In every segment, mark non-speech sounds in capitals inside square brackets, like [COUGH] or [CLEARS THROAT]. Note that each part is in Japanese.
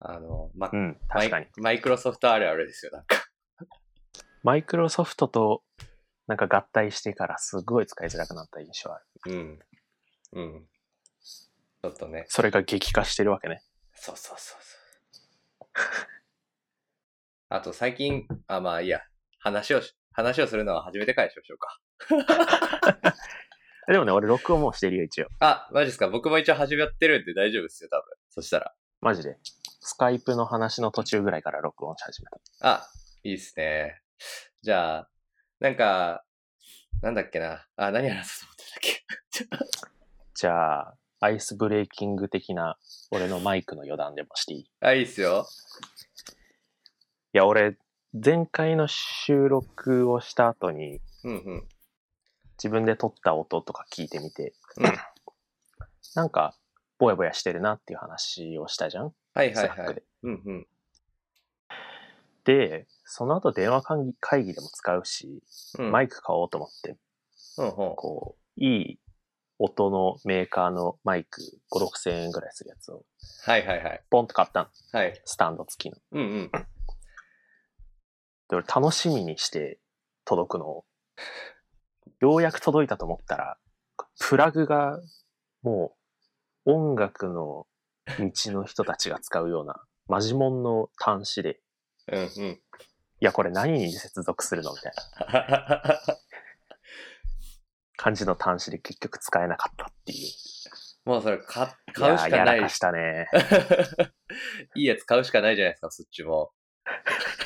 あの、ま、うん、確かに。マイクロソフトあるあるですよ、なんか。マイクロソフトとなんか合体してからすごい使いづらくなった印象ある。うん。うん。ちょっとね。それが激化してるわけね。そうそうそうそう。あと最近、あ、まあいいや。話をし、話をするのは初めて会しましょうか。でもね、俺録音もうしてるよ、一応。あ、マジですか僕も一応始まってるんで大丈夫ですよ、多分。そしたら。マジで。スカイプの話の途中ぐらいから録音し始めた。あ、いいっすね。じゃあ、なんか、なんだっけな。あ、何話そうと思ったんだっけ。 [LAUGHS] じゃあ、アイスブレーキング的な俺のマイクの余談でもしていいいあ、いいっすよ。や、俺、前回の収録をした後にうんうん。自分で撮った音とか聞いてみて、うんなんか、ぼやぼやしてるなっていう話をしたじゃんはいスはいラッはクいで。。うんうん。で、その後電話会議会議でも使うし、うん、マイク買おうと思って、うんうん。こう、いい音のメーカーのマイク5、6千円ぐらいするやつをはいはいはい。ポンと買ったの。はい。スタンド付きの。うんうん。で、俺楽しみにして届くのを。ようやく届いたと思ったら、プラグがもう音楽の道の人たちが使うようなマジモンの端子で、うんうん。 [LAUGHS] いや、これ何に接続するのみたいな感じの端子で結局使えなかったっていう。もうそれ買、買うしいやかやならいかしたね。 [LAUGHS] いいやつ買うしかないじゃないですか、そっちも。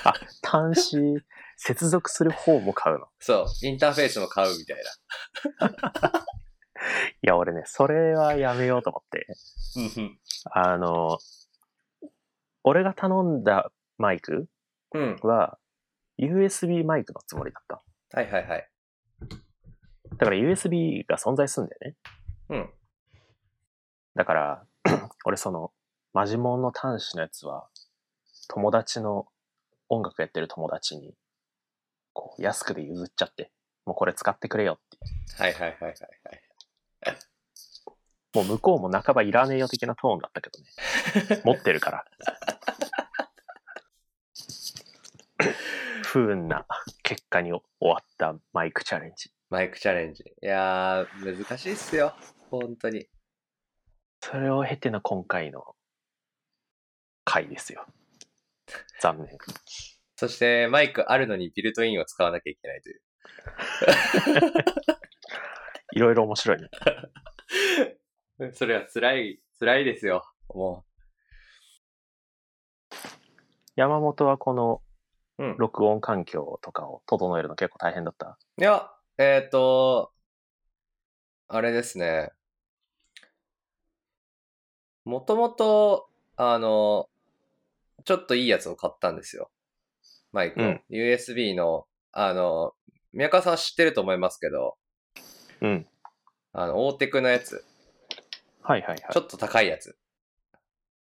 あ、端子、接続する方も買うの。そう、インターフェースも買うみたいいや、俺ね、それはやめようと思って。な。あの、俺が頼んだマイクうん。は、USB マイクのつもりだった。はいはいはい。だから USB が存在するんだよね。うん。だから、 [CLEARS THROAT] 俺その、マジモンの端子のやつは、友達の、音楽やってる友達に、こう、安くで譲っちゃって、もうこれ使ってくれよって。はいはいはいはいはい。もう向こうも半ばいらねえよ的なトーンだったけどね。 [LAUGHS] 持ってるから。不運な結果に終わったマイクチャレンジ。マイクチャレンジ。いやー、難しいっすよ。本当に。それを経ての今回の回ですよ。残念。そして、マイクあるのにビルトインを使わなきゃいけないという。いろいろ面白いね。それは辛い、辛いですよ。も山本はこのう。うん。録音環境とかを整えるの結構大変だった。いや、えっ、ー、と、あれですね。もともと、あの、ちょっといいやつを買ったんですよ。マイクを。うん USB の、あの、宮川さんは知ってると思いますけど、うん。あの、オーテクのやつ、はいはいはい。ちょっと高いやつ、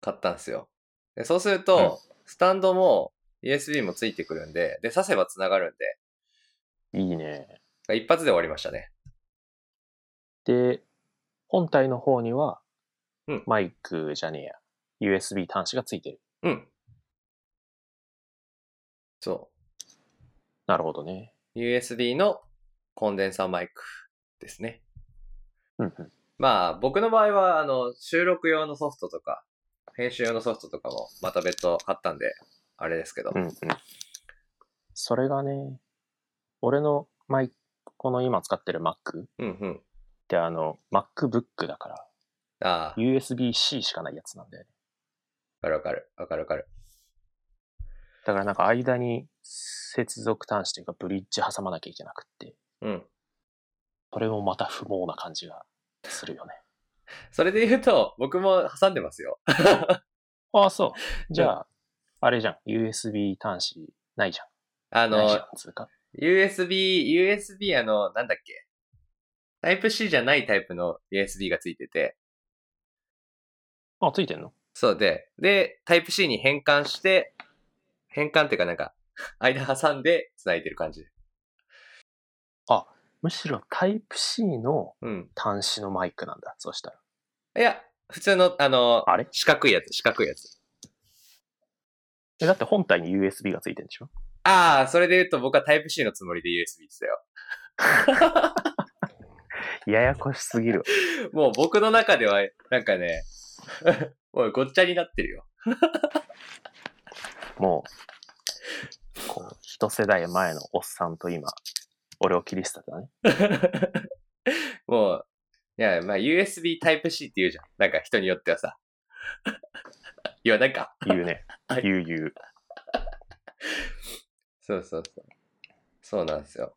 買ったんですよ。でそうすると、スタンドも USB もついてくるんで、で、挿せば繋がるんいいね。で、一発で終わりましたね。で、本体の方にはうん、マイクじゃねえや、USB 端子がついてる。うん。そう。なるほどね。 USB のコンデンサーマイクですね。うんうん。まあ、僕の場合は、あの、収録用のソフトとか、編集用のソフトとかも、また別途買ったんで、あれですけど。うんうん。それがね、俺のマイク、この今使ってる Mac っうんうん。てあの、MacBook だから、ああ、 USB-C しかないやつなんだよね。わかるわかる。わかるわかる。だからなんか間に接続端子というかブリッジ挟まなきゃいけなくって、うん。それもまた不毛な感じがするよね。それで言うと、僕も挟んでますよ。ああ、そう。じゃあ、あれじゃん。USB 端子ないじゃん。あないじゃのん、。つうか。 USB、USB あの、なんだっけ。タイプ C じゃないタイプの USB がついてて、あ、ついてんのそうで、で、タイプ C に変換して、変換っていうかなんか、 [LAUGHS] 間挟んで繋いでる感じ。むしろ Type-C のうん。端子のマイクなんだ。そしたら。いや、普通の、あの、あれ四角いやつ、四角いやつ。えだって本体に USB がついてるんでしょああ、それで言うと僕は Type-C のつもりで USB ってややこしすぎる。たよ。もう僕の中では、なんかね、 [LAUGHS] もうごっちゃになってるよ。 [LAUGHS] もう、こう、一世代前のおっさんと今、俺を切り捨てたね。もう、いや、まあ USB Type-C って言うじゃん。なんか人によってはさ。 [LAUGHS] いや、なんか。。言う [LAUGHS] ねはい言う言う。そうそうそう。そうなんですよ。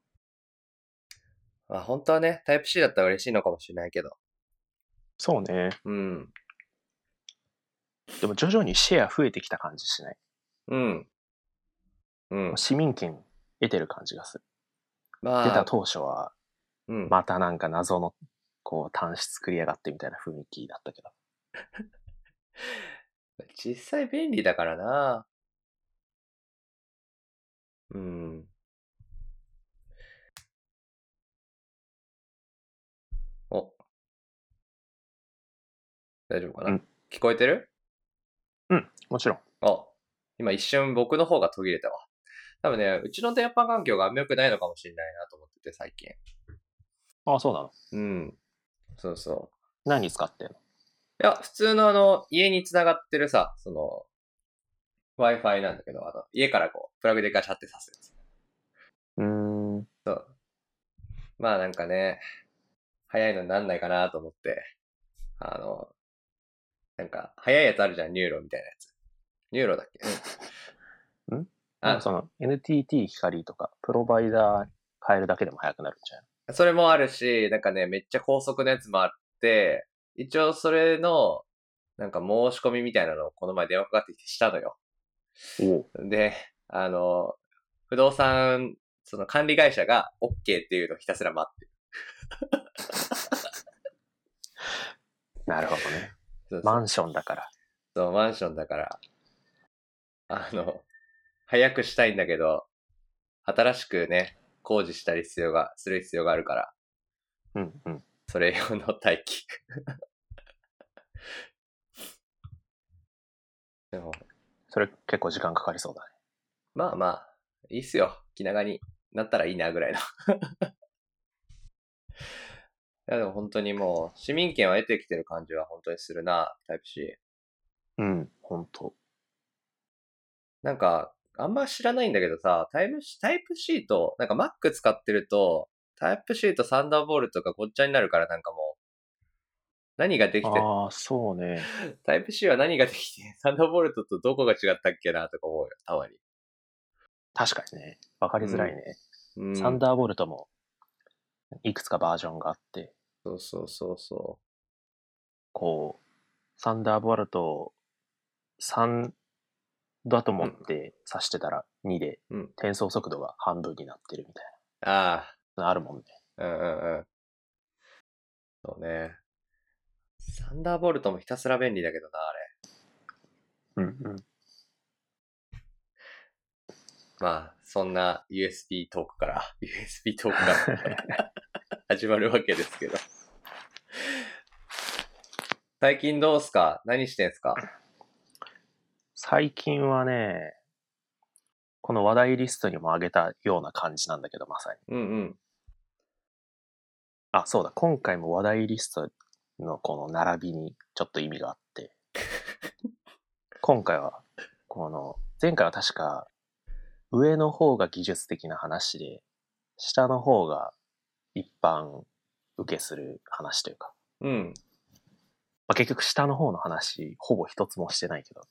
まあ本当はね、Type-C だったら嬉しいのかもしれないけど。そうね。うん。でも徐々にシェア増えてきた感じしない。うん。うん。市民権得てる感じがする。まあ、出た当初は、うん。またなんか謎の、こう、単質作りやがってみたいな雰囲気だったけど。実際便利だからな。うん。お。大丈夫かな、うん聞こえてるもちろん。あ、今一瞬僕の方が途切れたわ。多分ね、うちの電波環境があんま良くないのかもしれないなと思ってて、最近。ああ、そうなの。うん。そうそう。何使ってんいのや、普通のあの、家に繋がってるさ、その、Wi-Fi なんだけど、あの、家からこう、プラグでガシャって挿すやつ。うーん。そう。まあなんかね、早いのになんないかなと思って、あの、なんか、早いやつあるじゃん、ニューロみたいなやつ。ニューロだっけんなんあか、その NTT 光とか、プロバイダー変えるだけでも早くなるんじゃないそれもあるし、なんかね、めっちゃ高速のやつもあって、一応それの、なんか申し込みみたいなのをこの前電話かかってきてしたのよ。おうで、あの、不動産、その管理会社が OK っていうのをひたすら待ってる。なるほどね。そうそうマンションだから。そう、マンションだから、あの、早くしたいんだけど、新しくね、工事したり必要が、する必要があるから、うんうん。それ用の待機。 [LAUGHS] でも、それ結構時間かかりそうだね。まあまあ、いいっすよ。気長になったらいいな、ぐらいの。い [LAUGHS] や、でも本当にもう、市民権は得てきてる感じは本当にするな、タイプ C。うん、ほんと。なんか、あんま知らないんだけどさ、タイムシタイプ C と、なんか Mac 使ってると、タイプ C とサンダーボールとかごっちゃになるからなんかもう、何ができて、ああ、そうね。タイプ C は何ができて、 [LAUGHS] サンダーボルトとどこが違ったっけなとか思うよ、たまに。確かにね。わかりづらいね。うん、サンダーボルトも、いくつかバージョンがあって、そうそうそうそこう、サンダーボルト3だと思って挿してたら2でうん。転送速度が半分になってるみたいうあなのあるもんね。あ、うんうんうん。そうね。サンダーボルトもひたすら便利だけどな、あれ。うんうん。まあ、そんな USB トークから、USB [LAUGHS] トーク [LAUGHS] から始まるわけですけど。最近どうすか何してんすか最近はね、この話題リストにも上げたような感じなんだけど、まさに。うんうん。あ、そうだ、今回も話題リストのこの並びにちょっと意味が [LAUGHS] あって、今回は、この、前回は確か、上の方が技術的な話で、下の方が一般受けする話というか、うん。 [LAUGHS] まあ、結局下の方の話、ほぼ一つもしてないけど、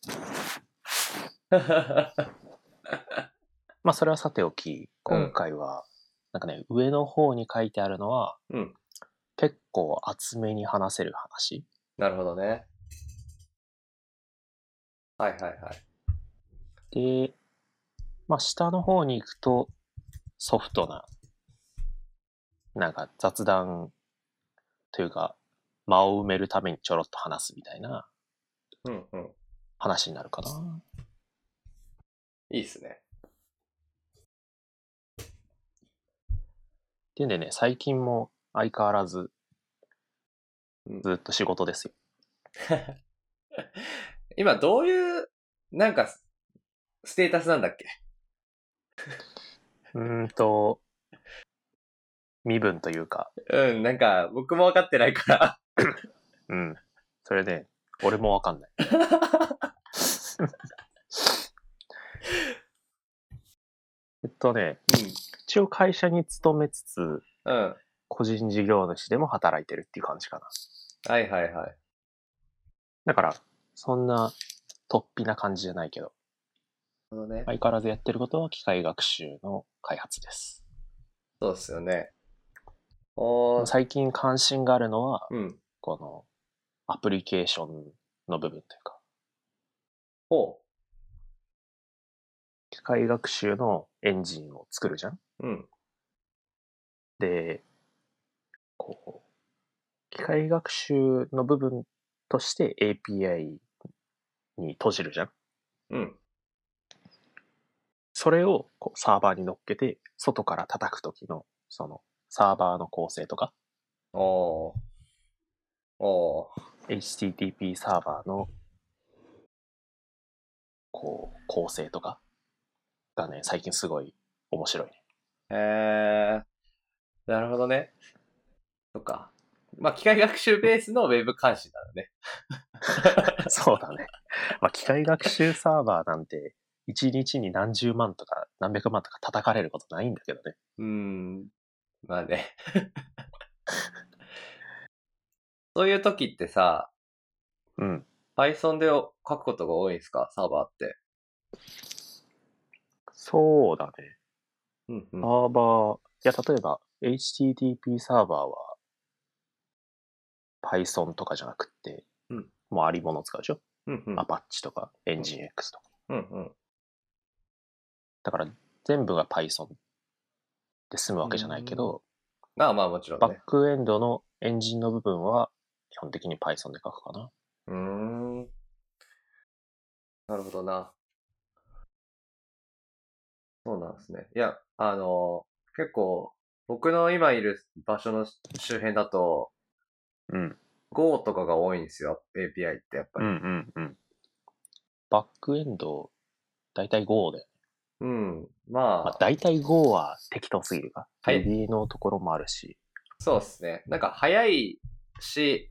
まあそれはさておき、今回は、なんかね、上の方に書いてあるのは、うん結構厚めに話せる話。なるほどね。はいはいはい。で、まあ、下の方に行くと、ソフトな、なんか雑談というか、間を埋めるためにちょろっと話すみたいなうんうん。話になるかな。いいっすね。でんでね、最近も相変わらずうん、ずっと仕事ですよ。今どういう、なんか、ステータスなんだっけうーんと、身分というか、うん、なんか、僕も分かってないから。うん。それで、俺もわかんない。えっとね、一応会社に勤めつつ、 [LAUGHS] うん。うん。個人事業主でも働いてるっていう感じかな。はいはいはい。だから、そんな、突飛な感じじゃないけど、なるほどね。相変わらずやってることは機械学習の開発です。そうっすよね。おー、最近関心があるのは、うん。この、アプリケーションの部分というか、ほ機械学習のエンジンを作るじゃんう。うん。で、こう、機械学習の部分として API に閉じるじゃんうん。それをこうサーバーに乗っけて、外から叩くときの、その、サーバーの構成とか、おー。お HTTP サーバーの、こう、構成とかがね、最近すごい面白いね。ー。えー。なるほどね。そっか。まあ、機械学習ベースのウェブ監視なのね。そうだね。まあ、機械学習サーバーなんて、一日に何十万とか何百万とか叩かれることないんだけどね。うーん。まあね。 [LAUGHS] そういう時ってさ、うん。 Python で書くことが多いんですかサーバーって。そうだね。うん、うサん。ーバー、いや、例えば HTTP サーバーは Python とかじゃなくって、うんもうありものを使うでしょ、うん、うん。 ?Apache とか EngineX とか。うん、うん。だから全部が Python で済むわけじゃないけど、まあまあもちろんバッね。クエンドのエンジンの部分は基本的に Python で書くかな。うーん。なるほどな。そうなんですね。いや、あの、結構、僕の今いる場所の周辺だと、うん。 Go とかが多いんですよ。API ってやっぱり。んうん。バックエンド、だいたい Go で。うん。ままああ、、だいたい Go は適当すぎるか。はい Ruby のところもあるし。そうですね。なんか早いし、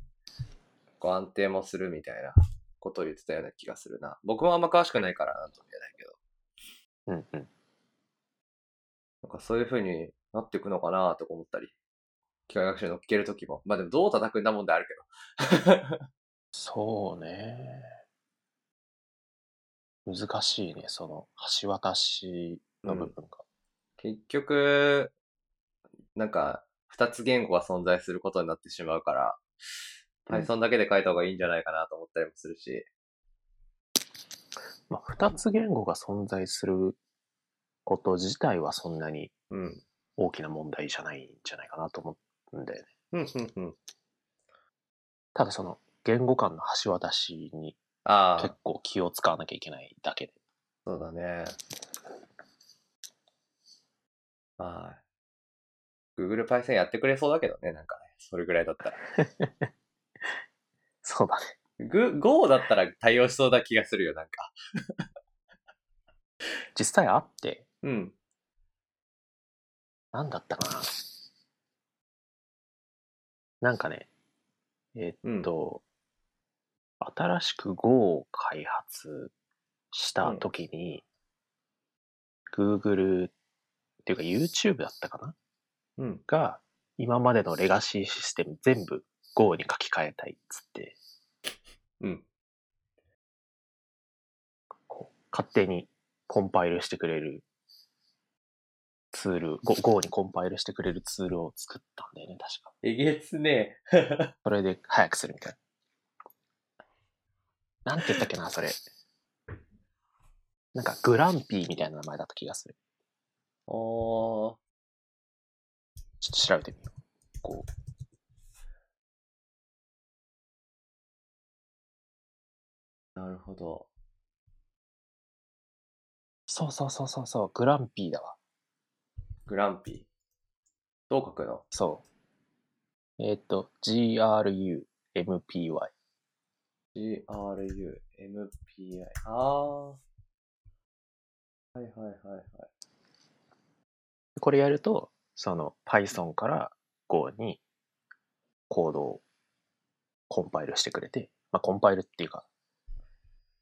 こう安定もするみたいなことを言ってたような気がするな。僕もあんま詳しくないからなんとも言えないけど。うんうん。なんかそういう風になっていくのかなとか思ったり。機械学習に乗っけるときも。まあでもどう叩くんだもんであるけど。そうね。難しいね、その、橋渡しの部分が。結局、なんか、二つ言語が存在することになってしまうから、うん Python だけで書いた方がいいんじゃないかなと思ったりもするし。まあ、二つ言語が存在すること自体はそんなにうん。大きな問題じゃないんじゃないかなと思うんだよね。うん、うん、うん。ただその、言語間の橋渡しにあ結あ、構気を使わなきゃいけないだけで。そうだね。まあ、Google Python やってくれそうだけどね、なんかね。それぐらいだったら。そうだね。 Go- Go だったら対応しそうな気がするよ、なんか。実際あって、うん。なんだったかな。なんかね、えうんっと、新しく Go を開発した時に、Google っていうか YouTube だったかなうん。が、今までのレガシーシステム全部 Go に書き換えたいっつって、うん。こう勝手にコンパイルしてくれるツール、Go, Go にコンパイルしてくれるツールを作ったんだよね、確か。えげつねえ。それで早くするみたいな。なんて言ったっけな、それ。なんかグランピーみたいな名前だった気がする。おー。ちょっと調べてみよう。こう。なるほど。そうそうそうそうそう、グランピーだわ。グランピー。どう書くのそう。えーっ、と、GRUMPY。 ?GRU, MPI. あー。はいはいはいはい。これやると、その Python から Go にコードをコンパイルしてくれて、まあ、コンパイルっていうか、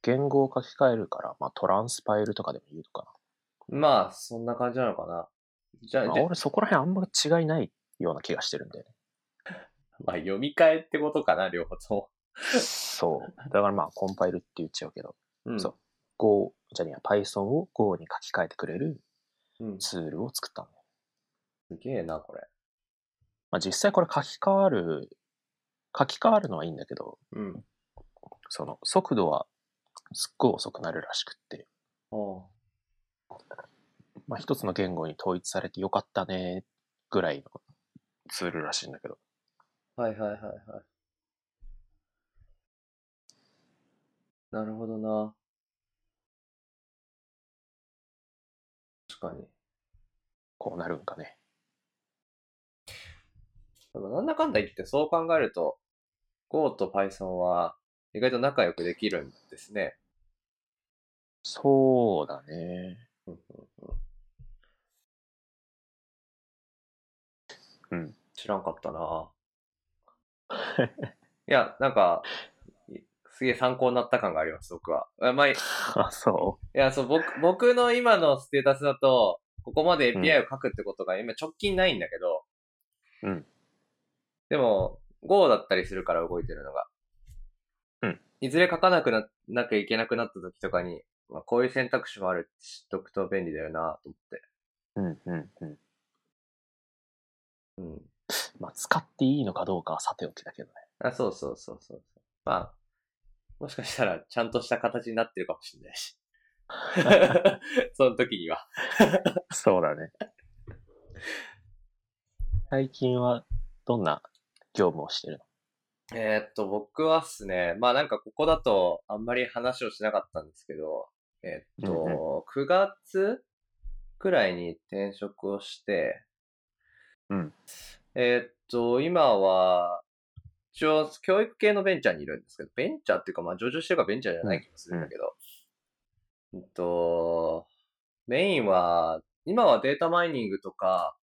言語を書き換えるから、まあ、トランスパイルとかでも言うのかまあ、そんな感じなのかな。じゃあ、な。まあ、で俺そこら辺あんま違いないような気がしてるんだよね。まあ、読み替えってことかな、両方とも。そう。だからまあ、コンパイルって言っちゃうけど、うんそう Go、じゃねえや Python を Go に書き換えてくれるうん。すツールを作ったんだよ。げえな、これ。まあ、実際これ書き換わる、書き換わるのはいいんだけど、うん。その速度はすっごい遅くなるらしくって、あまあ、一つの言語に統一されてよかったねぐらいのツールらしいんだけど、あ。はいはいはいはい。なるほどな。確かに。こうなるんかね。でもなんだかんだ言ってそう考えると、Go と Python は意外と仲良くできるんですね。そうだね。 [LAUGHS] うんうんううんん。知らんかったないや、なんか、いすげえ参考になった感があります、僕は。あまあ、いあ、そや、そう、僕、僕の今のステータスだと、ここまでうん API を書くってことが今直近ないんだけど、うん。でも、Go だったりするから動いてるのが。うん。いずれ書かなくな、なきゃいけなくなった時とかに、まあ、こういう選択肢もあるって知っとくと便利だよなと思って。う。うんうんうん。うん。まあ、使っていいのかどうかはさておきだけどね。あ、そうそうそうそうそう。まあ、もしかしたらちゃんとした形になってるかもしれない [LAUGHS] し。その時には。そうだね。最近はどんな業務をしてるのえーっと、僕はっすね、まあなんかここだとあんまり話をしなかったんですけど、えーっうんと、9月くらいに転職をして、うん。えーっと、今は、一応教育系のベンチャーにいるんですけど、ベンチャーっていうかまあ上場してるからベンチャーじゃない気もするんだけど、えっと、メインは、今はデータマイニングとか、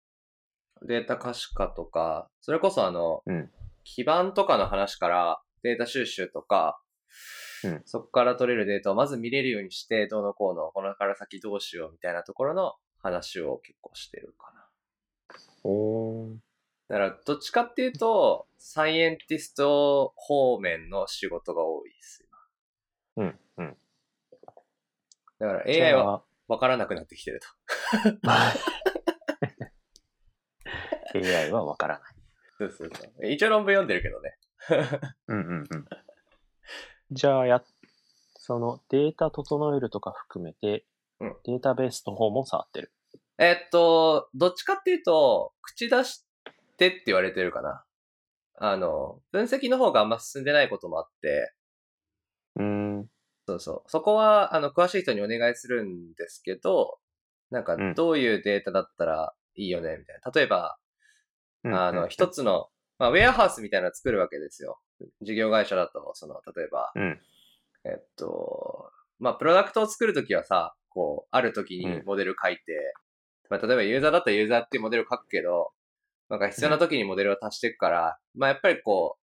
データ可視化とか、それこそあの、うん基盤とかの話からデータ収集とか、うんそこから取れるデータをまず見れるようにして、どうのこうの、このから先どうしようみたいなところの話を結構してるかおー。な。だから、どっちかっていうと、サイエンティスト方面の仕事が多いです。うんうん。だから AI は [LAUGHS] は分からなくなってきてると。 AI はわからない。そうそうそう。一応論文読んでるけどね。うんうんうん。じゃあや、そのデータ整えるとか含めて、うんデータベースの方も触ってる。えっと、どっちかっていうと、口出してって言われてるかな。あの、分析の方があんま進んでないこともあって、うん。そうそう。そこは、あの、詳しい人にお願いするんですけど、なんかうん、どういうデータだったらいいよね、みたいな。例えば、あの、一つ。つの、まあ、ウェアハウスみたいなの作るわけですよ。事業会社だと、その、例えば、うん。えっと、まあ、プロダクトを作るときはさ、こう、あるときにうんモデル書いて、まあ、例えばユーザーだったらユーザーっていうモデルを書くけど、なんか必要なときにモデルを足していくから、まあ、やっぱりこう、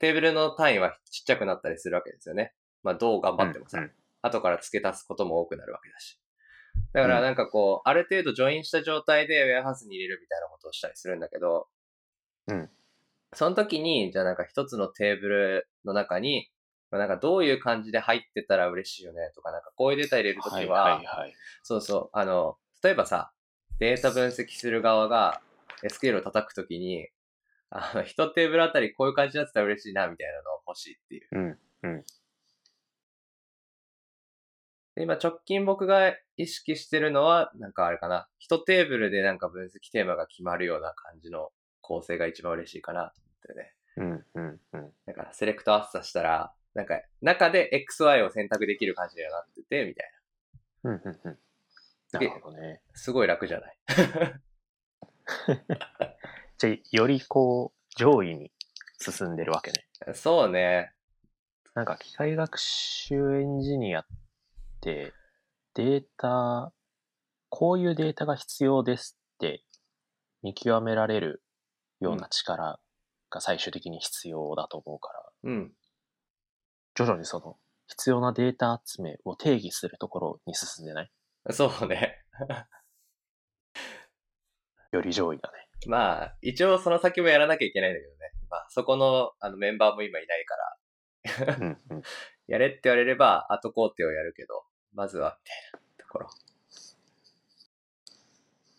テーブルの単位はちっちゃくなったりするわけですよね。まあ、どう頑張ってもさ、うんうん後から付け足すことも多くなるわけだし。だからなんかこう、ある程度ジョインした状態でウェアハウスに入れるみたいなことをしたりするんだけど、うん。その時に、じゃあなんか一つのテーブルの中に、まあなんかどういう感じで入ってたら嬉しいよねとか、なんかこういうデータ入れるときは、はいはいはい。そうそう、あの、例えばさ、データ分析する側が SQL を叩くときに、あの、一テーブルあたりこういう感じになってたら嬉しいなみたいなのを欲しいっていう。うん。で今直近僕が意識してるのは、なんかあれかな、一テーブルでなんか分析テーマが決まるような感じの構成が一番嬉しいかなと思ってね。うんうんうん。だから、セレクトアッサーしたら、なんか、中で XY を選択できる感じにはなってて、みたいうんうんうん。なるほどね。な。すごい楽じゃないじゃあ、よりこう、上位に進んでるわけね。そうね。なんか機械学習エンジニアって、データ、こういうデータが必要ですって見極められるような力が最終的に必要だと思うから、うん。徐々にその必要なデータ集めを定義するところに進んでないそうね。 [LAUGHS] より上位だね。まあ、一応その先もやらなきゃいけないんだけどね。まあ、そこのあのメンバーも今いないから、うんうん。やれって言われれば後工程をやるけど、まずは、みたいなところ。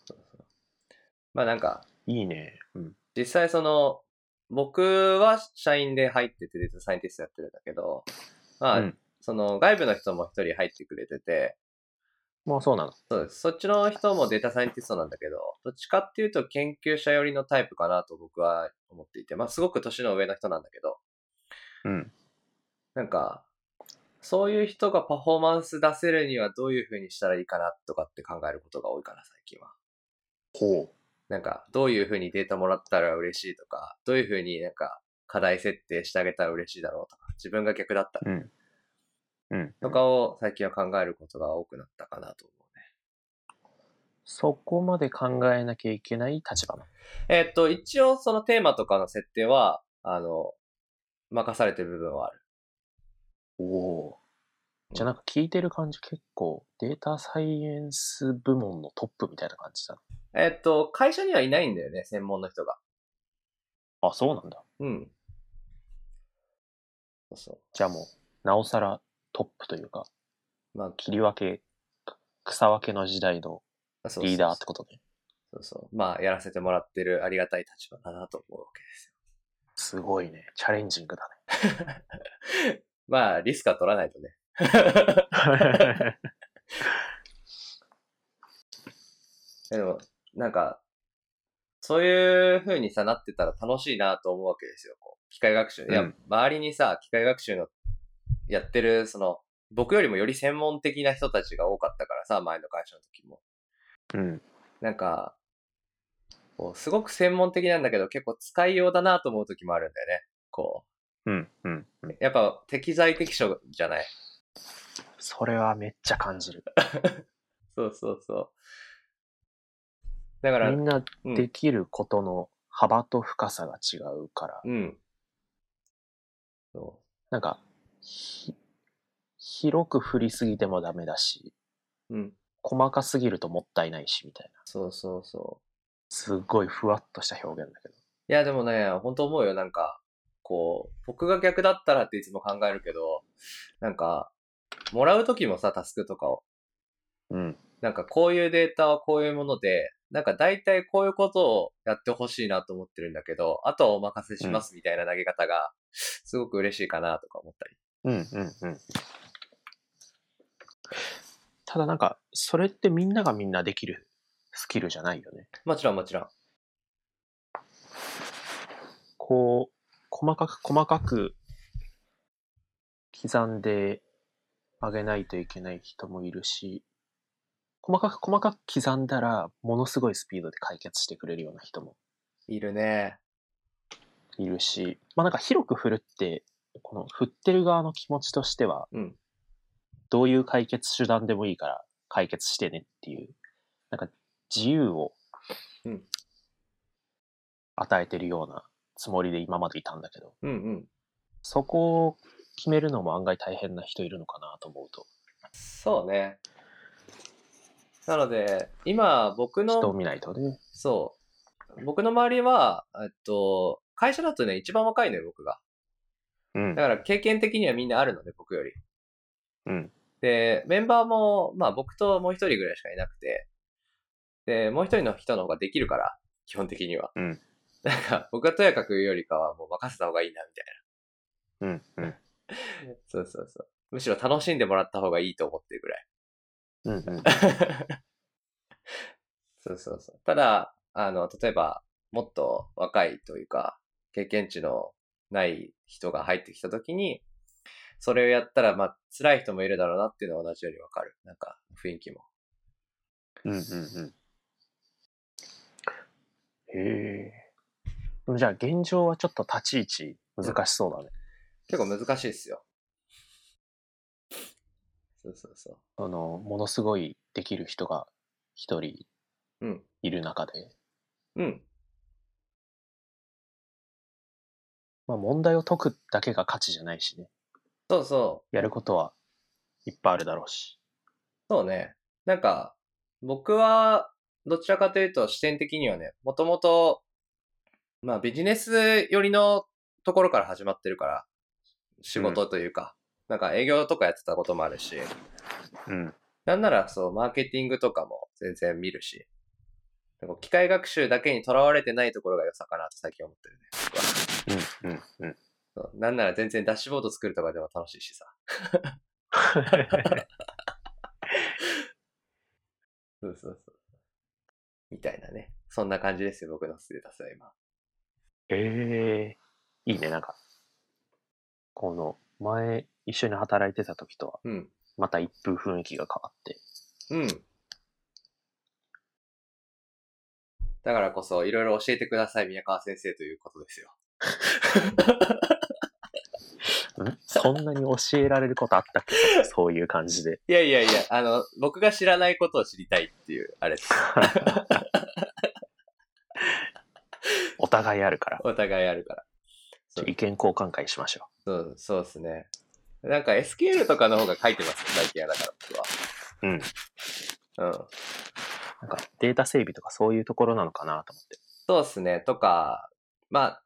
そうそうまあなんか、いいね。うん。実際その、僕は社員で入っててデータサイエンティストやってるんだけど、まあ、うんその外部の人も一人入ってくれてて、もうそうなの。そうです。そっちの人もデータサイエンティストなんだけど、どっちかっていうと研究者寄りのタイプかなと僕は思っていて、まあすごく年の上の人なんだけど、うん。なんか、そういう人がパフォーマンス出せるにはどういう風にしたらいいかなとかって考えることが多いかな、最近は。ほなんか、どういう風にデータもらったら嬉しいとか、どういう風になんか、課題設定してあげたら嬉しいだろうとか、自分が逆だったらう。うん。うん。とかを最近は考えることが多くなったかなと思うね。そこまで考えなきゃいけない立場なの。えーっと、一応そのテーマとかの設定は、あの、任されてる部分はある。おお。じゃあなんか聞いてる感じ結構データサイエンス部門のトップみたいな感じだね。えーっと、会社にはいないんだよね、専門の人が。あ、そうなんだ。うん。そうそじゃあもう、なおさらトップというか、う。まあ、切り分け、草分けの時代のそうそうそうリーダーってことね。そうそう。まあ、やらせてもらってるありがたい立場だなと思うわけですよ。すごいね。チャレンジングだまあ、リスクは取らないとね。ね。でも、なんか、そういう風にさ、なってたら楽しいなと思うわけですよ。こう機械学習。いや、うん周りにさ、機械学習の、やってる、その、僕よりもより専門的な人たちが多かったからさ、前の会社の時も。 [LAUGHS] うん。なんか、こうすごく専門的なんだけど、結構使いようだなと思う時もあるんだよね。こうん。うん。うんう。やっぱ適材適所じゃない。それはめっちゃ感じる。そうそうそう。だから、みんなうんできることの幅と深さが違うから、うん。そなんか、ひ広く振りすぎてもダメだし、う。うん。細かすぎるともったいないし、みたいな。そうそうそう。すっごいふわっとした表現だけど。いや、でもね、本当思うよ。なんか、こう、僕が逆だったらっていつも考えるけど、なんか、もらうときもさ、タスクとかを。うん。なんか、こういうデータはこういうもので、なんか大体こういうことをやってほしいなと思ってるんだけど、あとはお任せしますみたいな投げ方が、すごく嬉しいかなとか思ったり。うんうんうん。ただなんか、それってみんながみんなできるスキルじゃないよね。もちろんもちろん。こう、細かく細かく刻んであげないといけない人もいるし、細かく細かく刻んだら、ものすごいスピードで解決してくれるような人もいるね。いるし、まあなんか広く振るって、この振ってる側の気持ちとしては、うん。どういう解決手段でもいいから解決してねっていう、なんか自由をうん与えてるようなつもりで今までいたんだけど、うんうん。そこを決めるのも案外大変な人いるのかなと思うと、そうね。なので、今、僕の人を見ないとね。そう。僕の周りは、えっと、会社だとね、一番若いのよ、僕が。うんだ。から経験的にはみんなあるので、僕より。うん。で、メンバーも、まあ僕ともう一人ぐらいしかいなくて、で、もう一人の人の方ができるから、基本的には。うんなんか、僕がとやかく言うよりかは、もう任せた方がいいな、みうん。うん。たいな。そうそうそう。むしろ楽しんでもらった方がいいと思ってるぐらい。うん。うん。そうそうそう。ただ、あの、例えば、もっと若いというか、経験値のない人が入ってきたときに、それをやったら、まあ、辛い人もいるだろうなっていうのは同じようにわかる。なんか、雰囲気も。うん。うん。へえ。じゃあ現状はちょっと立ち位置難しそうだね。結構難しいっすよ。そうそうそあの、ものすごいできる人が一人う。うん。いる中で、うん。まあ問題を解くだけが価値じゃないしね。そうそう。やることはいっぱいあるだろうし。そうね。なんか、僕は、どちらかというと視点的にはね、もともと、まあビジネス寄りのところから始まってるから、仕事というか、なんか営業とかやってたこともあるし、うん。なんならそう、マーケティングとかも全然見るし、なんか機械学習だけにとらわれてないところが良さかなと最近思ってるね。うん。[LAUGHS] うん。うん。そうなんなら全然ダッシュボード作るとかでも楽しいしさ。そうそうそう。みたいなね。そんな感じですよ、僕のステータスは今。ええいいね、なんか。この、前、一緒に働いてた時とは、うん。また一風雰囲気が変わって。うん。だからこそ、いろいろ教えてください、宮川先生ということですよ。んそんなに教えられることあった [LAUGHS] っけそういう感じで。いやいやいや、あの、僕が知らないことを知りたいっていう、あれです。お互いあるから。お互いあるから。ちょ意見交換会しましょそう、そうですね。なんか SQL とかの方が書いてますよ、最近は。だからう。うん。僕は。うん。なんかデータ整備とかそういうところなのかなと思って。そうですね。とか、まあ、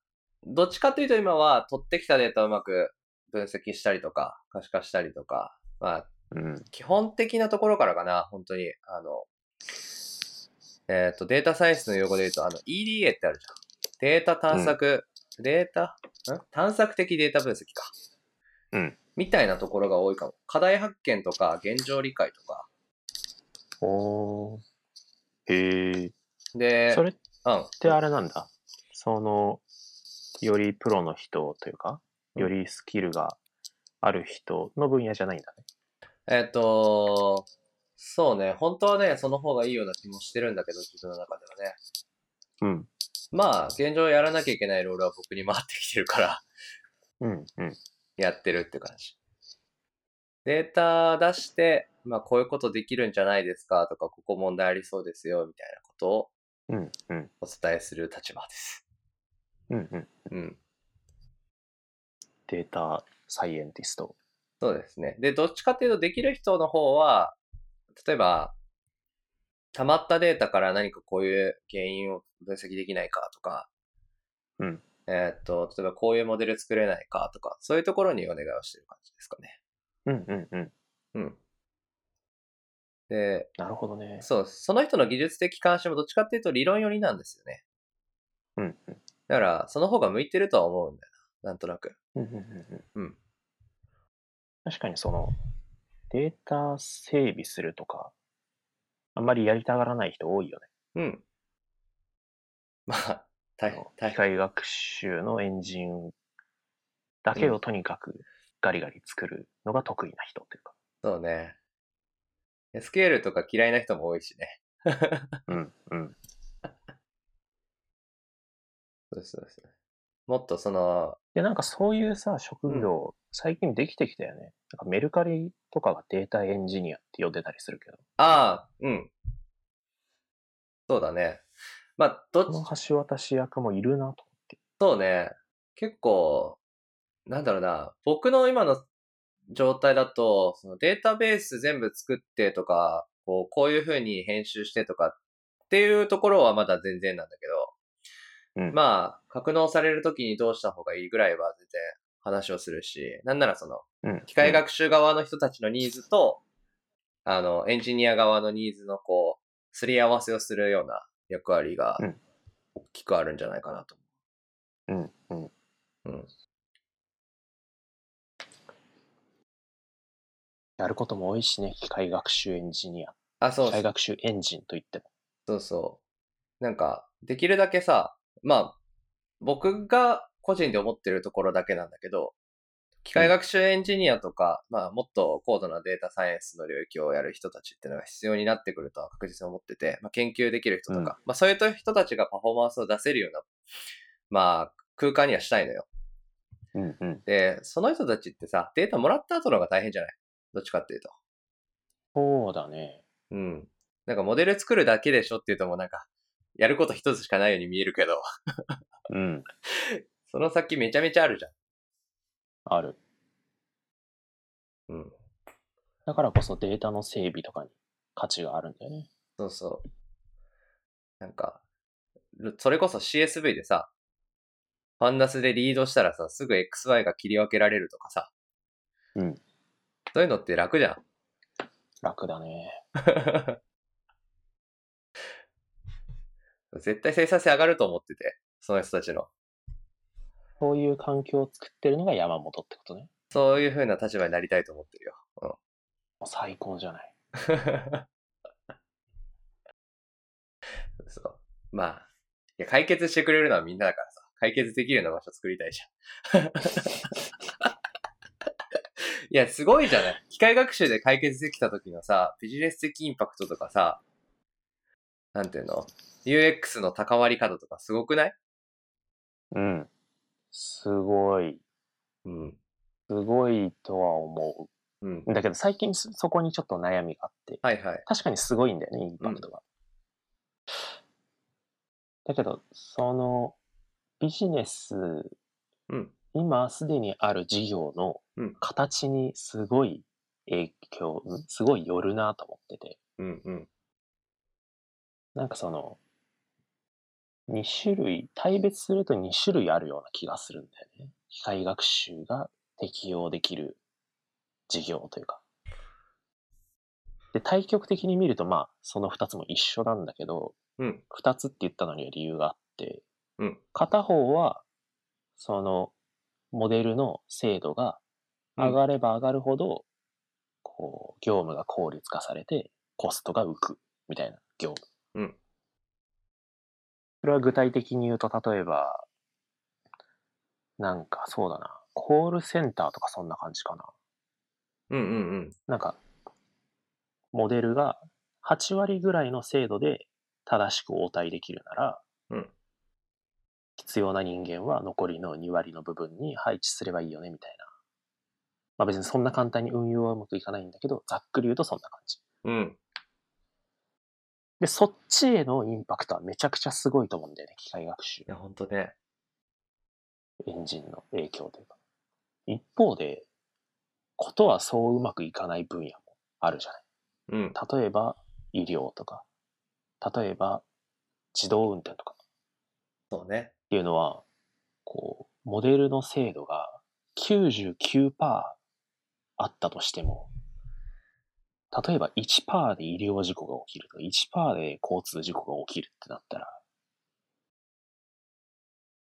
どっちかというと今は取ってきたデータをうまく分析したりとか、可視化したりとか、まあ、うん。基本的なところからかな、本当に。あの、えっ、と、データサイエンスの用語で言うと、あの、EDA ってあるじゃん。データ探索、データ、ん探索的データ分析か。うん。みたいなところが多いかも。課題発見とか、現状理解とか。おー。へえ。で、それっうん。てあれなんだ。その、よりプロの人というか、うんよりスキルがある人の分野じゃないんだね。えっ、と、そうね、本当はね、その方がいいような気もしてるんだけど、自分の中ではね。うん。まあ、現状やらなきゃいけないロールは僕に回ってきてるから、うん。うん。やってるって感じ。データ出して、まあ、こういうことできるんじゃないですかとか、ここ問題ありそうですよ、みたいなことをうん。うん。お伝えする立場です。うん。うん。うん。データサイエンティスト。そうですね。で、どっちかっていうと、できる人の方は、例えば、溜まったデータから何かこういう原因を分析できないかとか、うん。えーっと、例えばこういうモデル作れないかとか、そういうところにお願いをしてる感じですかね。うん。うん。うん。うん。で、なるほどね。そう、その人の技術的関心もどっちかっていうと理論寄りなんですよね。うん。だから、その方が向いてるとは思うんだよな。なんとなく。うんうんうんううんん確かにそのデータ整備するとかあんまりやりたがらない人多いよね。うん。 [LAUGHS] まあ、大変、大機械学習のエンジンだけをとにかくガリガリ作るのが得意な人というか。そうね。SQL とか嫌いな人も多いしね。うんうんそうそうそう。もっとその、でなんかそういうさ職業、最近できてきたよね。なんかメルカリとかがデータエンジニアって呼んでたりするけどああ、うん。そうだね。まあ、どこっのち、橋渡し役もいるなと思って。そうね。結構、なんだろうな。僕の今の状態だと、そのデータベース全部作ってとか、こうこういう風に編集してとかっていうところはまだ全然なんだけど、うんまあ、格納されるときにどうした方がいいぐらいは全然話をするし、なんならその、うん機械学習側の人たちのニーズと、あの、エンジニア側のニーズのこう、すり合わせをするような役割がうん、大きくあるんじゃないかなとうんうん思う。うん。やることも多いしね、機械学習エンジニア。あ、そうそ機う械学習エンジンといっても。そうそう。なんか、できるだけさ、まあ、僕が個人で思ってるところだけなんだけど、機械学習エンジニアとか、まあ、もっと高度なデータサイエンスの領域をやる人たちっていうのが必要になってくるとは確実に思ってて、まあ、研究できる人とか、うんまあ、そういう人たちがパフォーマンスを出せるような、まあ、空間にはしたいのよ。うんうん。で、その人たちってさ、データもらった後の方が大変じゃないどっちかっていうと。そうだね。うん。なんかモデル作るだけでしょっていうともうなんか、やること一つしかないように見えるけど、うん。その先めちゃめちゃあるじゃある。ん。うん。だからこそデータの整備とかに価値があるんだよね。そうそう。なんか、それこそ CSV でさ、パンダスでリードしたらさ、すぐ XY が切り分けられるとかさ。うん。そういうのって楽じゃん。 [LAUGHS] 楽だね。絶対生産性上がると思ってて、その人たちの。そういう環境を作ってるのが山本ってことね。そういう風な立場になりたいと思ってるよ。もう最高じゃない。 [LAUGHS] そう。まあ、いや、解決してくれるのはみんなだからさ、解決できるような場所作りたいじゃん。 [LAUGHS] いや、すごいじゃない。機械学習で解決できた時のさ、ビジネス的インパクトとかさ、なんていうの ?UX の高まり方とかすごくないうん。すごい。うん。すごいとは思うんう。。だけど最近そそこにちょっと悩みがあって。はいはい。確かにすごいんだよね、インパクトが。だけど、その、ビジネス、うん今すでにある事業のうん形にすごい影響、すごいよるなと思ってて。うんうん。なんかその、2種類、対別すると2種類あるような気がするんだよね。機械学習が適用できる事業というか。で、対極的に見ると、まあ、その2つも一緒なんだけど、うん2つって言ったのには理由があって、うん片方は、その、モデルの精度が上がれば上がるほど、こう、業務が効率化されて、コストが浮く、みたいな業務。うんそれは具体的に言うと、例えば、なんかそうだな、コールセンターとかそんな感じかな。うんうんうん。なんか、モデルが8割ぐらいの精度で正しく応対できるなら、うん必要な人間は残りの2割の部分に配置すればいいよね、みたいな。まあ別にそんな簡単に運用はうまくいかないんだけど、ざっくり言うとそんな感じ。うん。で、そっちへのインパクトはめちゃくちゃすごいと思うんだよね、機械学習い。や、ほんとね。エンジンの影響というか。一方で、ことはそううまくいかない分野もあるじゃうん。ない。例えば、医療とか、例えば、自動運転とかっそうね。ていうのは、こう、モデルの精度が99%あったとしても、例えば1%で医療事故が起きるとか、1%で交通事故が起きるってなったら、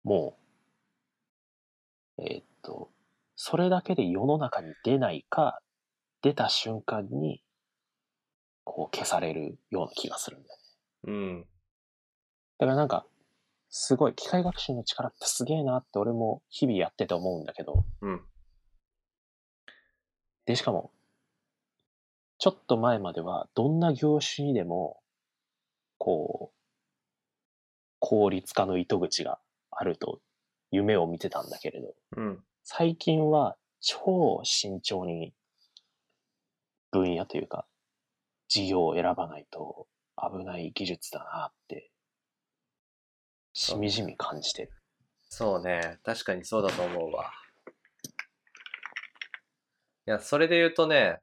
もう、えーっと、それだけで世の中に出ないか、出た瞬間に、こう消されるような気がするんだよね。うん。だからなんか、すごい、機械学習の力ってすげえなって俺も日々やってて思うんだけど、うん。で、しかも、ちょっと前までは、どんな業種にでも、こう、効率化の糸口があると、夢を見てたんだけれど、うん。最近は超慎重に分野というか事業を選ばないと危ない技術だなってしみじみ感じてる。そうね。確かにそうだと思うわ。いや、それで言うとね、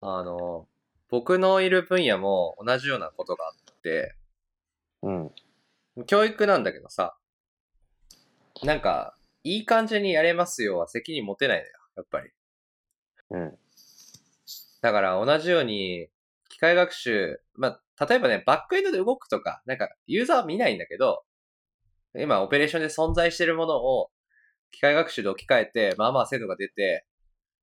あの、僕のいる分野も同じようなことがあって、うん。教育なんだけどさ、なんか、いい感じにやれますよは責任持てないのよ、やっぱり。うん。だから同じように、機械学習、まあ、例えばね、バックエンドで動くとか、なんか、ユーザーは見ないんだけど、今、オペレーションで存在してるものを、機械学習で置き換えて、まあまあ精度が出て、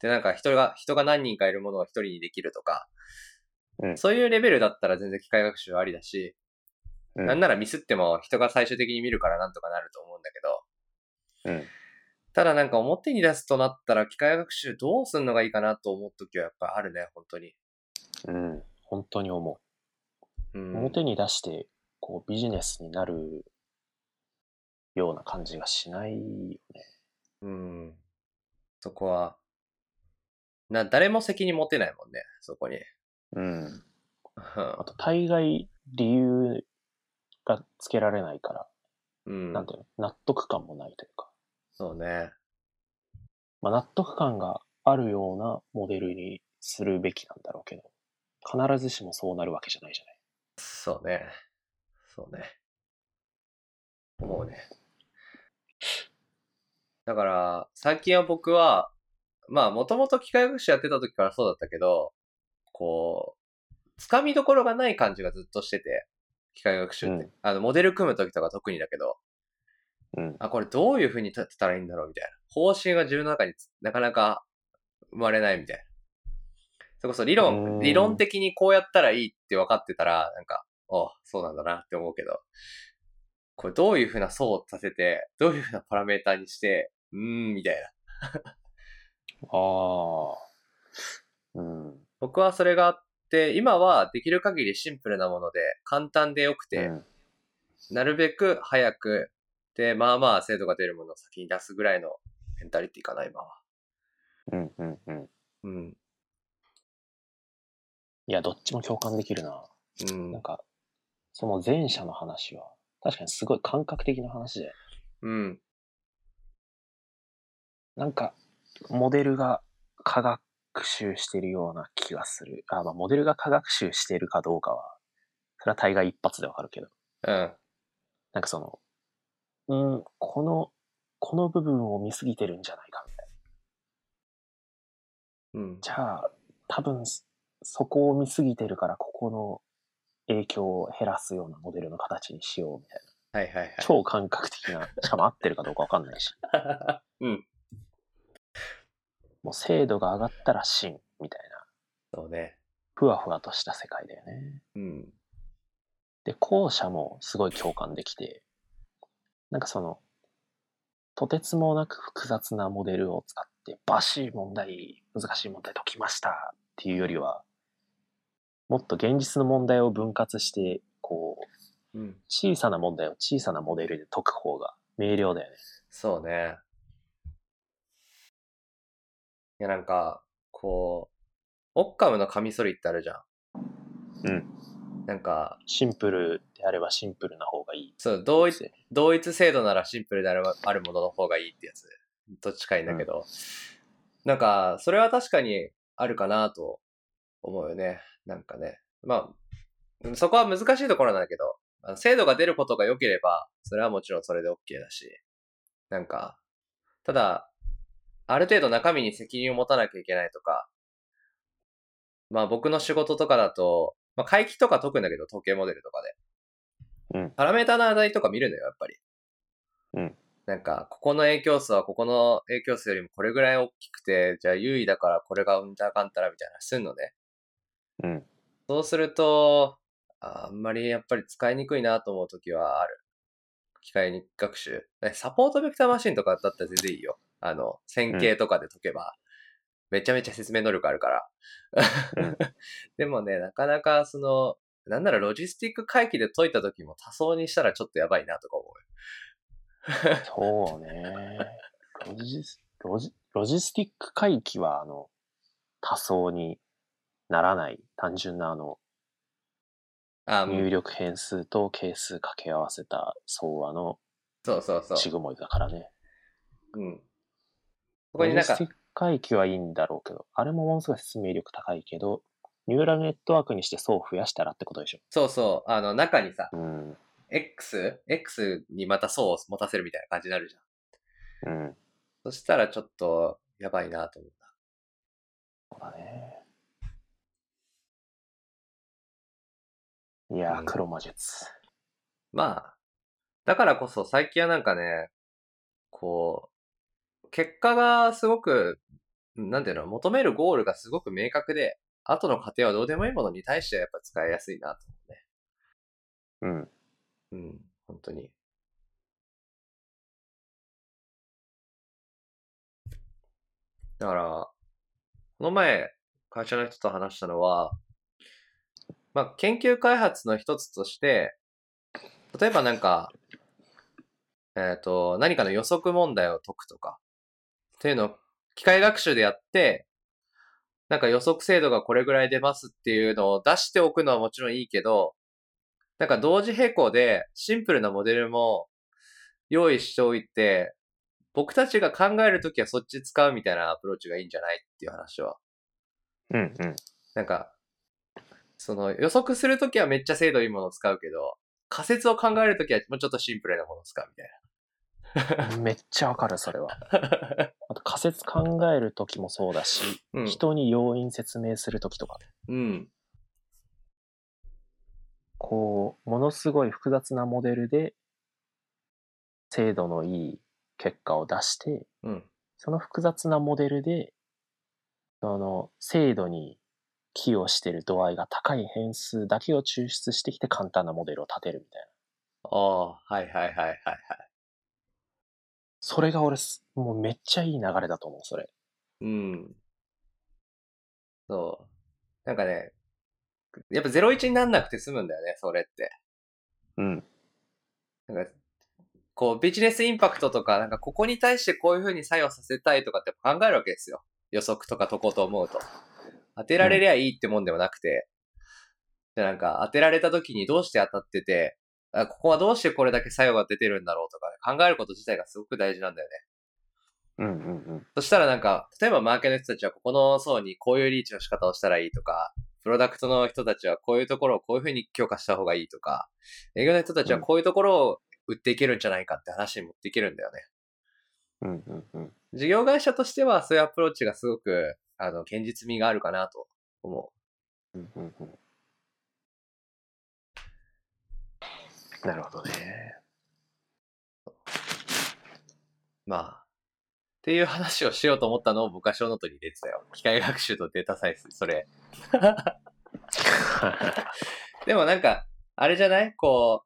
で、なんか人が、人が何人かいるものを一人にできるとか、うんそういうレベルだったら全然機械学習はありだし、うんなんならミスっても人が最終的に見るからなんとかなると思うんだけど、うん。ただなんか表に出すとなったら機械学習どうすんのがいいかなと思うときはやっぱあるね、本当に。うん。本当に思うう。ん。表に出してこうビジネスになるような感じがしないよね。うん。そこは、な、誰も責任持てないもんね、そこに。 [LAUGHS] うん。あと、大概理由がつけられないから、うん。なんていうの、納得感もないというか、そうね。まあ、納得感があるようなモデルにするべきなんだろうけど、必ずしもそうなるわけじゃないじゃない。そうね。そうね。思うね。だから、最近は僕は、まあ、もともと機械学習やってた時からそうだったけど、こう、つかみどころがない感じがずっとしてて、機械学習って。うんあの、モデル組む時とか特にだけど、うん。あ、これどういう風に立ってたらいいんだろうみたいな。方針が自分の中につなかなか生まれないみたいな。それこそ理うー論、ん理論的にこうやったらいいって分かってたら、なんか、おそうなんだなって思うけど、これどういう風な層を立てて、どういう風なパラメーターにして、うーん、みたいな。ああ。うん。僕はそれがあって、今はできる限りシンプルなもので、簡単でよくて、うんなるべく早く、で、まあまあ精度が出るものを先に出すぐらいのメンタリティかな、今は。うんうんうん。うん。いや、どっちも共感できるな。うんなん。か、その前者の話は、確かにすごい感覚的な話で、うん。なんか、モデルが科学習してるような気がする。あ、まあ、モデルが科学習してるかどうかは、それは大概一発でわかるけど、うん。なんかその、うん、この、この部分を見すぎてるんじゃないかみたいうな。ん。じゃあ、多分そ、そこを見すぎてるから、ここの影響を減らすようなモデルの形にしようみたいな。はいはいはい。超感覚的な、しかも合ってるかどうかわかんないし。うん。もう精度が上がったら真みたいな、そうね。ふわふわとした世界だよね。うん。で、後者もすごい共感できて、なんかその、とてつもなく複雑なモデルを使って、バシー問題、難しい問題解きましたっていうよりは、もっと現実の問題を分割して、こう、うん。小さな問題を小さなモデルで解く方が明瞭だよね。そうね。いやなんか、こう、オッカムのカミソリってあるじゃん。うん。なんか、シンプルであればシンプルな方がいい。そう、同一、同一制度ならシンプルであるあるものの方がいいってやつと近いんだけど、なんか、それは確かにあるかなと思うよね。なんかね。まあ、うんそこは難しいところなんだけど、あの精度が出ることが良ければ、それはもちろんそれで OK だし、なんか、ただ、ある程度中身に責任を持たなきゃいけないとか、まあ僕の仕事とかだと、まあ回帰とか解くんだけど、統計モデルとかで。パラメータの値とか見るのよ、やっぱり。うん。なんか、ここの影響数はここの影響数よりもこれぐらい大きくて、じゃあ優位だからこれがうんたらかんたらみたいな話すんのね。うん。そうすると、ああんまりやっぱり使いにくいなと思う時はある。機械学習。えサポートベクターマシンとかだったら全然いいよ。あの、線形とかで解けば、めちゃめちゃ説明能力あるから。うん [LAUGHS] でもね、なかなかその、なんならロジスティック回帰で解いた時も多層にしたらちょっとやばいなとか思そうね。ロジスロジロジスティック回帰は、あの、多層にならない単純なあのう。あ、も入う、力変数と係数掛け合わせた総和のそうそうそシグモイだからね。う。うん。そこロになジんかステ、ィック回帰はいいんだろうけど、あれもものすごい説明力高いけど、ニューラルネットワークにして層を増やしたらってことでしょ。そうそう、あの、中にさ、うん。 X?X にまた層を持たせるみたいな感じになるじゃん。うん。そしたらちょっと、やばいなと思う。そうだね。いやうー、ん黒魔術。まあ、だからこそ最近はなんかね、こう、結果がすごく、なんていうの、求めるゴールがすごく明確で、後の過程はどうでもいいものに対してはやっぱ使いやすいなと思うね。うん。うん、本当に。だから、この前、会社の人と話したのは、まあ、研究開発の一つとして、例えばなんか、えっ、と、何かの予測問題を解くとか、っていうのを機械学習でやって、なんか予測精度がこれぐらい出ますっていうのを出しておくのはもちろんいいけど、なんか同時並行でシンプルなモデルも用意しておいて、僕たちが考えるときはそっち使うみたいなアプローチがいいんじゃないっていう話は。うんうん。なんか、その予測するときはめっちゃ精度いいものを使うけど、仮説を考えるときはもうちょっとシンプルなものを使うみたい [LAUGHS] めっちゃわかる、それは。あと仮説考えるときもそうだし、な。うん。人に要因説明するときとか、うん。こう、ものすごい複雑なモデルで、精度のいい結果を出して、うん。その複雑なモデルで、その精度に寄与してる度合いが高い変数だけを抽出してきて簡単なモデルを立てるみたいな。ああ、はいはいはいはいはい。それが俺す、もうめっちゃいい流れだと思う、それ。うん。そう。なんかね、やっぱ01になんなくて済むんだよね、それって。うん。なんか、こう、ビジネスインパクトとか、なんかここに対してこういう風に作用させたいとかって考えるわけですよ。予測とか解こうと思うと。当てられりゃいいってもんでもなくて、で、なんか当てられた時にどうして当たってて、あここはどうしてこれだけ作用が出てるんだろうとか、ね、考えること自体がすごく大事なんだよね。うんうんそしたらなんか、例えばマーケの人たちはここの層にこういうリーチの仕方をしたらいいとか、プロダクトの人たちはこういうところをこういうふうに強化した方がいいとか、営業の人たちはこういうところを売っていけるんじゃないかって話に持っていけるんだよね。うん。うんうんうん。事業会社としてはそういうアプローチがすごく、あの、堅実味があるかなと思うんうんうん。なるほどね。う。まあ。っていう話をしようと思ったのを僕は小ノートに入れてたよ。機械学習とデータサイエンス、それ。でもなんか、あれじゃないこ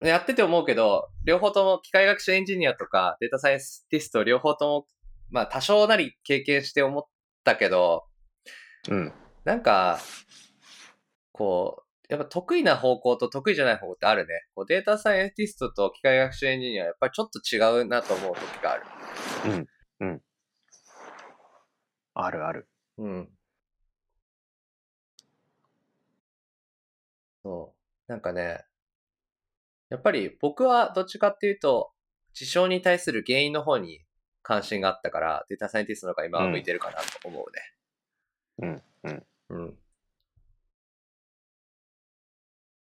う、やってて思うけど、両方とも機械学習エンジニアとかデータサイエンティスト両方とも、まあ多少なり経験して思ったけど、うん。なんか、こう、やっぱ得意な方向と得意じゃない方向ってあるね。こうデータサイエンティストと機械学習エンジニアはやっぱりちょっと違うなと思う時がある。あるある。うん。そう。なんかね、やっぱり僕はどっちかっていうと、事象に対する原因の方に関心があったから、データサイエンティストの方が今は向いてるかなと思うね。うん、うん。うん。 [LAUGHS]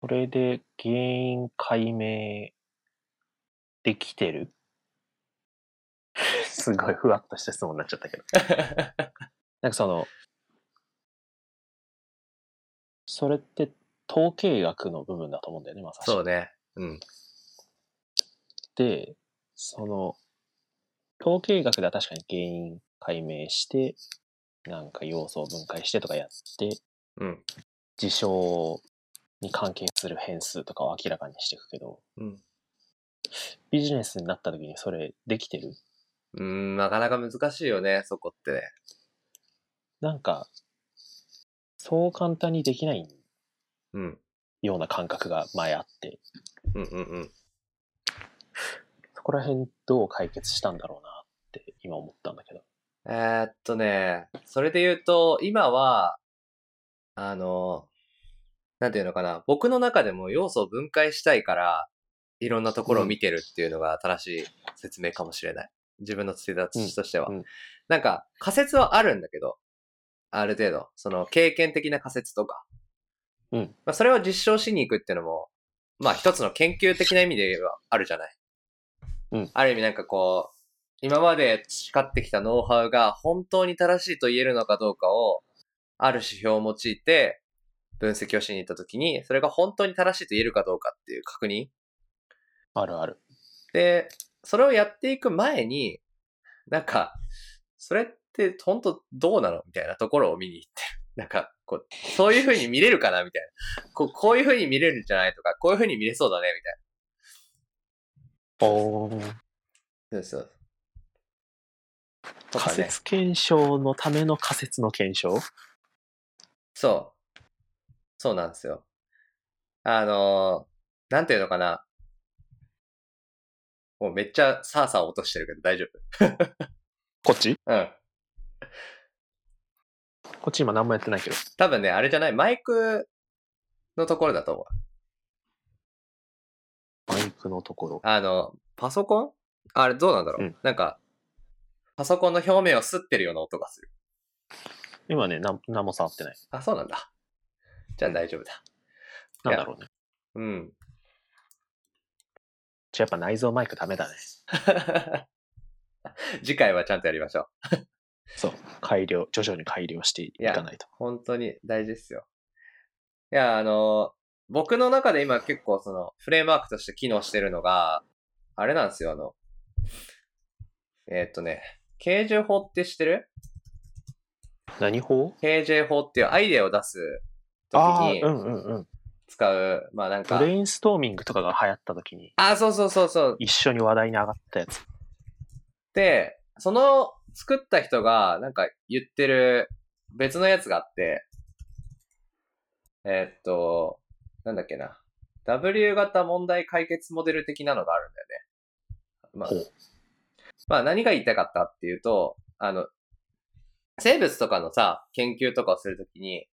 それで原因解明できてるすごいふわっとした質問になっちゃったけど。なんかその、それって統計学の部分だと思うんだよね、まさしく。そうね。うん。で、その、統計学では確かに原因解明して、なんか要素を分解してとかやって、うん。事象に関係する変数とかを明らかにしていくけど、うん。ビジネスになった時にそれできてるうーん、なかなか難しいよね、そこってね。なんか、そう簡単にできないうん。ような感覚が前あって、うんうんうん。そこら辺どう解決したんだろうなって今思ったんだけど。えーっとね、それで言うと、今は、あの、なんていうのかな、僕の中でも要素を分解したいから、いろんなところを見てるっていうのが正しい説明かもしれない。自分のツイダとしては、うんうんなんか、仮説はあるんだけど、ある程度、その経験的な仮説とか。うんまあ、それを実証しに行くっていうのも、まあ一つの研究的な意味で言えばあるじゃない。うんある意味なんかこう、今まで培ってきたノウハウが本当に正しいと言えるのかどうかを、ある指標を用いて分析をしに行ったときに、それが本当に正しいと言えるかどうかっていう確認。あるある。で、それをやっていく前に、なんか、それって本当どうなのみたいなところを見に行ってる。なんか、こう、そういう風に見れるかなみたいな。こう、こういう風に見れるんじゃないとか、こういう風に見れそうだねみたいな。おそうそう。とか仮ね。説検証のための仮説の検証そう。そうなんですよ。あのーなんていうのかな。もうめっちゃサーサー落としてるけど大丈こっち夫。うん。こっち今何もやってないけど。多分ね、あれじゃない、マイクのところだと思う。マイクのところ。あの、パソコンあれどうなんだろう、うんなんか、パソコンの表面を擦ってるような音がする。今ね、なん何も触ってない。あ、そうなんだ。じゃあ大丈夫だ。なんだろうね。うん。じゃあやっぱ内蔵マイクダメだね。次回はちゃんとやりましょう。そう。改良、徐々に改良していかないと。本当に大事ですよ。いや、あの、僕の中で今結構そのフレームワークとして機能してるのが、あれなんですよ、あの、えーっとね、KJ 法って知ってる何法 ?KJ 法っていうアイデアを出す時ああにー、うんうんうん。使う、まあなんかブ、レインストーミングとかが流行った時に、あ、そうそうそうそう、一緒に話題に上がったやつ。で、その作った人がなんか言ってる別のやつがあって、えーっと、なんだっけな。W 型問題解決モデル的なのがあるんだよほね。まうあ、まあ何が言いたかったっていうと、あの、生物とかのさ、研究とかをするときに、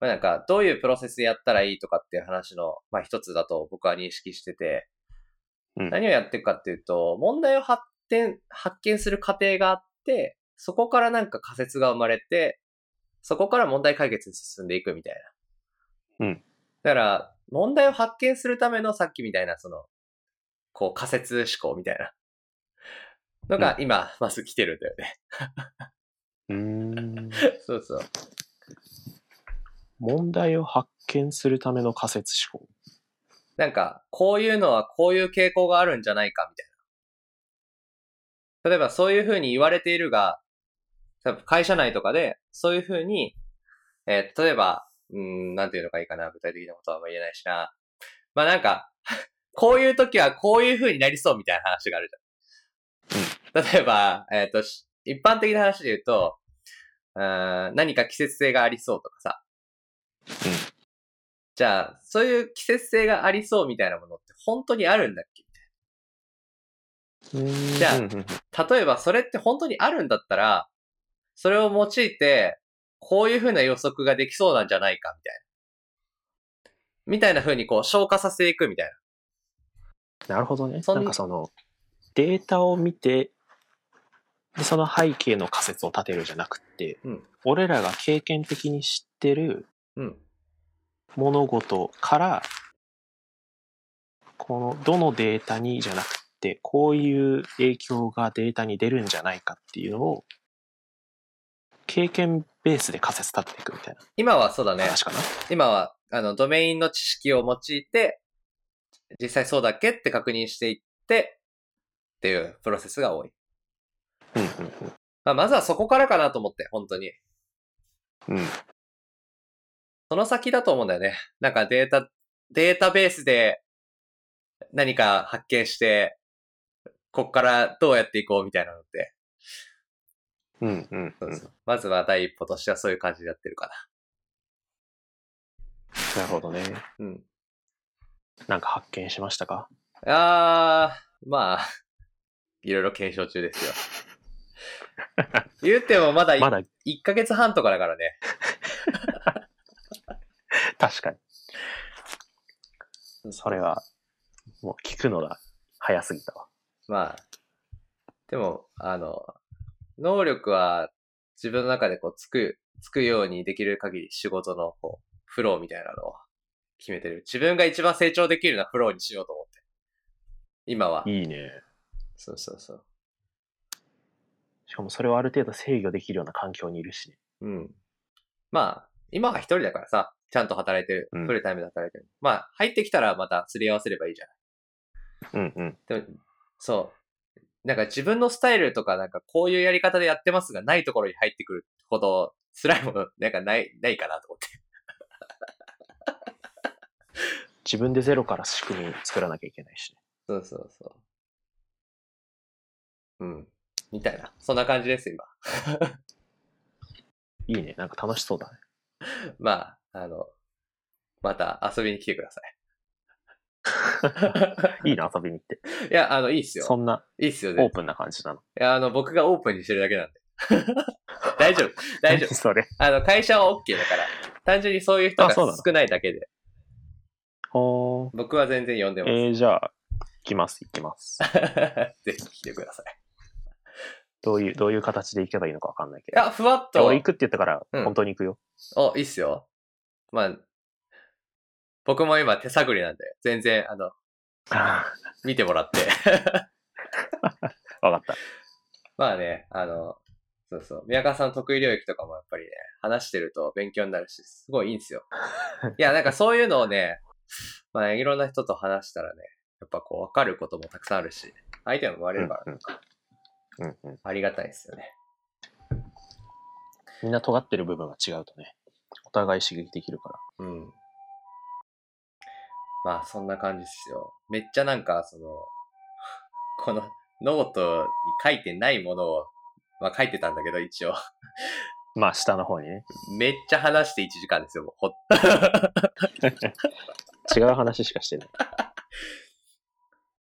まあなんか、どういうプロセスでやったらいいとかっていう話の、まあ一つだと僕は認識してて、うん何をやっていくかっていうと、問題を発展、発見する過程があって、そこからなんか仮説が生まれて、そこから問題解決に進んでいくみたいな。うん。だから、問題を発見するためのさっきみたいな、その、こう仮説思考みたいな。のが今、まず来てるんだよね。うーん。そうそう。 [LAUGHS] 問題を発見するための仮説思考。なんか、こういうのはこういう傾向があるんじゃないかみたいな。例えばそういうふうに言われているが、多分会社内とかで、そういうふうに、えー例えば、うーん、なんていうのがいいかな、具体的なことはあんま言えないしな。まあなんか、 [LAUGHS] こういう時はこういうふうになりそうみたいな話があるじゃん。例えば、えっ、と、し一般的な話で言うと、うーん何か季節性がありそうとかさ。じゃあ、そういう季節性がありそうみたいなものって本当にあるんだっけじじゃあうんうんうん例えばそれって本当にあるんだったら、それを用いて、こういう風な予測ができそうなんじゃないか、みたいな。みたいな風にこう消化させていくみたいなるほどね。そんなんかその、データを見て、でその背景の仮説を立てるじゃなくて、うん俺らが経験的に知ってるな。うん。物事から、この、どのデータにじゃなくて、こういう影響がデータに出るんじゃないかっていうのを、経験ベースで仮説立てていくみたい今はそうだなね。話かな。今は、あの、ドメインの知識を用いて、実際そうだっけって確認していって、っていうプロセスが多い。うんうんまあ、まずはそこからかなと思って、本当に。うん。うんその先だと思うんだよね。なんかデータ、データベースで何か発見して、こっからどうやっていこうみたいなのって。うんうんうん。まずは第一歩としてはそういう感じでやってるかなるほどね。な。うん。なんか発見しましたかあー、まあ、いろいろ検証中ですよ。 [LAUGHS] 言うてもまだまだ、 1ヶ月半とかだからね。確かに。それは、もう聞くのが早すぎたわ。まあ、でも、あの、能力は自分の中でこう、つく、つくようにできる限り仕事のこう、フローみたいなのを決めてる。自分が一番成長できるようなフローにしようと思って。今は。いいね。そうそうそう。しかもそれをある程度制御できるような環境にいるしね。うん。まあ、今は一人だからさ、ちゃんと働いてる。うんフルタイムで働いてる。まあ、入ってきたらまたすり合わせればいいじゃん。うんうん。でも、そう。なんか自分のスタイルとか、なんかこういうやり方でやってますが、ないところに入ってくるほど辛いもの、 [LAUGHS] なんかない、ないかなと思って。 [LAUGHS] 自分でゼロから仕組み作らなきゃいけないしね。そうそうそう。うん。みたいな。そんな感じです、今。いいね。なんか楽しそうだね。まあ、あの、また遊びに来てくださいいな、遊びに行って。い。いや、あの、いいっすよそ。んないいっすよオーね。プンな感じなの。いや、あの、僕がオープンにしてるだけなんで。 [LAUGHS] 大丈夫。大丈夫何。それ。あの、会社は OK だから。単純にそういう人があそうなの少ないだけで。おー僕は全然呼んでます。えー、じゃあ、行きます、行きま [LAUGHS] す。ぜひ来てください。ど [LAUGHS] ういう、どういう形で行けばいいのかわかんないけいど。や、ふわっいやと。俺行くって言ったから、うん本当に行く [LAUGHS] よ。お、いいっすよ。まあ、僕も今手探りなんで、全然、あの、あ見てもらって。 [LAUGHS] あ、わかった。まあね、あの、そうそう。宮川さんの得意領域とかもやっぱりね、話してると勉強になるし、すごいいいん [LAUGHS] ですよ。いや、なんかそういうのをね、まあ、いろんな人と話したらね、やっぱこう、分かることもたくさんあるし、相手も生まれるから、うんうんうんうんありがたいですよね。みんな尖ってる部分が違うとね、お互い刺激できるから。うん。まあ、そんな感じですよ。めっちゃなんか、その、 [LAUGHS] このノートに書いてないものを、まあ書いてたんだけど、一応。 [LAUGHS] まあ、下の方にね。めっちゃ話して1時間ですよ、もうほっ。 [LAUGHS] 違う話しかしてない。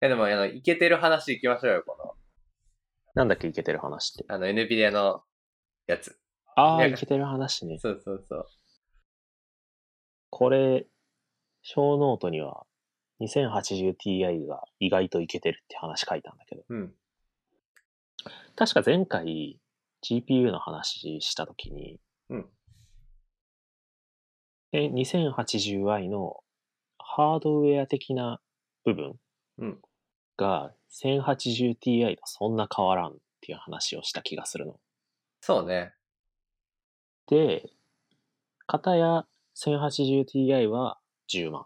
え、でも、あの、いけてる話いきましょうよ、この、なんだっけ、いけてる話って。あの、NVIDIA のやつ。あいやあ、いけてる話ね。そうそうそう。これ、小ノートには 2080ti が意外といけてるって話書いたんだけど、うん。確か前回 GPU の話したときに、うんえ、2080i のハードウェア的な部分うんが 1080ti とそんな変わらんっていう話をした気がするの。そうね。で、片や 1080ti は10万。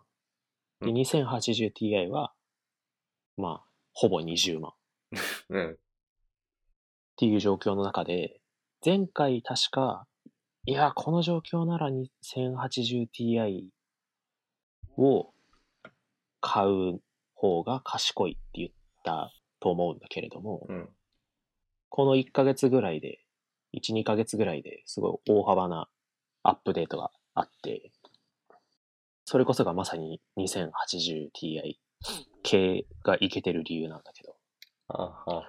で、うん 2080ti は、まあ、ほぼ20万っうん。ていう状況の中で、前回確か、いや、この状況なら 1080ti を買う方が賢いって言ったと思うんだけれども、うん。この1ヶ月ぐらいで、1、2ヶ月ぐらいですごい大幅なアップデートがあって、それこそがまさに 2080ti 系がいけてる理由なんだけど、あはあはあ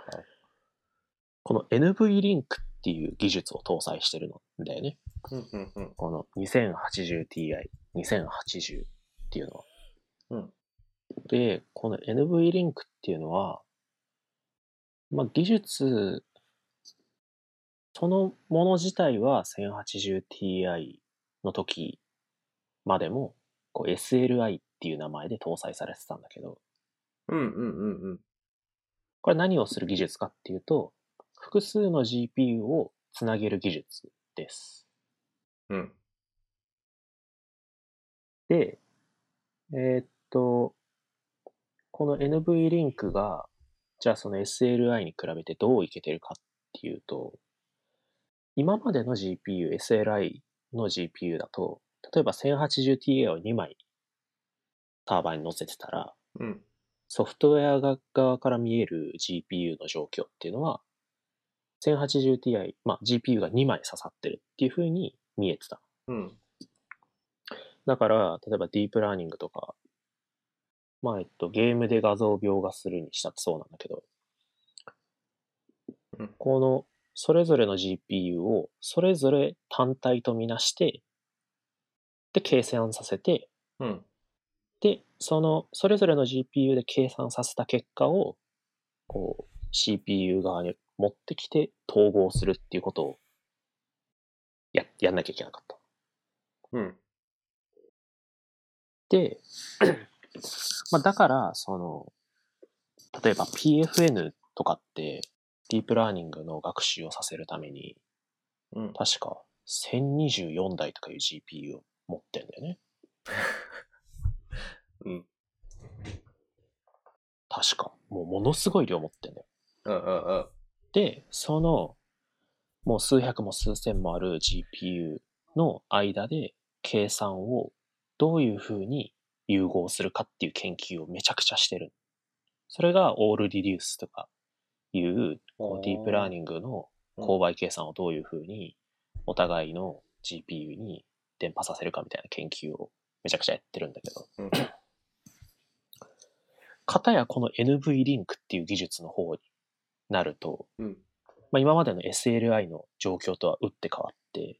この NV リンクっていう技術を搭載してるんだよね。うんうんうん。この 2080ti、2080っていうのは。うんで、この NV リンクっていうのは、まあ、技術、そのもの自体は 1080ti の時までも、こう SLI っていう名前で搭載されてたんだけど、うんうんうんうん。これ何をする技術かっていうと、複数の GPU をつなげる技術です。うん。で、えーっと、この NV リンクが、じゃあその SLI に比べてどういけてるかっていうと、今までの GPU、SLI の GPU だと、例えば 1080ti を2枚ターバンに乗せてたら、うん。ソフトウェアが側から見える GPU の状況っていうのは、1080ti、まあ GPU が2枚刺さってるっていう風に見えてた。うん。だから、例えばディープラーニングとか、まあ、えっと、ゲームで画像を描画するにしたってそうなんだけどうん、この、それぞれの GPU を、それぞれ単体とみなして、で、計算させて、うん。で、その、それぞれの GPU で計算させた結果を、こう、CPU 側に持ってきて統合するっていうことを、や、やんなきゃいけなかった。うん。で、まあ、だから、その、例えば PFN とかって、ディープラーニングの学習をさせるために、うん。確か1024台とかいう GPU を持ってんだよね。 [LAUGHS] うん。確か。もうものすごい量持ってんだよ。うんうんうん。で、その、もう数百も数千もある GPU の間で計算をどういうふうに融合するかっていう研究をめちゃくちゃしてる。それがオールリデュースとかいうこうディープラーニングの購買計算をどういうふうにお互いの GPU に伝播させるかみたいな研究をめちゃくちゃやってるんだけど、うんかたやこの NV リンクっていう技術の方になると、うんまあ、今までの SLI の状況とは打って変わって、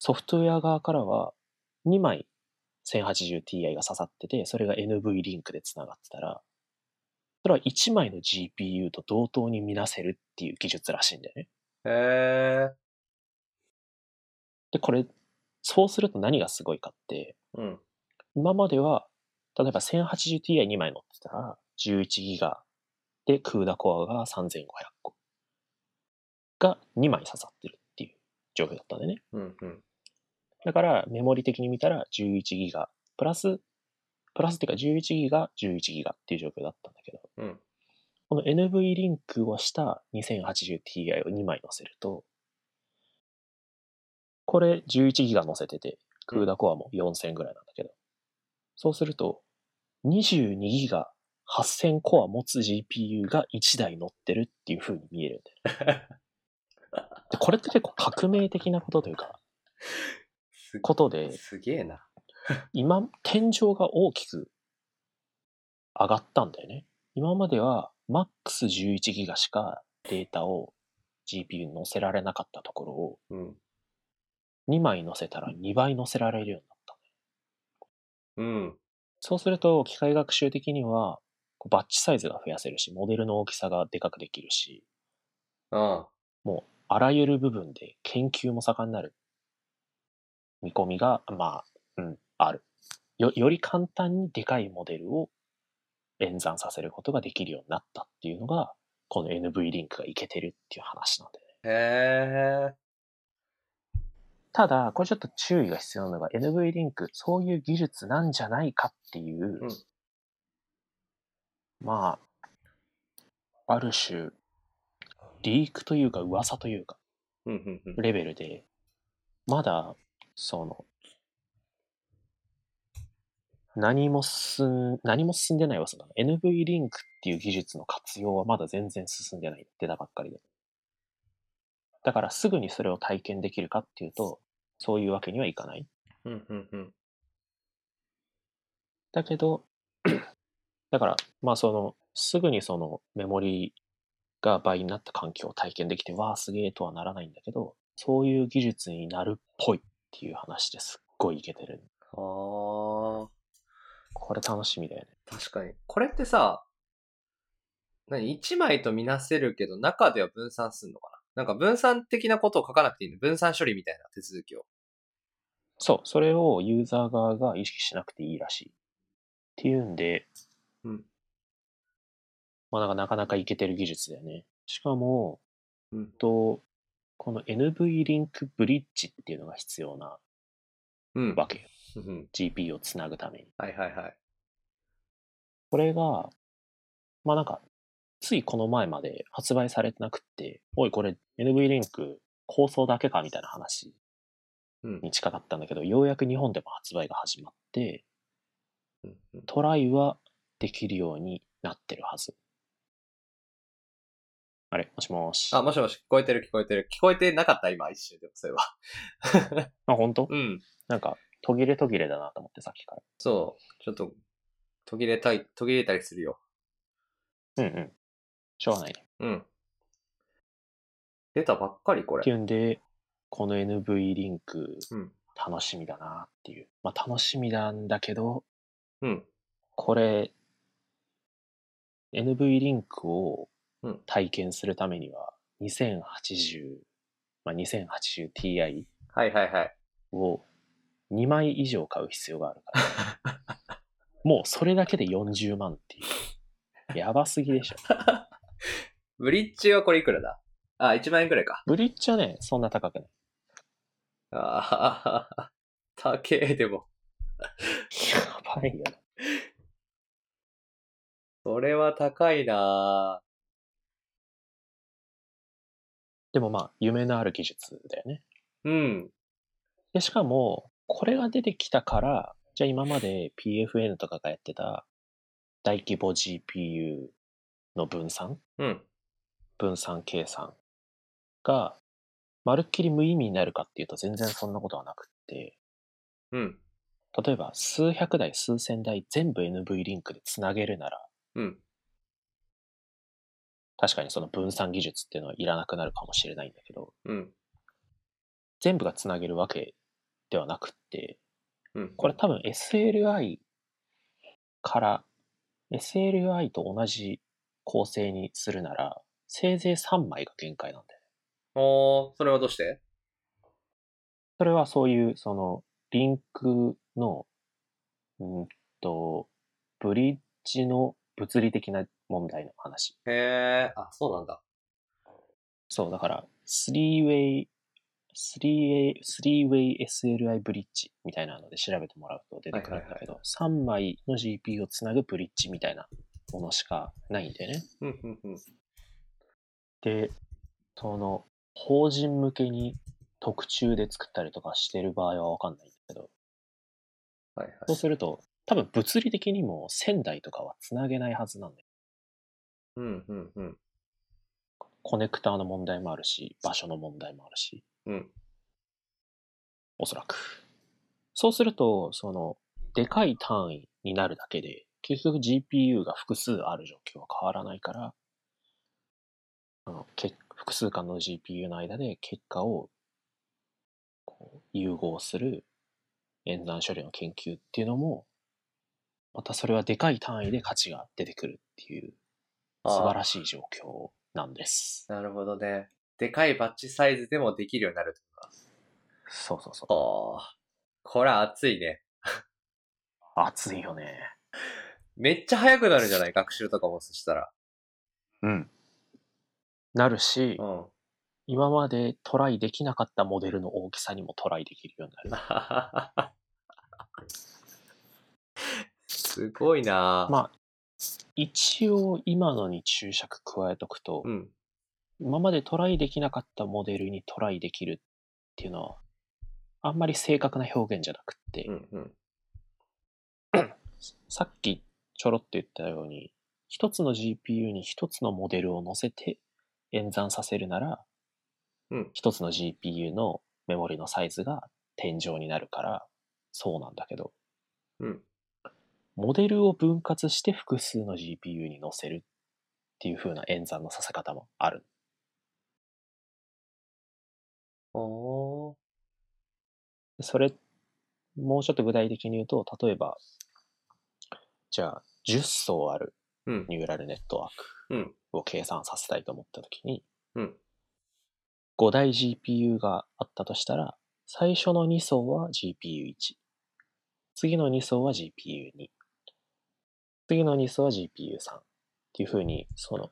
ソフトウェア側からは2枚 1080Ti が刺さってて、それが NV リンクで繋がってたら、それは1枚の GPU と同等に見なせるっていう技術らしいんだよね。へえ。で、これ、そうすると何がすごいかって、うん。今までは、例えば 1080Ti2 枚乗ってたら、11ギガでクーダコアが3500個が2枚刺さってるっていう状況だったんでね。うん。うん。だからメモリ的に見たら11ギガプラス、プラスっていうか11ギガ、11ギガっていう状況だったんだけど、うん。この NV リンクをした 2080Ti を2枚載せると、これ11ギガ載せてて、クーダコアも4000ぐらいなんだけど、そうすると、22ギガ8000コア持つ GPU が1台載ってるっていう風に見えるんだよね。でこれって結構革命的なことというか、すことで、すげえな。今、天井が大きく上がったんだよね。今までは MAX11 ギガしかデータを GPU に載せられなかったところをうん。 2枚載せたら2倍載せられるようになった。うん。そうすると機械学習的にはこうバッチサイズが増やせるし、モデルの大きさがでかくできるし、ああらゆる部分で研究も盛んになる見込みが、まあ、うん、ある。よ、より簡単にでかいモデルを演算させることができるようになったっていうのが、この NV リンクがいけてるっていう話なんで、ね。あ。へえ。ただ、これちょっと注意が必要なのが NV リンク、そういう技術なんじゃないかっていう、うんまあ、ある種、リークというか噂というか、うん。うん。うん。レベルで、まだ、その、何も進ん、何も進んでないわ、その NV リンクっていう技術の活用はまだ全然進んでない。出たばっかりで。だからすぐにそれを体験できるかっていうと、そういうわけにはいかない。うん。うん。うん。だけど、だから、まあその、すぐにそのメモリが倍になった環境を体験できて、わあすげえとはならないんだけど、そういう技術になるっぽいっていう話ですっごいいけてる。ああ。これ楽しみだよね。確かに。これってさ、何一枚とみなせるけど、中では分散すんのかななんか分散的なことを書かなくていいの分散処理みたいな手続きを。そう、それをユーザー側が意識しなくていいらしい。っていうんで、うんまあなんかなかなかいけてる技術だよね。しかも、うんと、この NV リンクブリッジっていうのが必要なうん。わけよ。うん。 GPU をつなぐために。はいはいはい。これが、まあなんか、ついこの前まで発売されてなくって、おいこれ NV リンク構想だけかみたいな話うん。に近かったんだけど、ようやく日本でも発売が始まって、うんうんトライはできるようになってるはず。あれ、もしもし。あ、もしもし、聞こえてる聞こえてる。聞こえてなかった今、一瞬でも、それは。あ、本当？うん。なんか、途切れ途切れだなと思ってさっきから。そう。ちょっと、途切れたい、途切れたりするよ。うんうん。しょうがないね。うん。出たばっかり、こっていれ。うんで、この NV リンク、うん。楽しみだなっていう。まあ楽しみなんだけど、うん。これ、NV リンクをうん体験するためには、2080、まあ、2080Ti はいはいはい。を2枚以上買う必要があるから。 [LAUGHS] もうそれだけで40万っていう。やばすぎでしょ。ブリッジはこれいくらだあ、1万円くらいか。ブリッジはね、そんな高 [LAUGHS] くない。あ [LAUGHS] あ、たけえ、でも。やばいよね。それは高いなぁでもまあ、夢のある技術だよね。うん。で、しかも、これが出てきたから、じゃあ今まで PFN とかがやってた大規模 GPU の分散、うん。分散計算が、まるっきり無意味になるかっていうと全然そんなことはなくって、うん。例えば数百台、数千台全部 NV リンクでつなげるなら、うん。確かにその分散技術っていうのはいらなくなるかもしれないんだけど、うん。全部がつなげるわけではなくって、うん。これ多分 SLI から、SLI と同じ構成にするなら、せいぜい3枚が限界なんだよね。おー、それはどうしてそれはそういう、その、リンクの、うんと、ブリッジの物理的な問題の話。へー、あ、そうなんだ。そう、だから、スリーウェイ、スリーウェイ、スリーウェイ SLI ブリッジみたいなので調べてもらうと出てくるんだけど、3枚の GPU をつなぐブリッジみたいなものしかないんだよね。うん、うん、うん。で、その、法人向けに特注で作ったりとかしてる場合はわかんないんだけど、はいはい。そうすると、多分物理的にも仙台とかはつなげないはずなんだよ。うん、うん、うん。コネクターの問題もあるし、場所の問題もあるし。うん。おそらく。そうすると、その、でかい単位になるだけで、結局 GPU が複数ある状況は変わらないから、あのけ複数間の GPU の間で結果をこう融合する演算処理の研究っていうのも、またそれはでかい単位で価値が出てくるっていうあー素晴らしい状況なんです。なるほどね。でかいバッチサイズでもできるようになるとか。そうそうそう。おー。これ熱いね。熱いよね。めっちゃ速くなるんじゃない学習とかもそしたら。うん。なるし、うん。 [LAUGHS] 今までトライできなかったモデルの大きさにもトライできるようになる。すごいなぁ。まあ、一応今のに注釈加えとくと、うん。今までトライできなかったモデルにトライできるっていうのは、あんまり正確な表現じゃなくって、うんうん。さっきちょろっと言ったように、一つの GPU に一つのモデルを乗せて演算させるなら、うん一つの GPU のメモリのサイズが天井になるから、そうなんだけど、うんモデルを分割して複数の GPU に乗せるっていう風な演算のさせ方もある。おー。それ、もうちょっと具体的に言うと、例えば、じゃあ、10層あるうん。ニューラルネットワーうんクを計算させたいと思ったときに、うん5台 GPU があったとしたら、最初の2層は GPU1、次の2層は GPU2、次の2層は GPU3 っていうふうに、その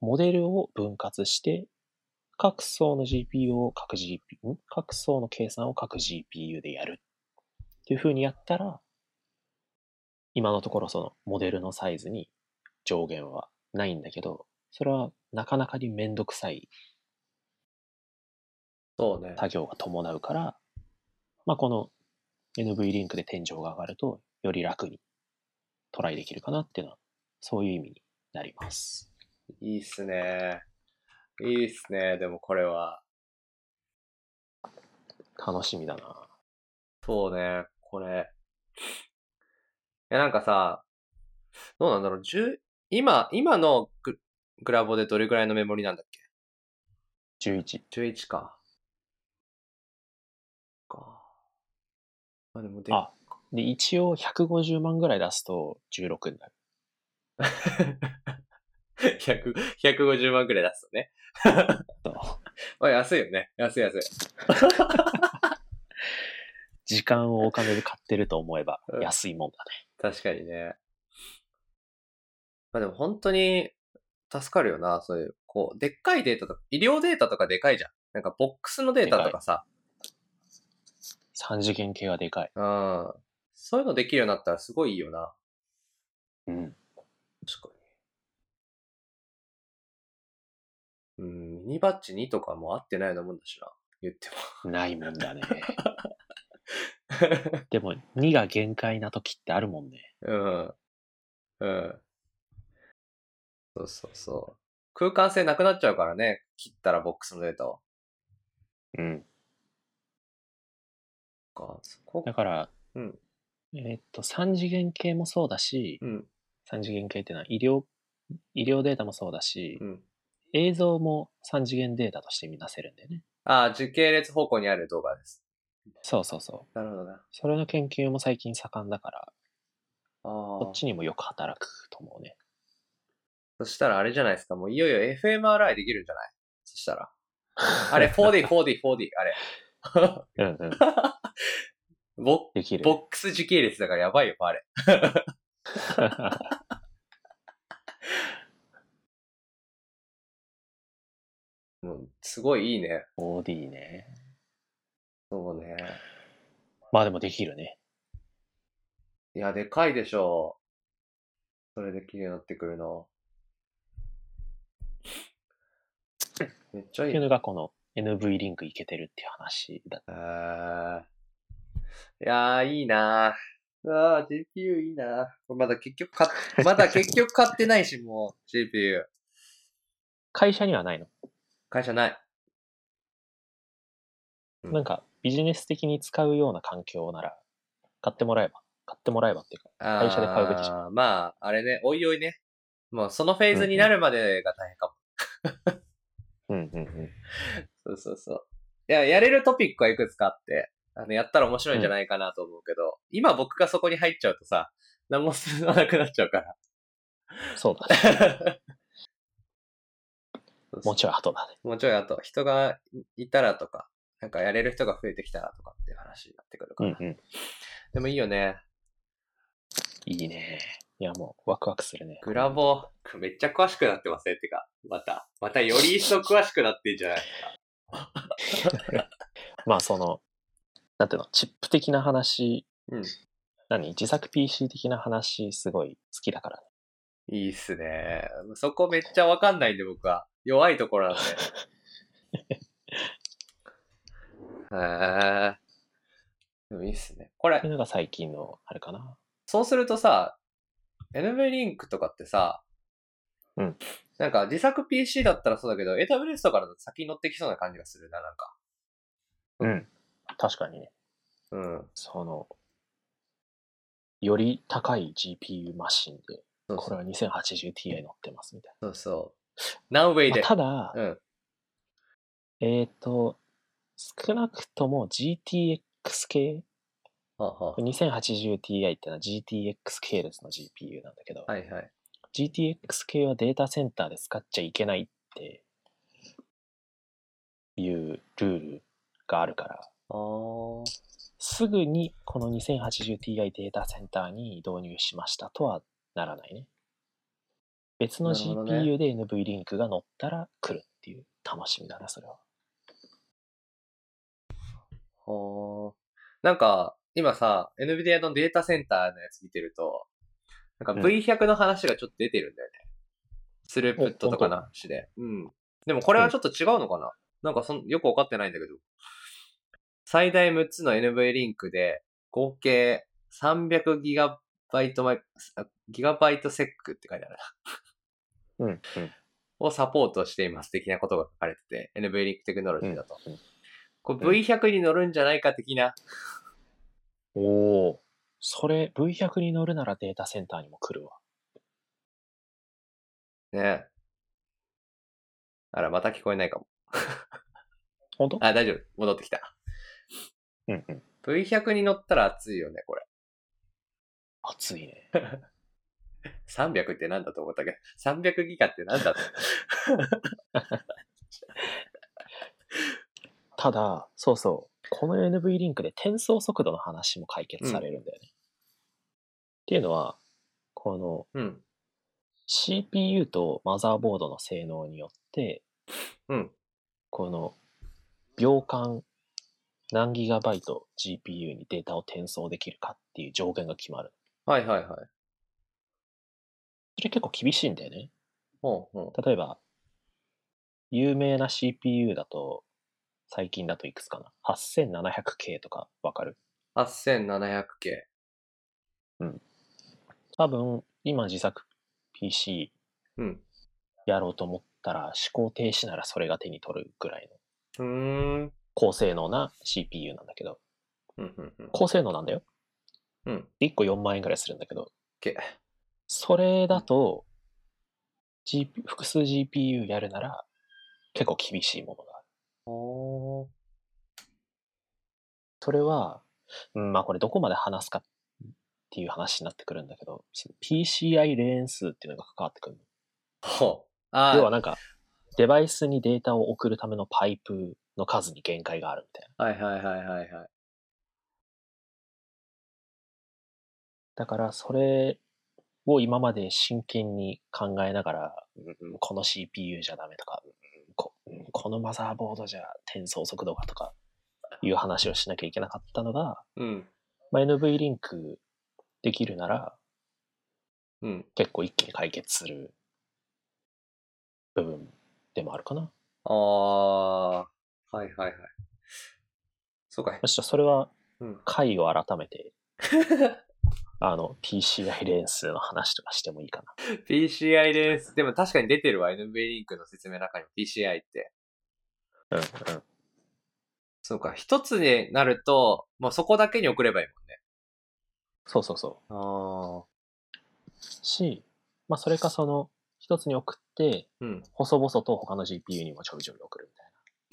モデルを分割して、各層の GPU を各 GPU、ん各層の計算を各 GPU でやるっていうふうにやったら、今のところそのモデルのサイズに上限はないんだけど、それはなかなかにめんどくさいそうね。作業が伴うから、まあ、この NV リンクで天井が上がると、より楽にトライできるかなっていうのは、そういう意味になります。いいっすね。いいっすね。でもこれは。楽しみだな。そうね。これ。いや、なんかさ、どうなんだろう。10今、今のググラボでどれぐらいのメモリなんだっけ11。 11か。か。まあでもで、あで、一応150万ぐらい出すと16になる。 [LAUGHS] 100 150万くらい出すとね。そうおい、安いよね。安い安い。時間をお金で買ってると思えばうん安いもんだね。確かにね。まあでも本当に助かるよな、そういう、こう、でっかいデータとか、医療データとかでかいじゃん。なんかボックスのデータとかさ、 3次元系はでかい。うん。そういうのできるようになったらすごいいいよな。うん。確かに。うん、ミニバッジ2とかも合ってないようなもんだしな。言っても。ないもんだね。でも2が限界な時ってあるもんね。うん。うん。そうそうそう。空間性なくなっちゃうからね。切ったらボックスのデータは。うん。か、そこだから、うんえーっと、3次元系もそうだし、うん、 3次元系っていうのは医療、医療データもそうだし、うん、映像も3次元データとして見なせるんだよね。ああ、時系列方向にある動画です。そうそうそう。なるほどな。それの研究も最近盛んだから、あこっちにもよく働くと思うね。そしたらあれじゃないですか。もういよいよ FMRI できるんじゃないそした [LAUGHS] ら。あれ、4D、4D、4D、あれ。うんうん。ボできる。ボックス時系列だからやばいよ、あれ。 [LAUGHS] もうすごいいいね。 4D ね。そうね。まあでもできるね。いや、でかいでしょう。それで綺麗になってくるの。めっちゃいっいていねうのがこの NV リンクいけてるっていう話だ。あーいやー、いいなー。あー、GPU いいなー。これまだ結局 [LAUGHS] 買っ、まだ結局買ってないし、もう、GPU。会社にはないの。会社ない。うんなんかビジネス的に使うような環境なら買ってもらえば。買ってもらえばっていうか。会社で買うべきじゃまあ、あれね、おいおいね。もうそのフェーズになるまでが大変かも。うんうんうん。そうそうそう。いや、やれるトピックはいくつかあって、あの、やったら面白いんじゃないかなと思うけど、今僕がそこに入っちゃうとさ、何も進まなくなっちゃうから。そうだね。 [LAUGHS] もうちょい後だね。もうちょいあと、人がいたらとか、なんかやれる人が増えてきたらとかっていう話になってくるから。うん。でもいいよね。いいね。いやもうワクワクするね。グラボ、めっちゃ詳しくなってますね。てか、また、またより一層詳しくなってんじゃないまあその、なんていうの、チップ的な話、うん何自作 PC 的な話すごい好きだからね。いいっすね。そこめっちゃわかんないんで僕は。弱いところなん [LAUGHS] で。へえ。でもいいっすね。これってい、うのが最近のあれかな。そうするとさ、NV リンクとかってさ、うん。なんか自作 PC だったらそうだけど、AWS とかだと先に乗ってきそうな感じがするな、なんか。うん。確かにね。うん。その、より高い GPU マシンで、そうこそれうは 2080ti 乗ってますみたいそうそう。何ウェイな。でまあ。ただ、うん。えっ、と、少なくとも GTX 系、はあは 2080ti っていうのは GTX 系列の GPU なんだけど、あ、はいはい。 GTX 系はデータセンターで使っちゃいけないっていうルールがあるから、あーすぐにこの 2080ti データセンターに導入しましたとはならないね。別のなるほどね GPU で NV リンクが乗ったら来るっていう楽しみだな、それは。はあ。なんか、今さ、NVIDIA のデータセンターのやつ見てると、なんかうん V100 の話がちょっと出てるんだよね。スループットとかの話で。うん。でもこれはちょっと違うのかな、なんかそん、よくわかってないんだけど。最大6つの NV リンクで、合計300ギガバイトマイ、あギガバイトセックって書いてあるな。うん、うん。をサポートしています的なことが書かれてて、NV リンクテクノロジーだと。うんうんこう V100 に乗るんじゃないか的なおお。それ V100 に乗るならデータセンターにも来るわ。ねあら、また聞こえないかも。本当あ、大丈夫。戻ってきた。うんうん。 V100 に乗ったら熱いよね、これ。熱いね。 300ってなんだと思ったけど、300ギガってなん [LAUGHS] だって。ただ、そうそう。この NV リンクで転送速度の話も解決されるんだよね。っていうのは、このうん。 CPU とマザーボードの性能によって、うんこの秒間何ギガバイト GPU にデータを転送できるかっていう上限が決まる。はいはいはい。それ結構厳しいんだよね。ほうほ例えば、有名な CPU だと、最近だといくつかな ?8700K とかわかるう。8700系。多分、今自作 PC うん。やろうと思ったら、思考停止ならそれが手に取るぐらいのうーん。高性能な CPU なんだけど、うんうんうん。高性能なんだよ。うん。 1個4万円ぐらいするんだけど、けそれだと、 G、複数 GPU やるなら、結構厳しいものがある。おー。それは、うんまあこれどこまで話すかっていう話になってくるんだけど、その PCI レーン数っていうのが関わってくるの。ほう。あ要はーなんか、デバイスにデータを送るためのパイプの数に限界があるみたいな。はいはいはいはいはい。だからそれを今まで真剣に考えながら、うんこの CPU じゃダメとか、うんこうんこのマザーボードじゃ転送速度がとかいう話をしなきゃいけなかったのが、うん。まあ、NV リンクできるならうん。結構一気に解決する部分でもあるかな。あー。はいはいはい。そうかい [LAUGHS] む。しろそれはうん。回を改め [LAUGHS] て、あの PCI レーン数の話とかしてもいいかな。 PCI です。でも確かに出てるわ、NV リンクの説明の中に PCI って。うんうん。そうか、一つになると、まあ、そこだけに送ればいいそうそうそう。もんね。し、まあ、それかその一つに送ってああ。うん。細々と他の GPU にもちょいちょい送るみたい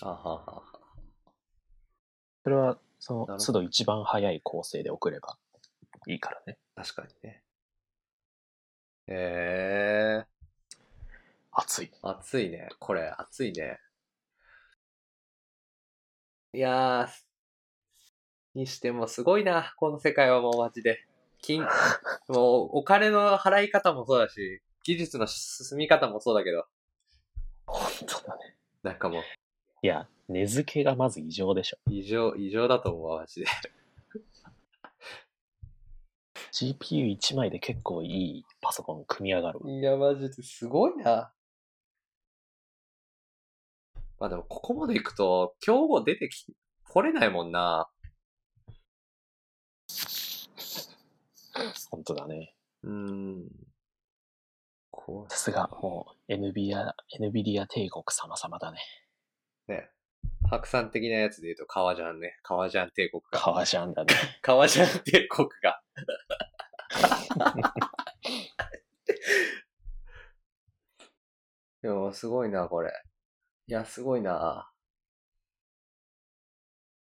なあははは。それはそなるほのど都度一番早い構成で送ればいいからね確かにね。え熱いー、熱いね。これ、熱いね。いやー、にしてもすごいな、この世界はもうマジで。 [LAUGHS] 金、もうお金の払い方もそうだし、技術の進み方もそうだけど、本当だねなんかもう、いや根付けがまず異常でしょ異常、異常だと思うわ、マジで。 GPU1 枚で結構いいパソコン組み上がるわいや、マジですごいな。まあでも、ここまで行くと、競合出てき、来れないもんな。本当だねうーん。こさすがもう NVIDIA, NVIDIA 帝国様々だねう、ね。白山的なやつで言うと、革ジャンね。革ジャン帝国が。革ジャン [LAUGHS] だね革ジャン帝国が。でも、すごいな、これ。いや、すごいな。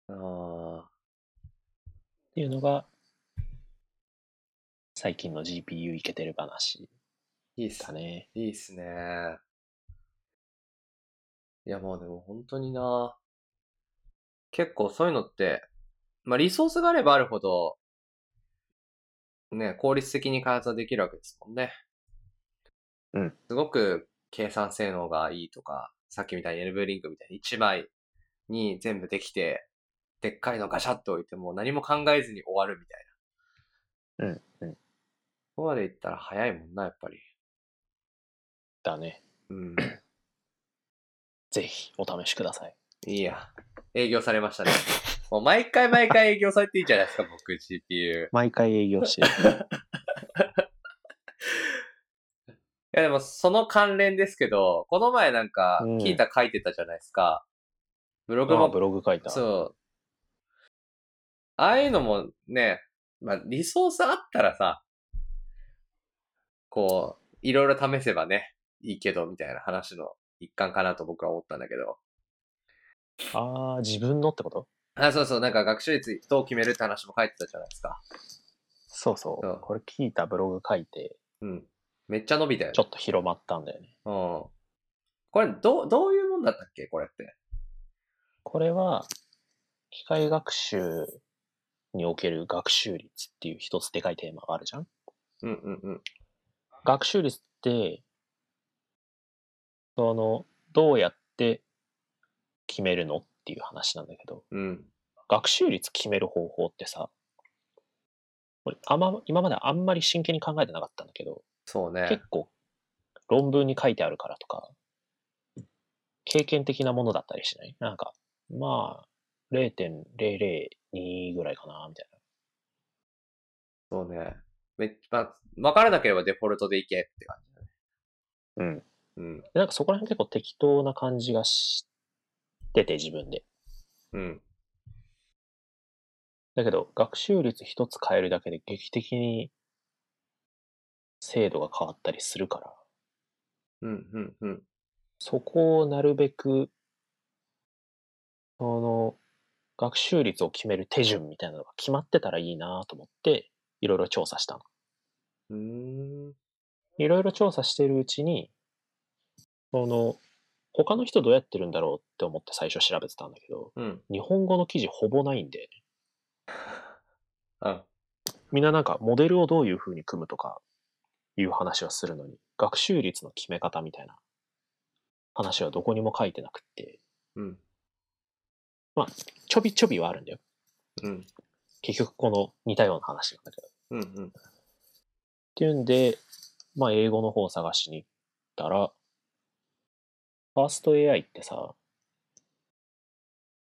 あーっていうのが最近の GPU いけてる話いいっすだねいいっすね。いや、もうでも本当にな。結構そういうのって、まあリソースがあればあるほど、ね、効率的に開発はできるわけですもんね。うん。すごく計算性能がいいとか、さっきみたいに NV リンクみたいに1枚に全部できて、でっかいのガシャッと置いてもう何も考えずに終わるみたいな。うんうんここまでいったら早いもんな、やっぱり。だねうん。ぜひお試しください。いいや。営業されましたね。 [LAUGHS] もう毎回毎回営業されていいじゃないです [LAUGHS] か、僕 GPU。い毎回営業してる。やでもその関連ですけど、この前なんかうん、聞いた書いてたじゃないですか。ブログ [LAUGHS] 僕ももブログ書いた。そう。ああいうのもね、まあ、リソースあったらさ、こう、いろいろ試せばね、いいけど、みたいな話の一環かなと僕は思ったんだけど。ああ、自分のってことあ、そうそう、なんか学習率どう決めるって話も書いてたじゃないですか。そうそう。そうこれ聞いたブログ書いて、うん。めっちゃ伸びたよねちょ。っと広まったんだよね。うん。これ、どう、どういうもんだったっけこれって。これは、機械学習における学習率っていう一つでかいテーマがあるじゃんうんうんうん。学習率って、その、どうやって決めるのっていう話なんだけど、うん。学習率決める方法ってさ俺あ、ま、今まであんまり真剣に考えてなかったんだけどそうね結。構論文に書いてあるからとか経験的なものだったりしないなんかまあ0.002ぐらいかなみたいそうね。めまあ、わからなければデフォルトでいけって感じだね。うん。うんなでなんかそこら辺結構適当な感じがしてて自分で。うん。だけど学習率一つ変えるだけで劇的に精度が変わったりするからうん、うん、うん。そこをなるべく、その、学習率を決める手順みたいなのが決まってたらいいなと思って、いろいろ調査したの。うーん。いろいろ調査してるうちに、その、他の人どうやってるんだろうって思って最初調べてたんだけど、うん。日本語の記事ほぼないんで、あ、みんななんかモデルをどういう風に組むとかいう話はするのに、学習率の決め方みたいな話はどこにも書いてなくって、うん。ちょびちょびはあるんだよ。うん。結局この似たような話なんだけど。っうん、うん。ていうんで、まあ英語の方を探しに行ったら、ファースト AI ってさ、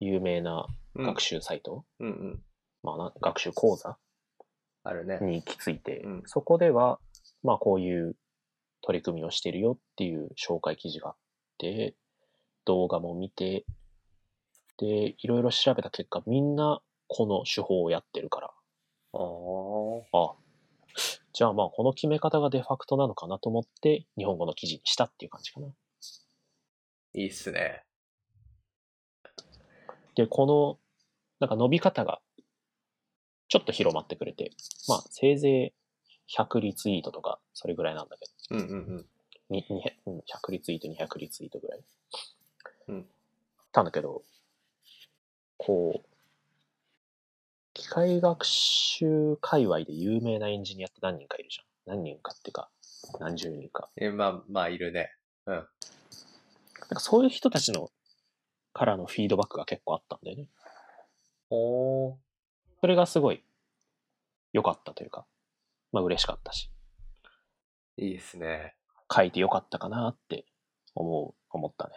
有名なうん。学習サイト、うん、うん。まあな学習講座あるね。に行き着いて、うんそこでは、まあこういう取り組みをしてるよっていう紹介記事があって、動画も見て、で、いろいろ調べた結果、みんなこの手法をやってるから、ああ。あ、じゃあまあこの決め方がデファクトなのかなと思って、日本語の記事にしたっていう感じかな。いいっすね。で、この、なんか伸び方が、ちょっと広まってくれて、まあせいぜい100リツイートとか、それぐらいなんだけどうん、うん、ににうん100リツイート、200リツイートぐらい。うん。たんだけど、こう、機械学習界隈で有名なエンジニアって何人かいるじゃん。何人かっていうか、何十人か。うん。え、まあ、まあ、いるね。なんかそういう人たちの、からのフィードバックが結構あったんだよね。おー。それがすごい良かったというか、まあ嬉しかったし、いいっすね。書いて良かったかなって思う、思ったね。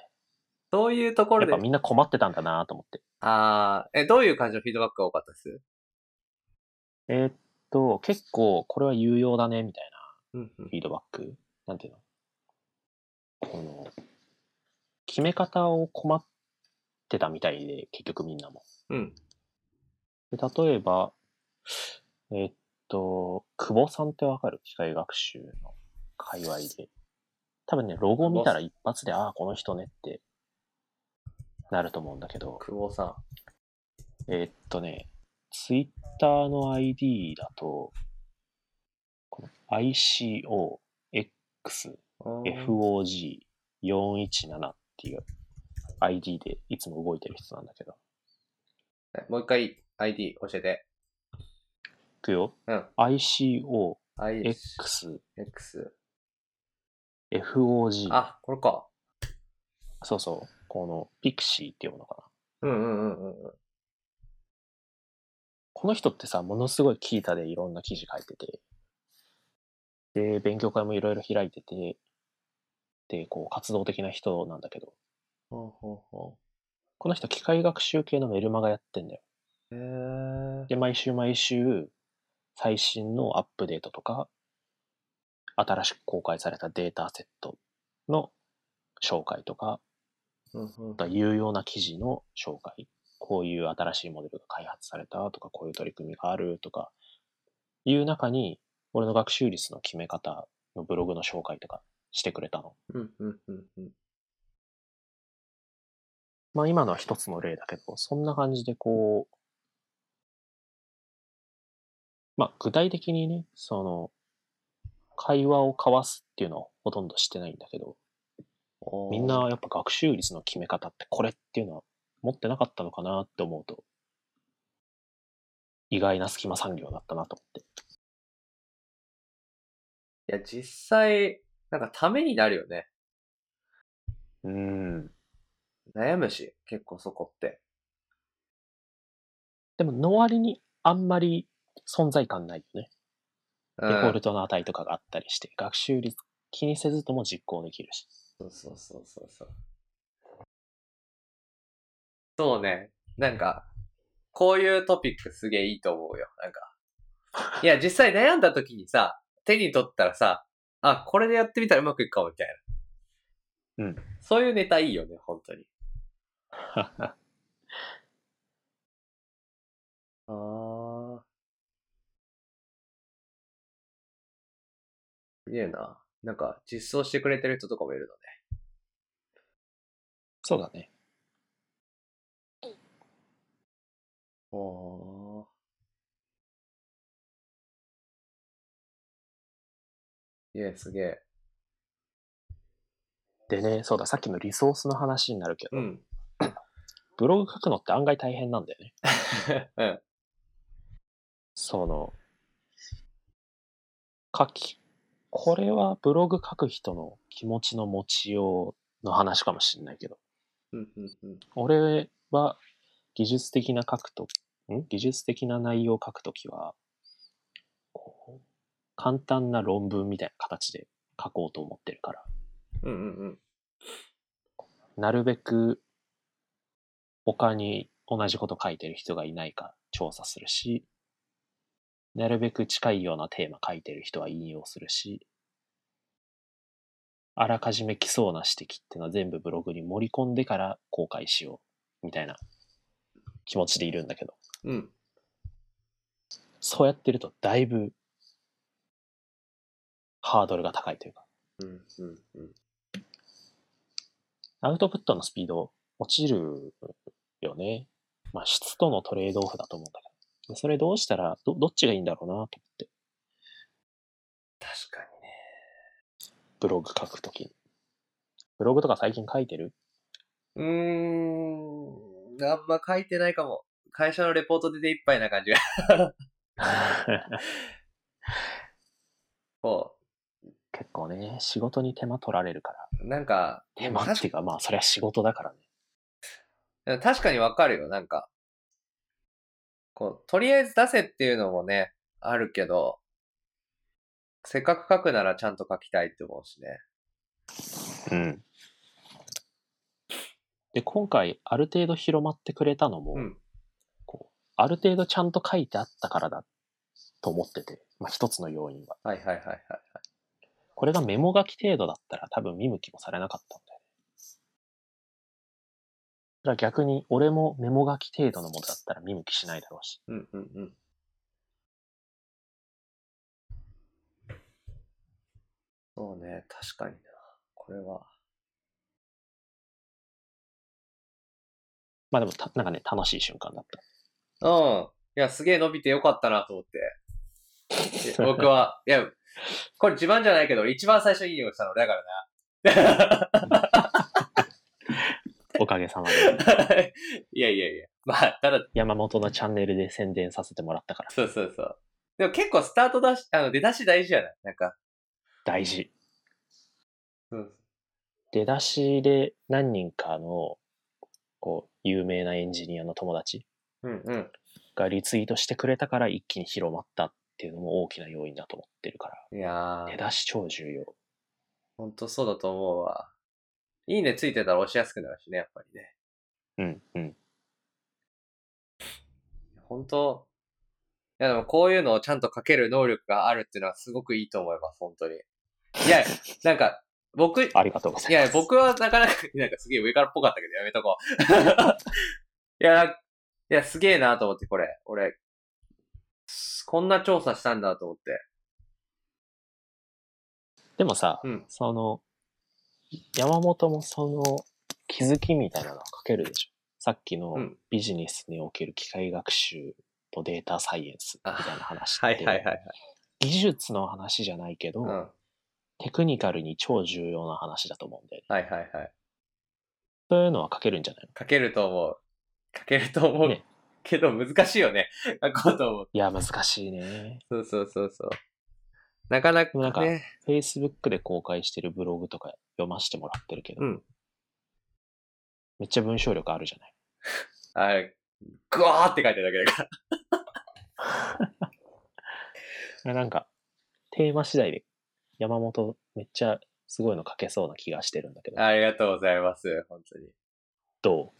そういうとこやろっでぱ、みんな困ってたんだなと思って。ああ、え、どういう感じのフィードバックが多かったですえーっと、結構これは有用だね、みたいな。うん、うんフ。ィードバック、なんていうのこの、決め方を困ってたみたいで、結局みんなも。うん。で例えば、えっと、久保さんってわかる機械学習の界隈で。多分ね、ロゴ見たら一発で、ああ、この人ねってなると思うんだけど、久保さん。えっとね、ツイッターの ID だと、この ICOX あー FOG417 っていう ID でいつも動いてる人なんだけど。えもう一回 ID 教えて。いくよ。うん。 ICOX、 IX。 FOG。あ、これか。そうそう。この Pixie っていうものかな。うんうんうんうんうん。この人ってさ、ものすごいキータでいろんな記事書いてて、で、勉強会もいろいろ開いてて、で、こう、活動的な人なんだけど、ほうほうほこの人機械学習系のメルマガやってんだよ。う。へえ。で、毎週毎週、最新のアップデートとか、新しく公開されたデータセットの紹介とか、うんうんあとは有用な記事の紹介。こういう新しいモデルが開発されたとか、こういう取り組みがあるとか、いう中に、俺の学習率の決め方のブログの紹介とかしてくれたの。うんうんうんうん。まあ今のは一つの例だけど、そんな感じでこう、まあ具体的にね、その、会話を交わすっていうのはほとんどしてないんだけど、おーみんな、やっぱ学習率の決め方ってこれっていうのは持ってなかったのかなって思うと、意外な隙間産業だったなと思って。いや、実際、なんかためになるよね。うん。悩むし、結構そこって。でも、の割にあんまり存在感ないよね。うデんフォルトの値とかがあったりして、学習率気にせずとも実行できるし。そうそうそうそうそう。そうね。なんか、こういうトピックすげえいいと思うよ。なんか。い [LAUGHS] や、実際悩んだ時にさ、手に取ったらさ、あ、これでやってみたらうまくいくかも、みたいな。うん。そういうネタいいよね、本 [LAUGHS] 当に。ああ。すげえな。なんか実装してくれてる人とかもいるので、そうだね。おー。いえ、すげえ。でね、そうだ、さっきのリソースの話になるけど、うん。ブログ書くのって案外大変なんだよね。 [LAUGHS] うん。その、書き、これはブログ書く人の気持ちの持ちようの話かもしれないけど、うん。うん。うん。俺は技術的な書くと、ん技術的な内容を書くときは、こう簡単な論文みたいな形で書こうと思ってるから、うん。うん。なるべく他に同じこと書いてる人がいないか調査するし、なるべく近いようなテーマ書いてる人は引用するし、あらかじめ来そうな指摘っていうのは全部ブログに盛り込んでから公開しようみたいな気持ちでいるんだけど、うん。そうやってるとだいぶハードルが高いというか、うん。うん。うん。アウトプットのスピード落ちるよね。まあ質とのトレードオフだと思うんだけど。それどうしたら、ど、どっちがいいんだろうなと思って。確かにね。ブログ書くときに。ブログとか最近書いてるうーん。あんま書いてないかも。会社のレポートで手一杯な感じが。 [LAUGHS] こ結構ね、仕事に手間取られるから。う、なんか、手間っていうか、まあそれは仕事だからね。でも確かにわかるよ、なんか。こう、とりあえず出せっていうのもね、あるけど、せっかく書くならちゃんと書きたいって思うしね。うん。で、今回ある程度広まってくれたのも、うん。こう、ある程度ちゃんと書いてあったからだと思ってて、まあ一つの要因は。はいはいはいはい。これがメモ書き程度だったら多分見向きもされなかったんだよね。だから逆に俺もメモ書き程度のものだったら見向きしないだろうし。うんうんうん。そうね、確かにな。これは。まあでもた、なんかね、楽しい瞬間だった。うん。いや、すげえ伸びてよかったなと思って。 [LAUGHS] いや僕は、いや、これ自慢じゃないけど、一番最初にいいをしたの俺だからな。 [LAUGHS] おかげさまで。いやいやいや。まあ、ただ、山本のチャンネルで宣伝させてもらったから。そうそうそう。でも結構スタートだし、あの、出だし大事やな。なんか、大事。うん。出だしで何人かの、こう、有名なエンジニアの友達うんうん。がリツイートしてくれたから一気に広まったっていうのも大きな要因だと思ってるかいやら。出ー、だし超重要。ほんとそうだと思うわ。いいねついてたら押しやすくなるしね、やっぱりね。うん。うん。ほんと、いやでもこういうのをちゃんと書ける能力があるっていうのはすごくいいと思います、本当に。い [LAUGHS] や、なんか、僕、ありがとうございいます。や、僕はなかなか、なんかすげえ上からっぽかったけど、やめとこう。い [LAUGHS] や、いや、すげえなと思って、これ。俺、すこんな調査したんだと思って。でもさ、うん。その、山本もその気づきみたいなのを書けるでしょ。さっきのうんビジネスにおける機械学習とデータサイエンスみたいな話 [LAUGHS] って、はいはいはいはい。技術の話じゃないけど、うん。はテクニカルに超重要な話だと思うんだよね。いはいはい。そういうのは書けるんじゃないの書けると思う。書けると思う。ねけど、難しいよね。 [LAUGHS] 書こうと思う。いや、難しいね。そうそうそうそう。なかなか、ね、なんか Facebook で公開してるブログとか読ませてもらってるけど、うんめっちゃ文章力あるじゃない。あれ、ぐわーって書いてるだけだから。なんか、テーマ次第で山本めっちゃすごいの書けそうな気がしてるんだけ [LAUGHS] ど、ありがとうございます。本当に。いど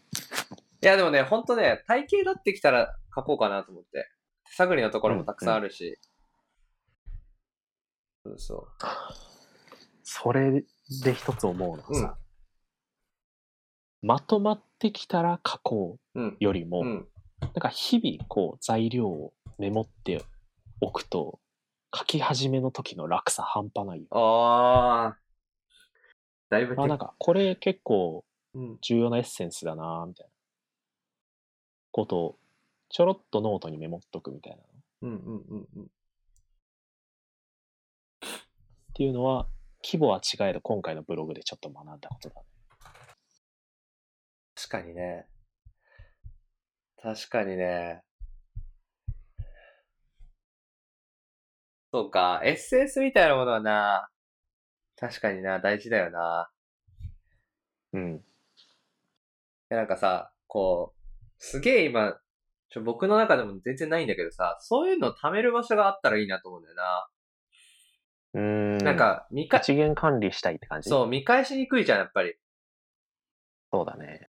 や、でもね、本当ね、体型だってきたら書こうかなと思って。手探りのところもたくさんあるし。そうそうそれで一つ思うのがさ、まとまってきたら書こう。うん。うよりも、うん。なんか日々こう材料をメモっておくと書き始めの時の落差半端ないよ。ああ。だいぶあ、なんか、これ結構うん。重要なエッセンスだなみたいなことを、ちょろっとノートにメモっとくみたいな。っうんうんうんうん。ていうのは、規模は違えど今回のブログでちょっと学んだことだね。確かにね。確かにね。そうか、エッセンスみたいなものはな、確かにな、大事だよな。うん。いやなんかさ、こう、すげえ今、ちょ僕の中でも全然ないんだけどさ、そういうのを貯める場所があったらいいなと思うんだよな。うん。なん、か、見返、一元管理したいって感じそう、見返しにくいじゃん、やっぱり。そう [LAUGHS] だね。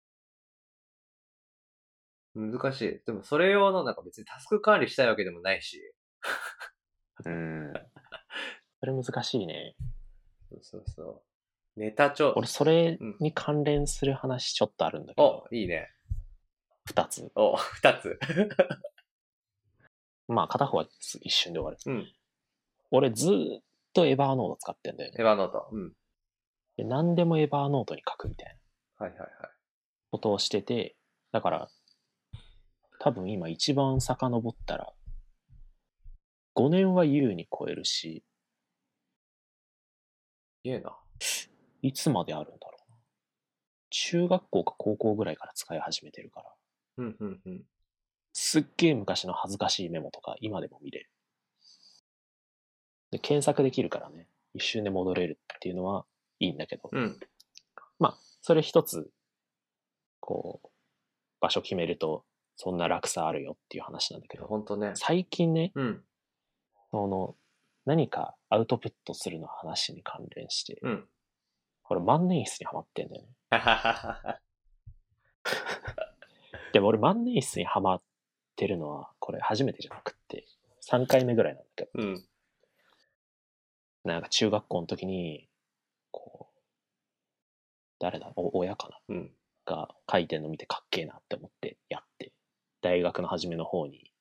難しい。でもそれ用の、なんか別にタスク管理したいわけでもないし。 [LAUGHS] うん。それ難しいね。そうそうそう。ネタ帳。俺、それうんに関連する話ちょっとあるんだけどお、、いいね。二つ。お、二つ。まあ、片方は一瞬で終わる。うん。俺、ずーっとエバーノート使ってんだよね。エヴァノート。うん。で何でもエバーノートに書くみたいなはいはいはい。ことをしてて、だから、多分今一番遡ったら、5年は優に超えるし、いえな。いつまであるんだろうな。中学校か高校ぐらいから使い始めてるから、うんうんうん。すっげえ昔の恥ずかしいメモとか今でも見れる。で、検索できるからね、一瞬で戻れるっていうのはいいんだけど、うん。まあ、それ一つ、こう、場所決めると、そんな落差あるよっていう話なんだけど、ほんとね。最近ね、うん。その、何かアウトプットするの話に関連して、うん。 [LAUGHS] これ万年筆にはまってんだよね。はははでも俺万年筆にはまってるのは、これ初めてじゃなくって、3回目ぐらいなんだけど、うん。なんか中学校の時に、こう、誰だお親かなうん。が書いてるの見てかっけえなって思ってやって、大学の初めの方に、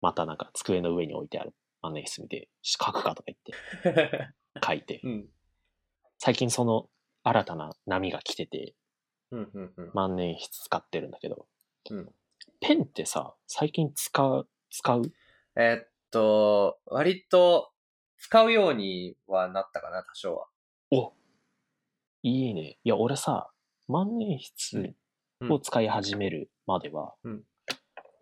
またなんか机の上に置いてある万年筆見て、し書くかとか言って書いてう、ん。最近その新たな波が来てて、うんうんうん。万年筆使ってるんだけど、うんペンってさ、最近使う、使うえーっと、割と使うようにはなったかな、多少は。おいいね。いや、俺さ、万年筆を使い始めるまでは、うん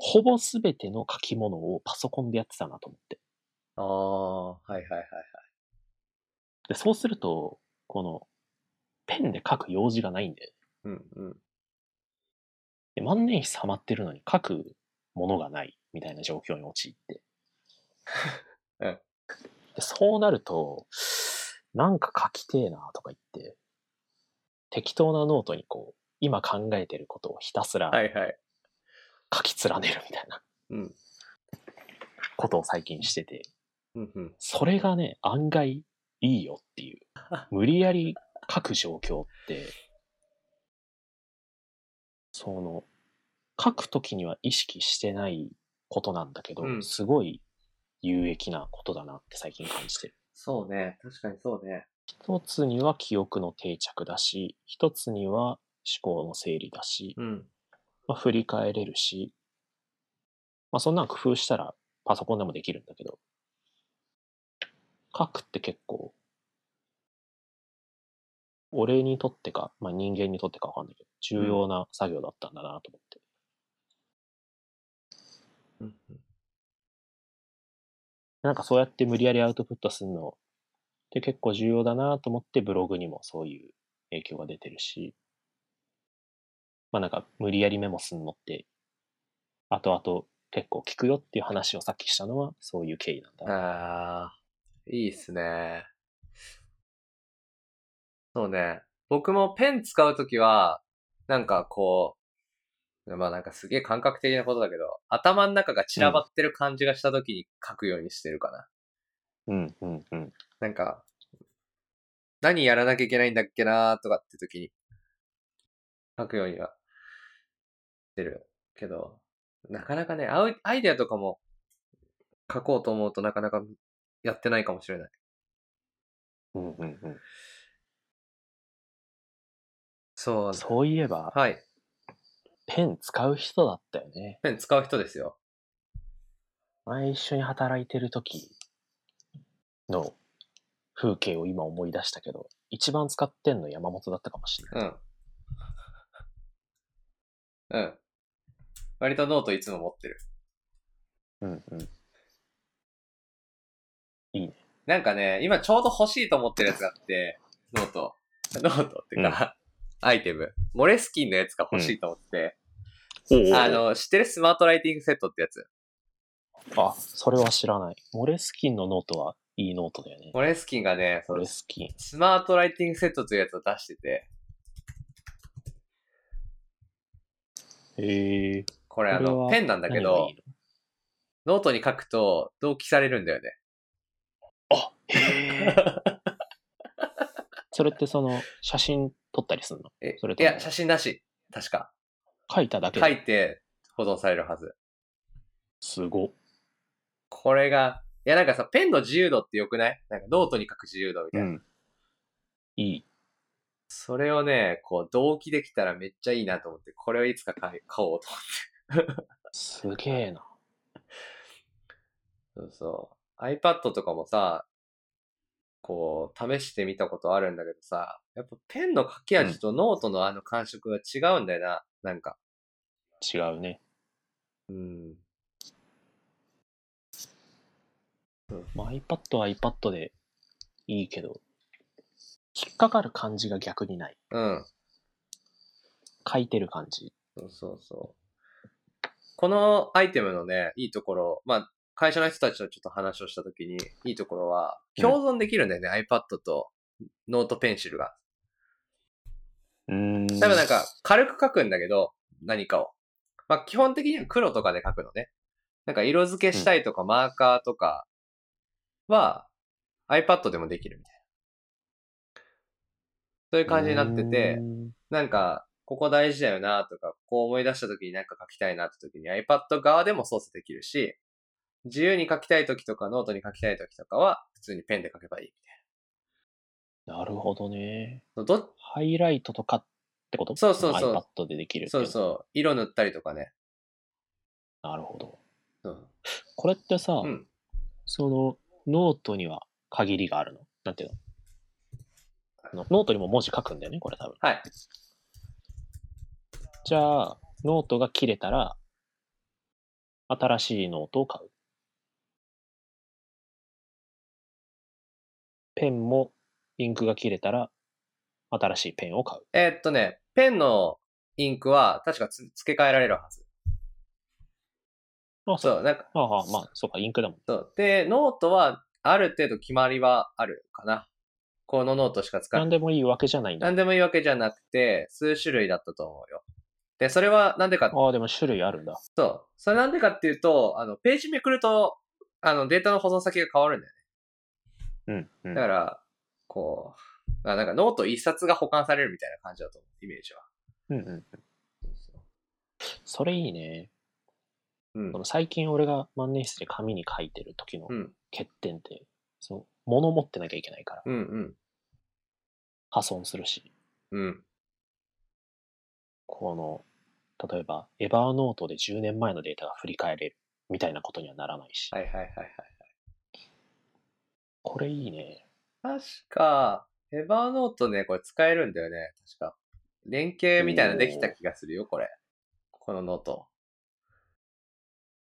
ほぼすべての書き物をパソコンでやってたなと思って。ああ、はいはいはいはい。で、そうすると、この、ペンで書く用事がないんで、うんうん。で万年筆ハマってるのに書くものがないみたいな状況に陥って。 [LAUGHS] うんでそうなると、なんか書きてえなとか言って、適当なノートにこう、今考えてることをひたすらはいはい。書き連ねるみたいなうん。ことを最近してて、うんうん。それがね、案外いいよっ [LAUGHS] ていう。無理やり書く状況って、その、書くときには意識してないことなんだけど、うんすごい有益なことだなって最近感じてる。そうね。確かにそうね。一つには記憶の定着だし、一つには思考の整理だし、うん。まあ、振り返れるし、まあ、そんなん工夫したらパソコンでもできるんだけど、書くって結構、俺にとってか、まあ、人間にとってかわかんないけど、重要な作業だったんだなと思って。うんうんなんかそうやって無理やりアウトプットするのって結構重要だなと思ってブログにもそういう影響が出てるし、まあなんか無理やりメモすんのって、後々結構聞くよっていう話をさっきしたのはそういう経緯なんだな。ああ、いいっすね。そうね。僕もペン使うときは、なんかこう、まあなんかすげえ感覚的なことだけど、頭の中が散らばってる感じがしたときに書くようにしてるかな。うん。うん。うん。なんか、何やらなきゃいけないんだっけなーとかってときに、書くようにはしてるけど、なかなかね、アウアイデアとかも書こうと思うとなかなかやってないかもしれない。うんうんうん。そう。そういえば、はい。ペン使う人だったよね。ペン使う人ですよ。前一緒に働いてる時の風景を今思い出したけど、一番使ってんの山本だったかもしれうない。ん。うん。割とノートいつも持ってる。うんうん。なんかね、今ちょうど欲しいと思ってるやつがあ [LAUGHS] って、ノート。ノートっていうか、 [LAUGHS] アイテム。モレスキンのやつが欲しいと思って、おうおうあ、の、知ってるスマートライティングセットってやつ。あ、それは知らない。モレスキンのノートはいいノートだよね。モレスキンがね、そモのレスキン。スマートライティングセットというやつを出してて、へえ。これあこれの、はペンなんだけ何がどいい、のノートに書くと同期されるんだよね。へえ。それってその、写真撮ったりするのえそれいともや、写真なし。確か。書いただけで。書いて保存されるはず。すご。これが、いやなんかさ、ペンの自由度って良くないなんかノートに書く自由度みたいな。うん。いい。それをね、こう、同期できたらめっちゃいいなと思って、これをいつか買い買おうとすげえな。思って。そうそう。iPad とかもさ、こう、試してみたことあるんだけどさ、やっぱペンの書き味とノートのあの感触が違うんだよな、なんか。違うね。うん。まあ、iPad は iPad でいいけど、引っかかる感じが逆にない。うん。書いてる感じ。そうそうそう。このアイテムのね、いいところ、まあ、会社の人たちとちょっと話をしたときに、いいところは、うん共存できるんだよね、iPad とノートペンシルが。うーん。多分なんか、軽く書くんだけど、何かを。まあ、基本的には黒とかで書くのね。なんか、色付けしたいとか、マーカーとかは、iPad でもできるみたいな。そういう感じになってて、うーんなんか、ここ大事だよなとか、こう思い出した時になんか書きたいなって時に iPad 側でも操作できるし、自由に書きたい時とかノートに書きたい時とかは普通にペンで書けばいいみたいなるほどね。な。どっハイライトとかってことそうそうそう iPad でできるっていそうそう、色塗ったりとかね。なるほど。うん。これってさ、うんその、ノートには限りがあるのなんていうのあのノートにも文字書くんだよね、これ多分。はい。じゃあ、ノートが切れたら、新しいノートを買う。ペンも、インクが切れたら、新しいペンを買う。えーっとね、ペンのインクは確かつ付け替えられるはず。あ、う。そう、なんか、ああ、まあ、そうか、インクだもん。そう。で、ノートはある程度決まりはあるかな。このノートしか使わない何でもいいわけじゃないんだ。何でもいいわけじゃなくて、数種類だったと思うよ。で、それはなんでか、ああ、でも種類あるんだ。そう。それなんでかっていうと、あの、ページめくると、あの、データの保存先が変わるんだようんうんね。だから、こう、あなんかノート一冊が保管されるみたいな感じだと思う、イメージは。うんうん。それいいね。うんそ。の最近俺が万年筆で紙に書いてる時のうん。欠点って、その、物持ってなきゃいけないから、うん。うん。破損するし。うん。この、例えば、エバーノートで10年前のデータが振り返れるみたいなことにはならないし、はいはいはいこれいいね。はい。確か、エバーノートね、これ使えるんだよね。確か。連携みたいなのできた気がするよ、これ。このノート。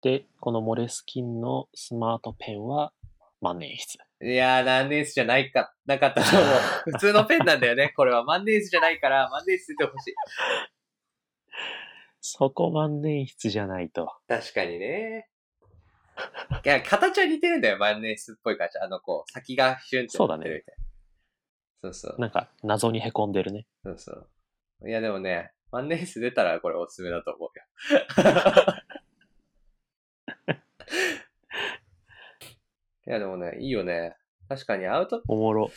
で、このモレスキンのスマートペンは万年筆。いやー、万年筆じゃないか、なかったと思 [LAUGHS] う。普通のペンなんだよね。これは万年筆じゃないから、万年筆でほしい。そこ万年筆じゃないと。確かにね。いや、形は似てるんだよ、万年筆っぽい形。あの、こう、先がヒュンってなってるみたいな。そうそう。なんか、謎にへこんでるね。そうそう。いや、でもね、万年筆出たらこれおすすめだと思うよ。いや、でもね、いいよね。確かにアウト、おもろ。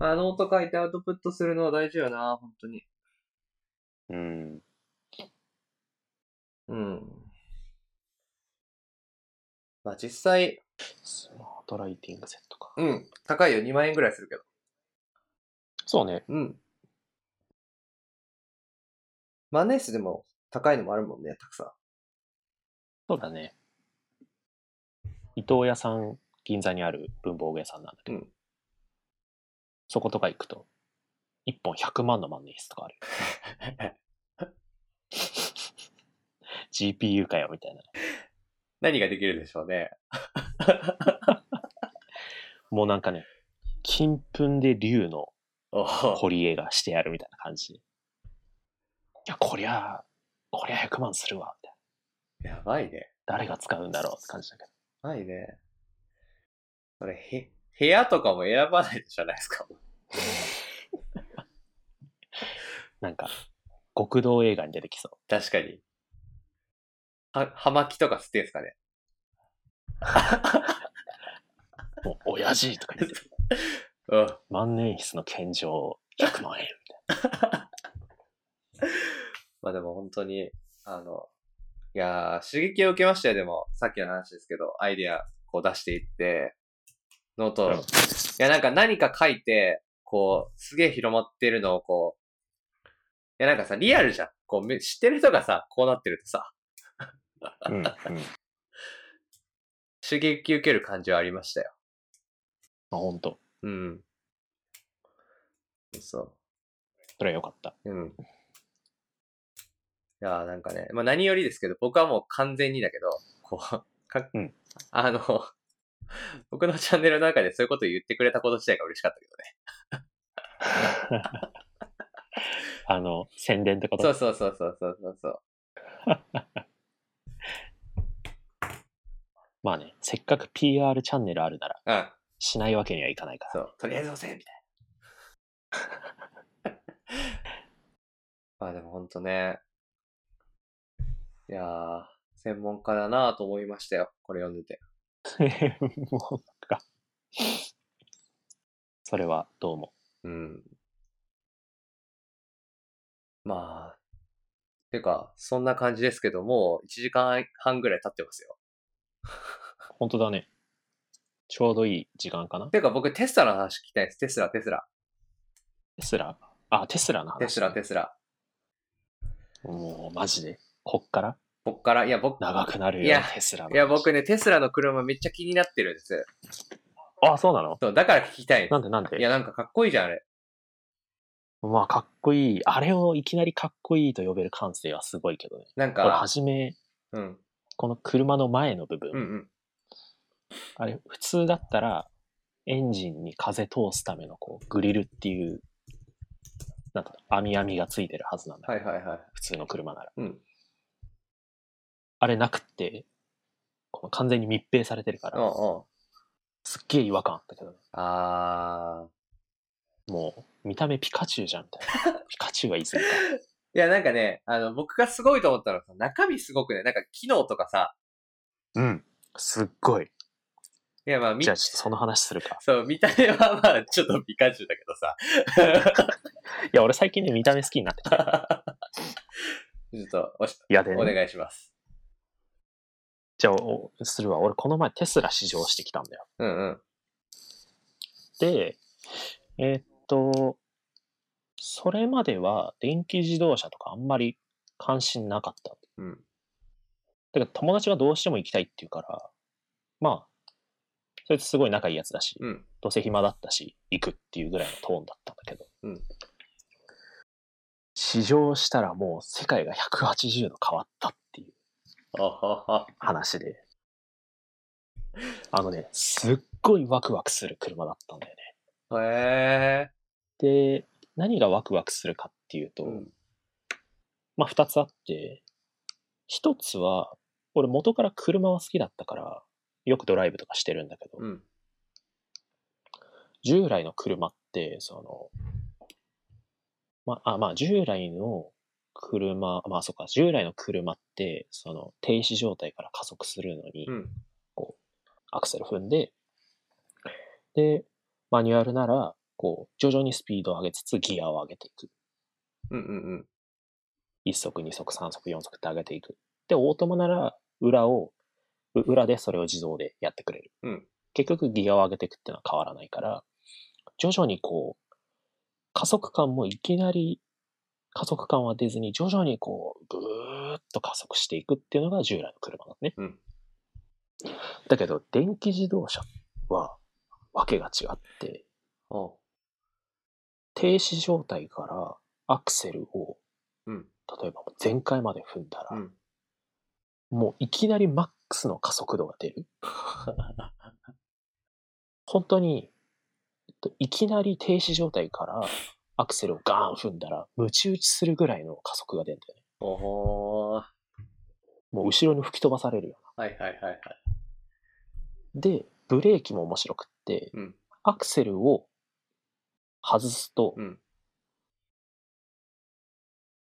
あノート書いてアウトプットするのは大事よな、本当に。うん。うん。まあ実際、スマーットライティングセットか。うん。高いよ。2万円ぐらいするけど。そうね。うん。万年筆でも高いのもあるもんね、たくさん。そうだね。伊藤屋さん、銀座にある文房具屋さんなんだけど、うんそことか行くと、1本100万の万年筆とかあるよ。GPU かよ、みたいな。何ができるでしょうね。もうなんかね、金粉で竜のおお。彫り絵がしてやるみたいな感じ。いや、こりゃあ、こりゃ100万するわ、みたいな。やばいね。誰が使うんだろうって感じだけど。やばいね。それ、へ、部屋とかも選ばないじゃないですか。 [LAUGHS] なんか、極道映画に出てきそう。確かに。は、はまきとか捨てんすかね。もう親父とか言って、うん。万年筆の献上100万円。まあでも本当に、あの、いやー、刺激を受けましたよ、でも。さっきの話ですけど、アイディア、こう出していって、ノート、うんいや、なんか何か書いて、こう、すげえ広まってるのをこう、いや、なんかさ、リアルじゃん。こう、め知ってる人がさ、こうなってるとさ、うん、 [LAUGHS] 刺激受ける感じはありましたよ。あ、本当。うん。そう。それは良かった。うん。いやーなんかね、まあ何よりですけど、僕はもう完全にだけど、こう、 [LAUGHS] かうんあの、 [LAUGHS] 僕のチャンネルの中でそういうことを言ってくれたこと自体が嬉しかったけどね。あの、宣伝ってことそうそうそうそうそうそうそう。まあね、せっかく PR チャンネルあるなら、うん。しないわけにはいかないから。そう。とりあえず押せみたい [LAUGHS] な。まあでもほんとね。いやー、専門家だなぁと思いましたよ。これ読んでて。 [LAUGHS] もうか。それはどうも。うん。まあ、てか、そんな感じですけど、もう1時間半ぐらい経ってますよ。本当だね。ちょうどいい時間かな。てか、僕、テスラの話聞きたいです。テスラ、テスラ。テスラあ、テスラの話、テスラ、テスラ。もう、マジで。こっから僕から、いや、僕、長くなるよ、いやテスラのい話や、僕。ね、テスラの車めっちゃ気になってるんです。あ、そうなのそう、だから聞きたいんでなんでなんす。でいや、なんかかっこいいじゃん、あれ。まあ、かっこいい。あれをいきなりかっこいいと呼べる感性はすごいけどね。なんこれ、か、初め、うん、この車の前の部分、うん、うん。あれ、普通だったら、エンジンに風通すための、こう、グリルっていう、なんか、網網がついてるはずなんだけど、はいはいはい。普通の車なら。うん。あれなくって、この完全に密閉されてるかうん、うら、ん。すっげえ違和感あったけどね。あー。もう、見た目ピカチュウじゃん、みた [LAUGHS] いな。ピカチュウは言い過ぎいや、なんかね、あの、僕がすごいと思ったのはさ、中身すごくね、なんか機能とかさ、た。うん。すっごい。いや、まあ、みじゃあ、ちょっとその話するか。そう、見た目はまあ、ちょっとピカチュウだけどさ。いや、俺最近ね、見た目好きになってきた。ちょっとおし、いやで、 [LAUGHS] お願いします。じゃあ、おするわ。俺、この前テスラ試乗してきたんだよ。うんうん。で、えーっと、それまでは電気自動車とかあんまり関心なかった。だうん。けど友達がどうしても行きたいって言うから、まあ、そいつすごい仲いいやつだし、うん。どうせ暇だったし、行くっていうぐらいのトーンだったんだけど。うん試乗したらもう世界が180度変わったっていうあはは。話で。あのね、すっごいワクワクする車だったんだよね。へえ。で、何がワクワクするかっていうと、うんまあ二つあって、一つは、俺元から車は好きだったから、よくドライブとかしてるんだけど、うん。従来の車って、その、まあ、あまあ従来の車、まあそうか、従来の車って、その停止状態から加速するのにう、ん。アクセル踏んで、で、マニュアルなら、こう、徐々にスピードを上げつつギアを上げていく。うんうん1速、2速、3速、4速って上げていく。で、オートマなら裏を、う裏でそれを自動でやってくれる。うん結局ギアを上げていくっていうのは変わらないから、徐々にこう、加速感もいきなり加速感は出ずに、徐々にこう、ぐーっと加速していくっていうのが従来の車なのね。うんだけど、電気自動車は、わけが違って、お停止状態からアクセルを、うん。例えば全開まで踏んだうら、ん。もういきなりマックスの加速度が出る。 [LAUGHS] 本当に、えっといきなり停止状態からアクセルをガーン踏んだら、ムチ打ちするぐらいの加速が出るんだよね。おほー。もう後ろに吹き飛ばされるよはいはいはいはい。うな。で、ブレーキも面白くって、うん。アクセルを外すと、うん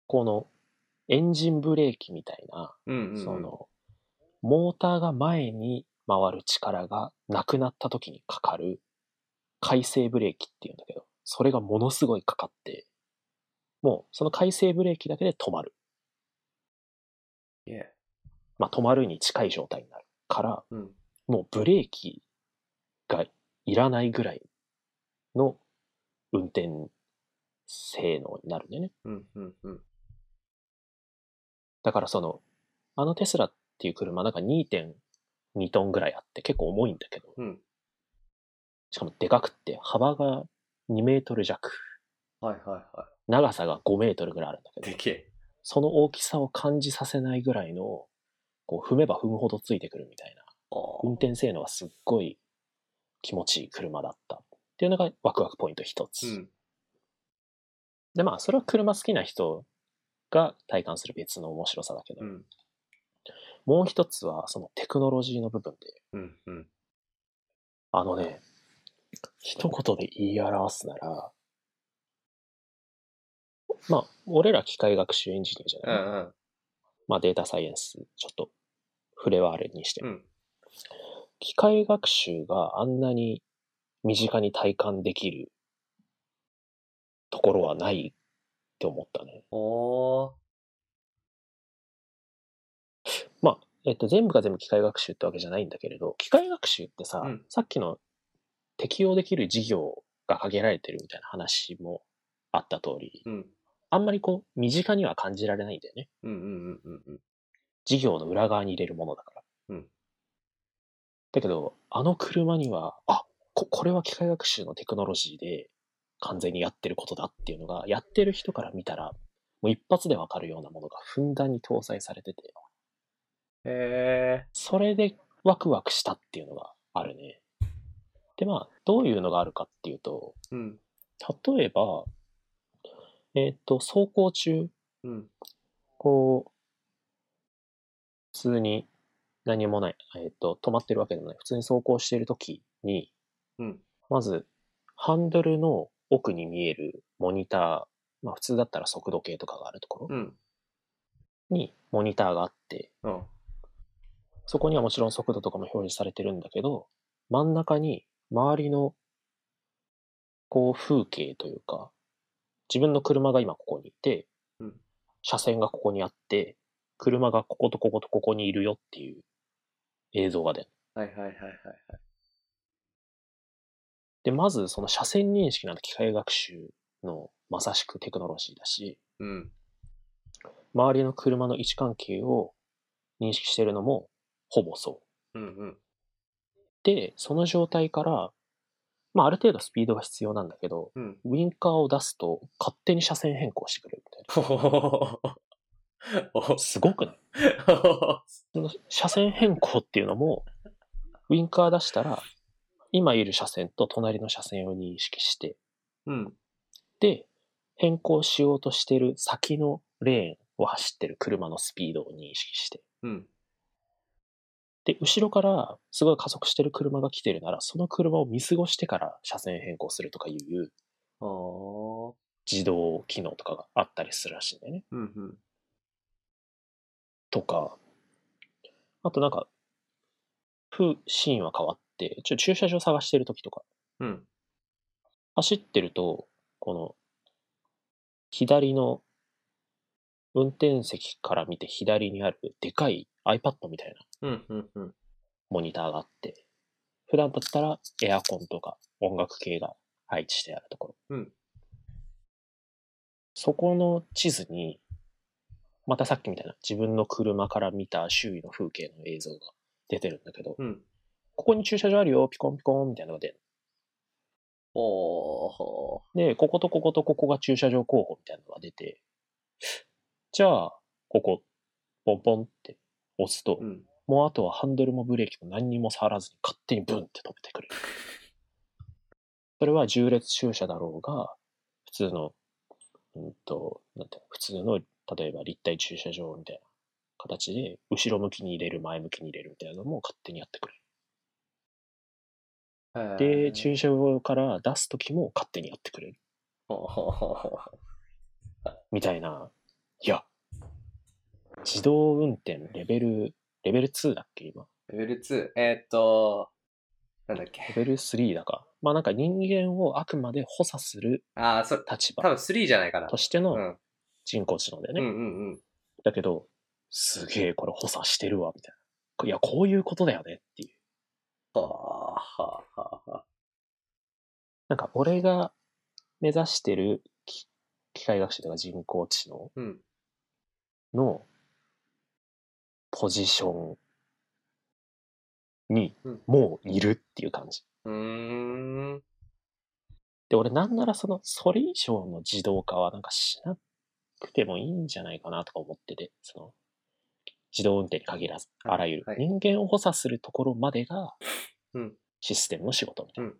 このエンジンブレーキみたいな、うん、うん。そ、の、モーターが前に回る力がなくなった時にかかる回生ブレーキっていうんだけど、それがものすごいかかって、もうその回生ブレーキだけで止まる。いえ。まあ止まるに近い状態になるから、うん。もうブレーキがいらないぐらいの運転性能になるんだよね。うん、うん、うん。だからその、あのテスラっていう車なんか2.2トンぐらいあって結構重いんだけど、うん。しかもでかくって幅が2メートル弱、はいはいは長さが5メートルぐらいあるんだい。けでど、けえ。その大きさを感じさせないぐらいの、こう踏めば踏むほどついてくるみたいな、お運転性能がすっごい気持ちいい車だったっていうのがワクワクポイント一つ。うん。でまあそれは車好きな人が体感する別の面白さだけど、うん。もう一つはそのテクノロジーの部分でうん、うん。あのね一言で言い表すならまあ俺ら機械学習エンジニアじゃうない、ん、うん。まあ、データサイエンスちょっと触れはあるにしてうも、ん。機械学習があんなに身近に体感できるところはないって思ったねおー。まあ、えっと、全部が全部機械学習ってわけじゃないんだけれど、機械学習ってさ、うんさっきの適用できる事業が限られてるみたいな話もあった通り、うん。あんまりこう、身近には感じられないんだよね。うん、うん、うん、うん。事業の裏側に入れるものだから。うんだけど、あの車には、あこ、これは機械学習のテクノロジーで完全にやってることだっていうのが、やってる人から見たら、もう一発でわかるようなものがふんだんに搭載されてて、へえ。それでワクワクしたっていうのがあるね。で、まあ、どういうのがあるかっていうと、うん、例えば、えっ、と、走行中、うん、こう、普通に何もない、えっ、と、止まってるわけでもない、普通に走行している時に、うんまず、ハンドルの奥に見えるモニター、まあ普通だったら速度計とかがあるとこうろん。にモニターがあって、うん。そこにはもちろん速度とかも表示されてるんだけど、真ん中に周りのこう風景というか、自分の車が今ここにいてうん、車線がここにあって、車がこことこことここにいるよっていう映像が出る。はいはいはいはい。で、まずその車線認識なんて機械学習のまさしくテクノロジーだし、うん。周りの車の位置関係を認識してるのもほぼそう。うん、うん。で、その状態から、まあ、ある程度スピードが必要なんだけど、うん。ウィンカーを出すと勝手に車線変更してくれるみたいほほほほほほな。すごくないその車線変更っていうのも、ウィンカー出したら、今いる車線と隣の車線を認識して、うん。で、変更しようとしてる先のレーンを走ってる車のスピードを認識して、うん。で、後ろからすごい加速してる車が来てるなら、その車を見過ごしてから車線変更するとかいう、おー。自動機能とかがあったりするらしいんだよね。うん、うん。とか、あとなんか、ふシーンは変わって、ちょ駐車場探してる時とか、うん。走ってると、この、左の、運転席から見て左にあるでかい iPad みたいなうん、うん、うん。モニターがあって、普段だったらエアコンとか音楽系が配置してあるとこうろ。んそこの地図に、またさっきみたいな自分の車から見た周囲の風景の映像が出てるんだけど、うん。ここに駐車場あるよ、ピコンピコンみたいなのが出るおー。で、こことこことここが駐車場候補みたいなのが出て、じゃあ、ここ、ポンポンって押すと、うん。もうあとはハンドルもブレーキも何にも触らずに勝手にブンって止めてくれる。それは重列駐車だろうが、普通の、うんと、なんていうの普通の、例えば立体駐車場みたいな形で、後ろ向きに入れる、前向きに入れるみたいなのも勝手にやってくれへーる。で、駐車場から出すときも勝手にやってくれる。おーみたいな。いや、自動運転レベル、レベル2だっけ今。レベル2。えーっと、なんだっレけ。ベル3だか。まあなんか人間をあくまで補佐するあー、それ、立多分場3じゃないかな。としてうのん。人工知能だうよね。んうんうん。だけど、すげえこれ補佐してるわ、みたいな。いや、こういうことだよねっていう。はあ、はあ、はあ。なんか俺が目指してる機機械学習とか人工知能うん。のポジションにうんもういるっていう感じ。うーん。で、俺なんならその、それ以上の自動化はなんかしなくてもいいんじゃないかなとか思ってて、その、自動運転に限らず、はいあらゆるはい人間を補佐するところまでがうん、システムの仕事みたいなうん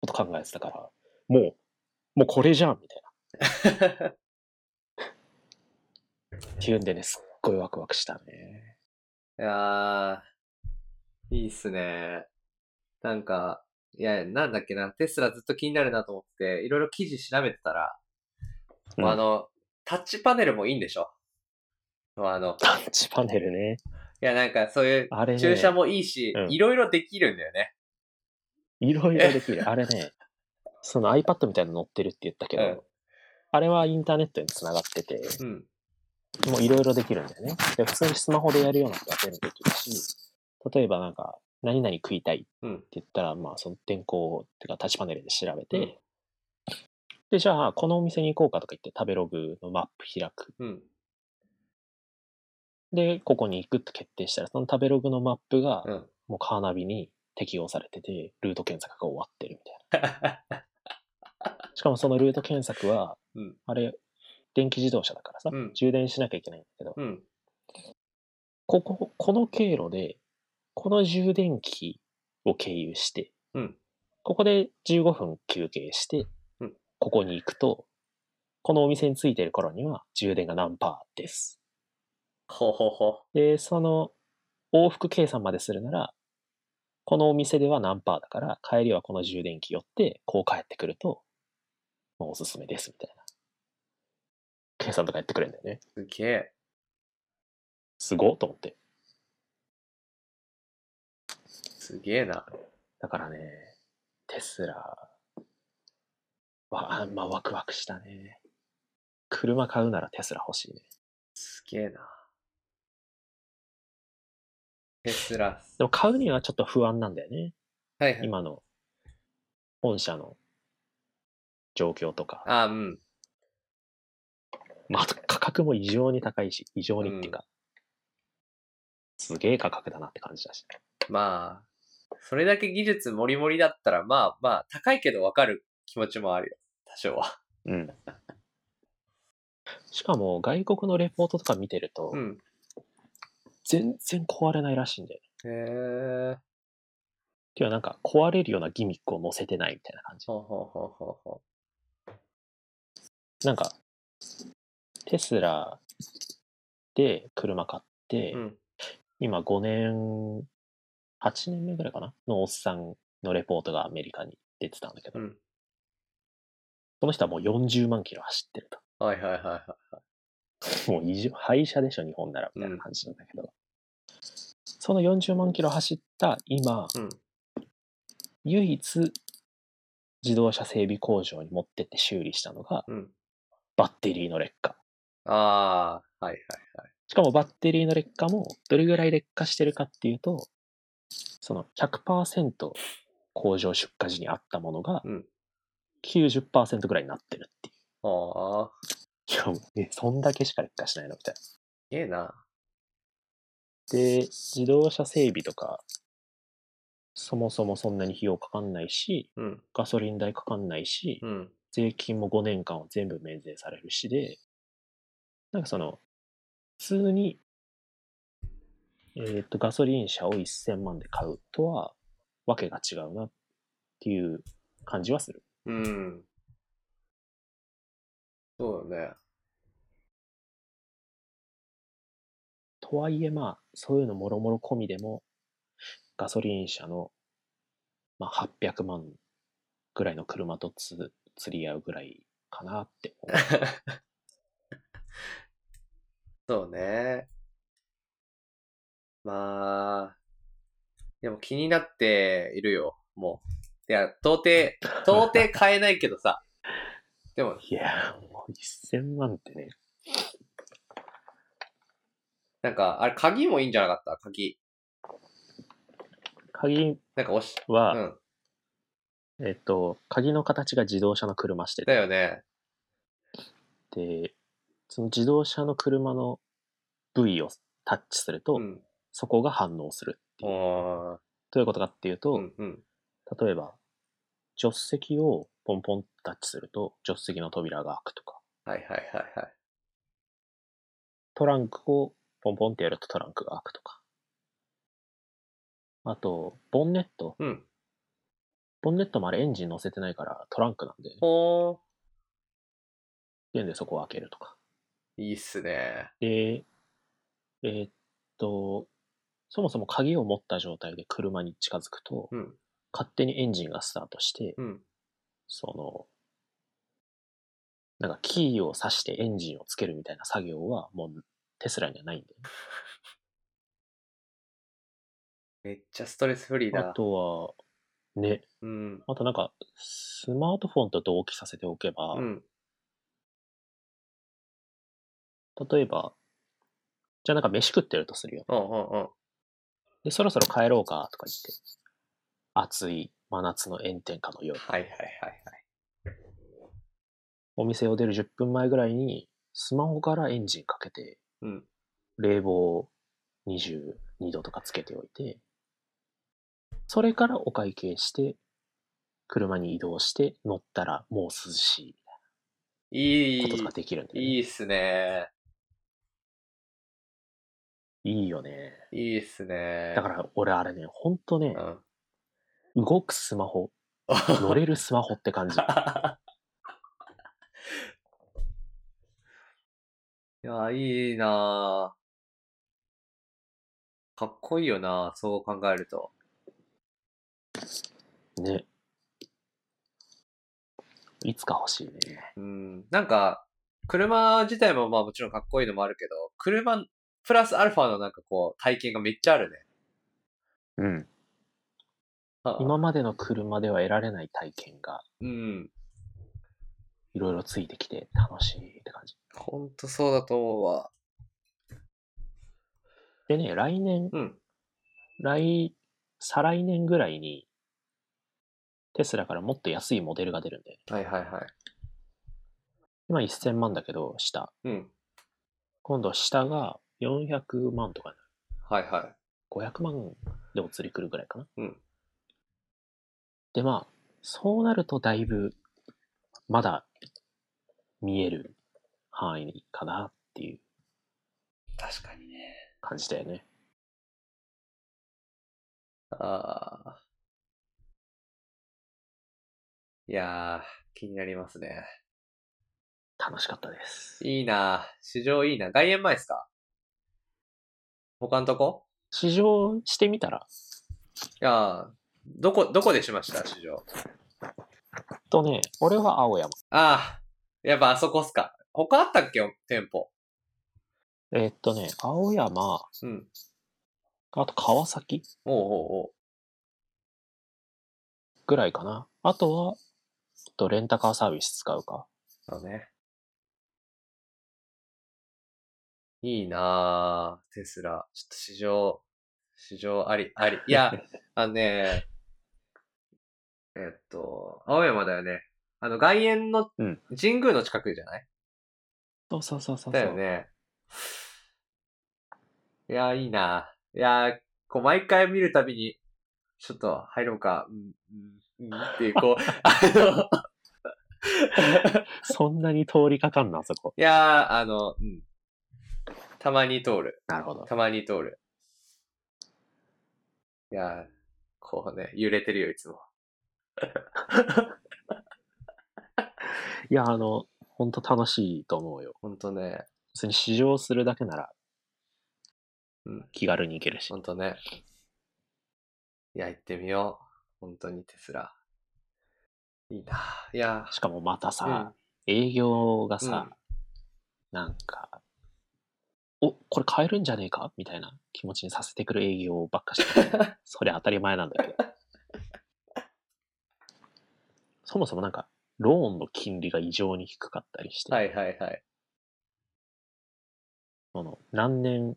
こと考えてたから、もう、もうこれじゃんみたいな。っていうんでね、すっごいワクワクしたね。いやー、いいっすね。なんか、いや、なんだっけな、テスラずっと気になるなと思って、いろいろ記事調べてたら、うんもうあの、タッチパネルもいいんでしょもうあの、タッチパネルね。いや、なんかそういうあれね。駐車もいいし、うんいろいろできるんだよね。いろいろできる。あれね、その iPad みたいなの乗ってるって言っ [LAUGHS] たけど、うんあれはインターネットにつながってて、うん。もういろいろできるんだよね。で普通にスマホでやるようなことは全部できるし、例えばなんか、何々食いたいってうん。言ったら、まあ、その電光っていうかタッチパネルで調べて、うんで、じゃあ、このお店に行こうかとか言って、食べログのマップ開く。うん。で、ここに行くって決定したら、その食べログのマップがう、ん。もうカーナビに適用されてて、ルート検索が終わってるみたい [LAUGHS] な。しかもそのルート検索は、うんあれ、電気自動車だからさ、うん充電しなきゃいけないんだけど、うん。ここ、この経路で、この充電器を経由して、うんここで15分休憩して、うんここに行くと、このお店に着いてる頃には充電が何パーです。ほうほうほで、その往復計算までするなら、このお店では何パーだから、帰りはこの充電器寄って、こう帰ってくると、まあおすすめですみたいな。計算とかやってくれるんだよね。う。すげえ。すごっと思って。すげえな。だからね、テスラは、あまあ、ワクワクしたね。車買うならテスラ欲しいね。すげえな。テスラ。でも買うにはちょっと不安なんだよね。はいはい。今の本社の状況とか。あ、うん。まあ、あと価格も異常に高いし、異常にっていうか、すげえ価格だなって感じだし。まあ、それだけ技術もりもりだったら、まあまあ、高いけどわかる気持ちもあるよ。多少は。うん。しかも外国のレポートとか見てると、うん。全然壊れないらしいんだよね。へえ。っていうのはなんか壊れるようなギミックを載せてないみたいな感じ。ほうほうほうほうほなんか、テスラで車買って、う。うん。今5年、8年目ぐらいかなのおっさんのレポートがアメリカに出てたんだけど、うん。その人はもう40万キロ走ってるはいはいはいはい。と。 [LAUGHS] もう異常、廃車でしょ、日本ならみたいな感じなんだけど、その40万キロ走った今、うん。唯一自動車整備工場に持ってって修理したのがうん。バッテリーの劣化。ああ、はいはい。しかもバッテリーの劣化もどれぐらい劣化してるかっていうと、その100%工場出荷時にあったものがうん90%ぐらいになってるっていう。ああ、いやもうえ、そんだけしか劣化しないのみたいな。すげえな。で、自動車整備とか、そもそもそんなに費用かかんないし、うん、ガソリン代かかんないし、うん、税金も5年間は全部免税されるしで、なんかその、普通に、えーっと、ガソリン車を1000万で買うとは、わけが違うなっていう感じはする。うん。そうだね。とはいえまあ、そういうのもろもろ込みでも、ガソリン車の、まあ、800万ぐらいの車とつ釣り合うぐらいかなって思う。そうね。まあ、でも気になっているよ、もう。いや、 [LAUGHS] 到底、到底買えないけどさ。でも、いやー、もう1000万ってね。なんか、あれ、鍵もいいんじゃなかった鍵。鍵なんか押し、うは、ん。えっと、鍵の形が自動車の車してだて、よね。で、その自動車の車の部位をタッチすると、うん。そこが反応するっていう。おーどういうことかっていうと、うん、うん。例えば、助手席をポンポンってタッチすると、助手席の扉が開くとか、はいはいはいはい。トランクをポンポンってやるとトランクが開くとか。あと、ボンネット。うん。ボンネットもあれエンジン乗せてないからトランクなんで、ほー。なんでそこを開けるとか。いいっすね。で、えーっと、そもそも鍵を持った状態で車に近づくと、うん。勝手にエンジンがスタートして、うん。その、なんかキーを挿してエンジンをつけるみたいな作業はもうテスラにはないんで。めっちゃストレスフリーあだ。とは、ね、うん。あとなんか、スマートフォンと同期させておけば、うん。例えば、じゃあなんか飯食ってるとするよ。うんうんうん。で、そろそろ帰ろうかとか言って、暑い真夏の炎天下の夜、はいはいはいはい。お店を出る10分前ぐらいに、スマホからエンジンかけて、うん。冷房22度とかつけておいて、それからお会計して、車に移動して乗ったらもう涼しいいいこ、ととかできるんで、いいっすね。いいよね。いいっすね。だから俺あれね、ほんとね、うん。 [LAUGHS] 動くスマホ、乗れるスマホって感じ。いや、いいなぁ。かっこいいよなぁ、そう考えると。ね。いつか欲しいね。うん。なんか、車自体もまあもちろんかっこいいのもあるけど、車、プラスアルファのなんかこう、体験がめっちゃあるね。うん。あ今までの車では得られない体験がうん。いろいろついてきて楽しいって感じ。ほんとそうだと思うわ。でね、来年、うん。来、再来年ぐらいに、テスラからもっと安いモデルが出るんで、はいはいはい。今1000万だけど、下。うん。今度下が400万とかにはいはい。なる、500万でお釣り来るぐらいかな。うんで、まあ、そうなるとだいぶ、まだ見える範囲かなっていう確かにね。感じだよね。ああ。いやー、気になりますね。楽しかったです。いいな市場いいな外苑前っすか他のとこ試乗してみたら、いやーどこ、どこでしました市場。とね、俺は青山。ああ、やっぱあそこっすか。他あったっけ店舗。えーっとね、青山、うん。あと川崎おうおうぐらいかな。あとは、えっとレンタカーサービス使うか。おう。だね。いいなぁ、テスラ。ちょっと市場、市場あり、あり。いや、あのね、えっと、青山だよね。あの、外苑のうん、神宮の近くじゃない、そうそうそうそうそう。だよね。いや、いいな。いや、こう、毎回見るたびに、ちょっと入ろうか、うん、うん、うんっていう、こう、あの、そんなに通りかかんな、あそこ。いやー、あの、うん。たまに通る。なるほど。たまに通る。いやー、こうね、揺れてるよ、いつも。いや、あの、ほんと楽しいと思うよ。ほんとね、別に試乗するだけならうん、気軽に行けるしほ。んとね。いや、行ってみよう。ほんとにテスラ。いいな。いやしかもまたー、さ、営業がさ、なんか、おこれ買えるんじゃねえかみたいな気持ちにさせてくる営業ばっかしてる [LAUGHS] それ当たり前なんだけど。そもそもなんか、ローンの金利が異常に低かったりしうて、ん。はいはいはい。その何年、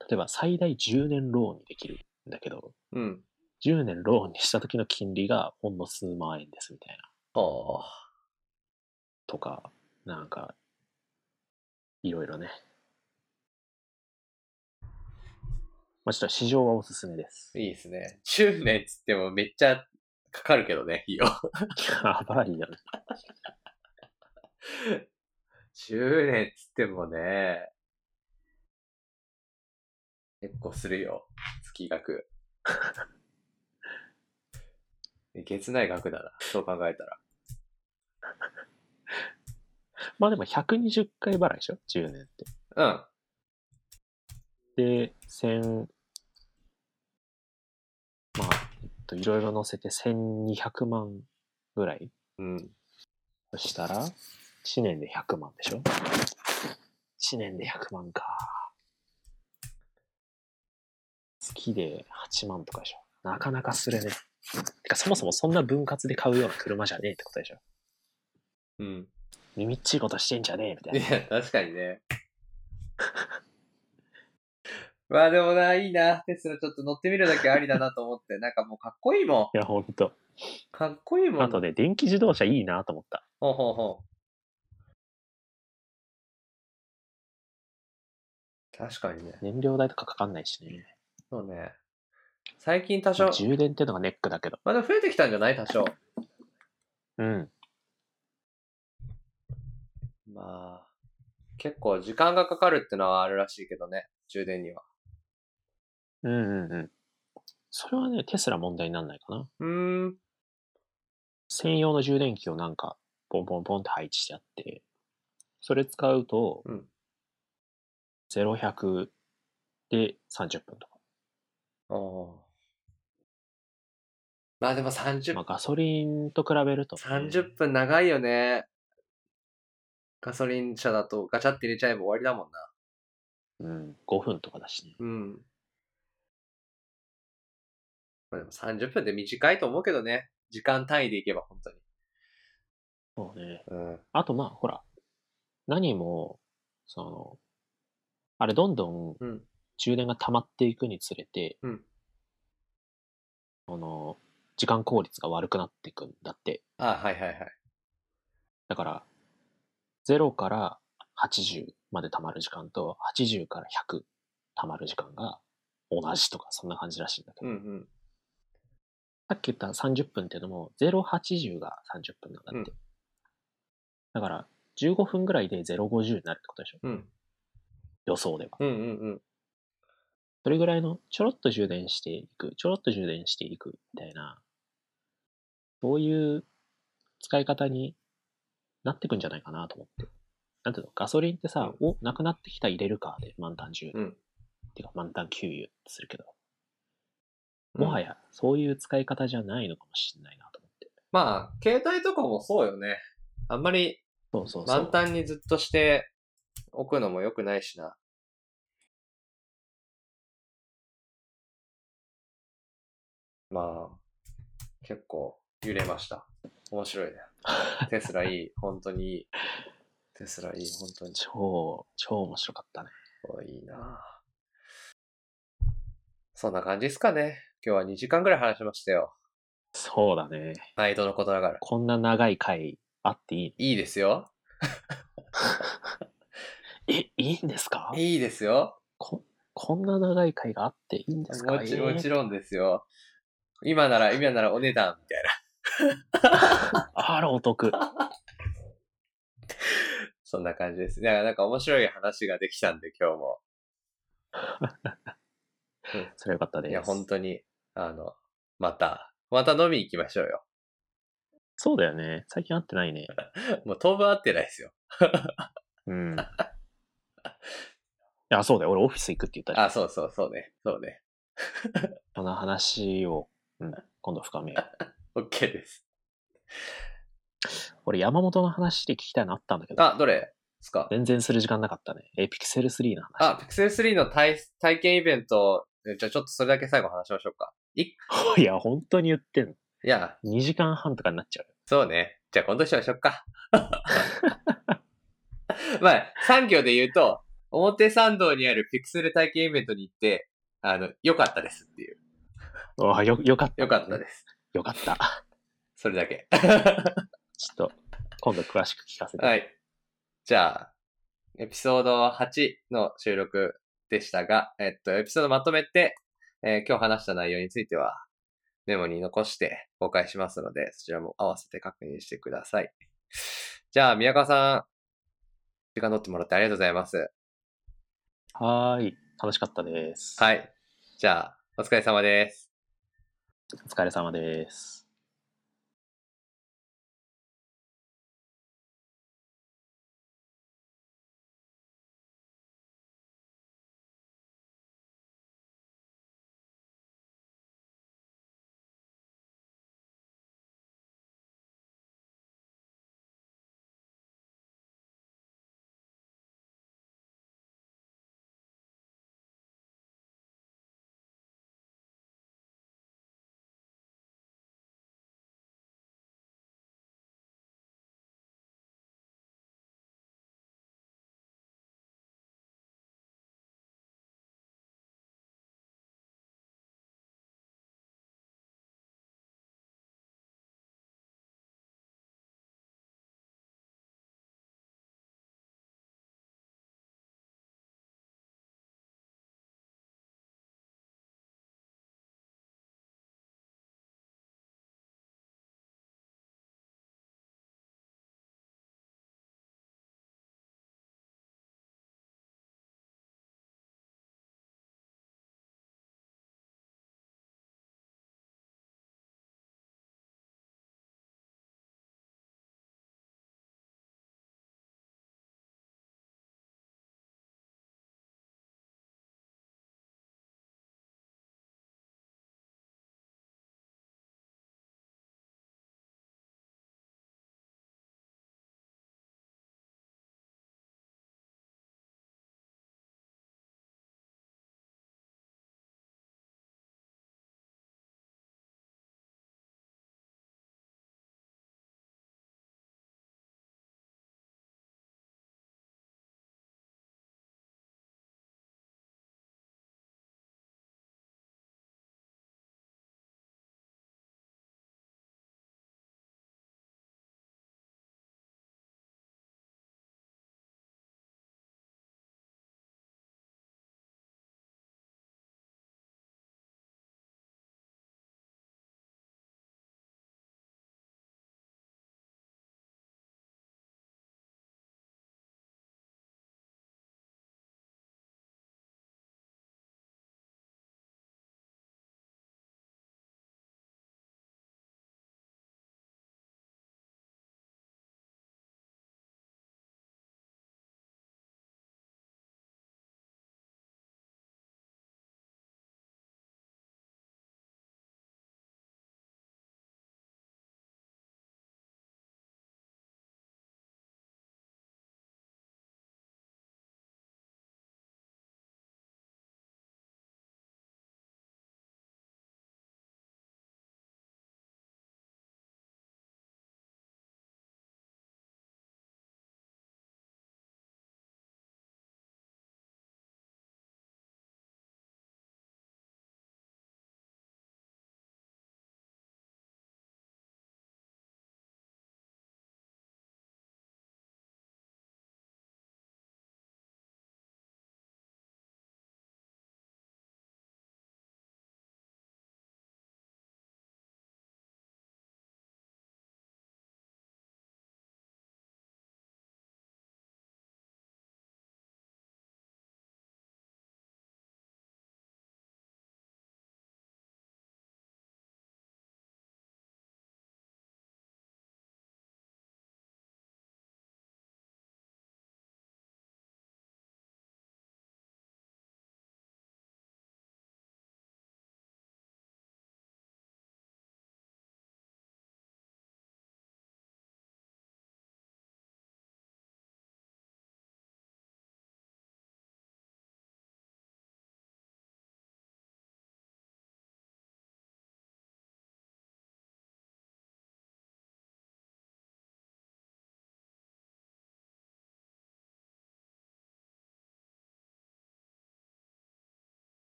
例えば最大10年ローンにできるんだけど、うん。 10年ローンにした時の金利がほんの数万円ですみたいな。おー。とか、なんか、いろいろね。まあちょっと市場はおすすめです。 [LAUGHS] いいですね。10年っつってもめっちゃかかるけどね、費用。やばいよね。 10年っつってもね、結構するよ、月額。 [LAUGHS] えげつない額だな、そう考えたら。まあでも120回払いでしょ ?10 年って。うん。で、1000、まあ、えっと、いろいろ乗せて1200万ぐらいうん。そしたら、1年で100万でしょ ?1 年で100万か。月で8万とかでしょなかなかするね。てか、そもそもそんな分割で買うような車じゃねえってことでしょうん。耳っちいことしてんじゃねえみたいいな。や、確かにね。 [LAUGHS] まあでもな、いいな。テスラちょっと乗ってみるだけありだなと思って。なんかもうかっこいいもいや、ほんと。ん。かっこいいもん。あとね、電気自動車いいなと思った。ほうほうほう。確かにね。燃料代とかかかんないしね。そうね。最近多ま少あ、充電ってのがネックだけど。まだ増えてきたんじゃない多 [LAUGHS] 少。うん。まあ、結構時間がかかるってのはあるらしいけどね、充電には。うんうんうん。それはね、テスラ問題にならないかな。うーん。専用の充電器をなんか、ポンポンポンって配置してあって、それ使うと、うん0、100で30分とか。おまあでも30まあ、ガソリンと比べると、 30分長いよね。ガソリン車だとガチャって入れちゃえば終わりだもんな。うん、5分とかだしね。うん。まあでも30分で短いと思うけどね。時間単位でいけば本当に。そうね。うん。あとまあ、ほら、何も、その、あれどんどんうん。充電が溜まっていくにつれて、うんその、時間効率が悪くなっていくんだって。あはいはいはい。だから、0から80まで溜まる時間と、80から100溜まる時間が同じとか、そんな感じらしいんだけど、うんうん。さっき言った30分っていうのも、080が30分なんだって。だから、15分ぐらいで050になるってことでしょうん。予想では。うんうんうん。それぐらいの、ちょろっと充電していく、ちょろっと充電していく、みたいな、そういう使い方になってくんじゃないかなと思って。なんていうの、ガソリンってさ、お、なくなってきた入れるかで満タン充電。うんてか満タン給油するけど、もはやそういう使い方じゃないのかもしれないなと思って。まあ、携帯とかもそうよね。あんまりそうそうそう。満タンにずっとしておくのも良くないしな。まあ、結構揺れました。面白いね。 [LAUGHS] テスラいい。本当にいい。テスラいい。本当に。超、超面白かったね。いいなぁそんな感じですかね。今日は2時間ぐらい話しましたよ。そうだね。毎度のことながら。こんな長い回あっていいいですよ。いえ、いいんですかいいですよ。ここんな長い回があっていいんですかもちもちえろんですよ。今なら、今ならお値段みたいな。ーあら、[LAUGHS] お得。そんな感じです。だからなんか面白い話ができたんで、今日も。それはよかったです。いや、本当に、あの、また、また飲み行きましょうよ。そうだよね。最近会ってないね。もう当分会ってないですよ。 [LAUGHS] うん。いや、そうだよ。俺オフィス行くって言ったじゃんあ、そうそう、そうね。そうね。その話を、うん、今度深めよう。 OK です。俺、山本の話で聞きたいのあったんだけど、あ、どれですか全然する時間なかったね。え、ピクセル3の話。あ、ピクセル3の体体験イベント、えじゃあちょっとそれだけ最後話しましょうか。いいいや、本当に言ってんの。や、 2時間半とかになっちゃうよ。そうね。じゃあ今度しましょうか。まあ、産業で言うと、表参道にあるピクセル体験イベントに行って、あの、良かったですっていう。あよ、よかった。良かったです。よかった。それだけ。ちょっと、今度詳しく聞かせて。はい。じゃあ、エピソード8の収録でしたが、えっと、エピソードまとめて、えー今日話した内容については、メモに残して公開しますので、そちらも合わせて確認してください。じゃあ、宮川さん、時間取ってもらってありがとうございます。はーい。楽しかったです。はい。じゃあ、お疲れ様です。お疲れ様です。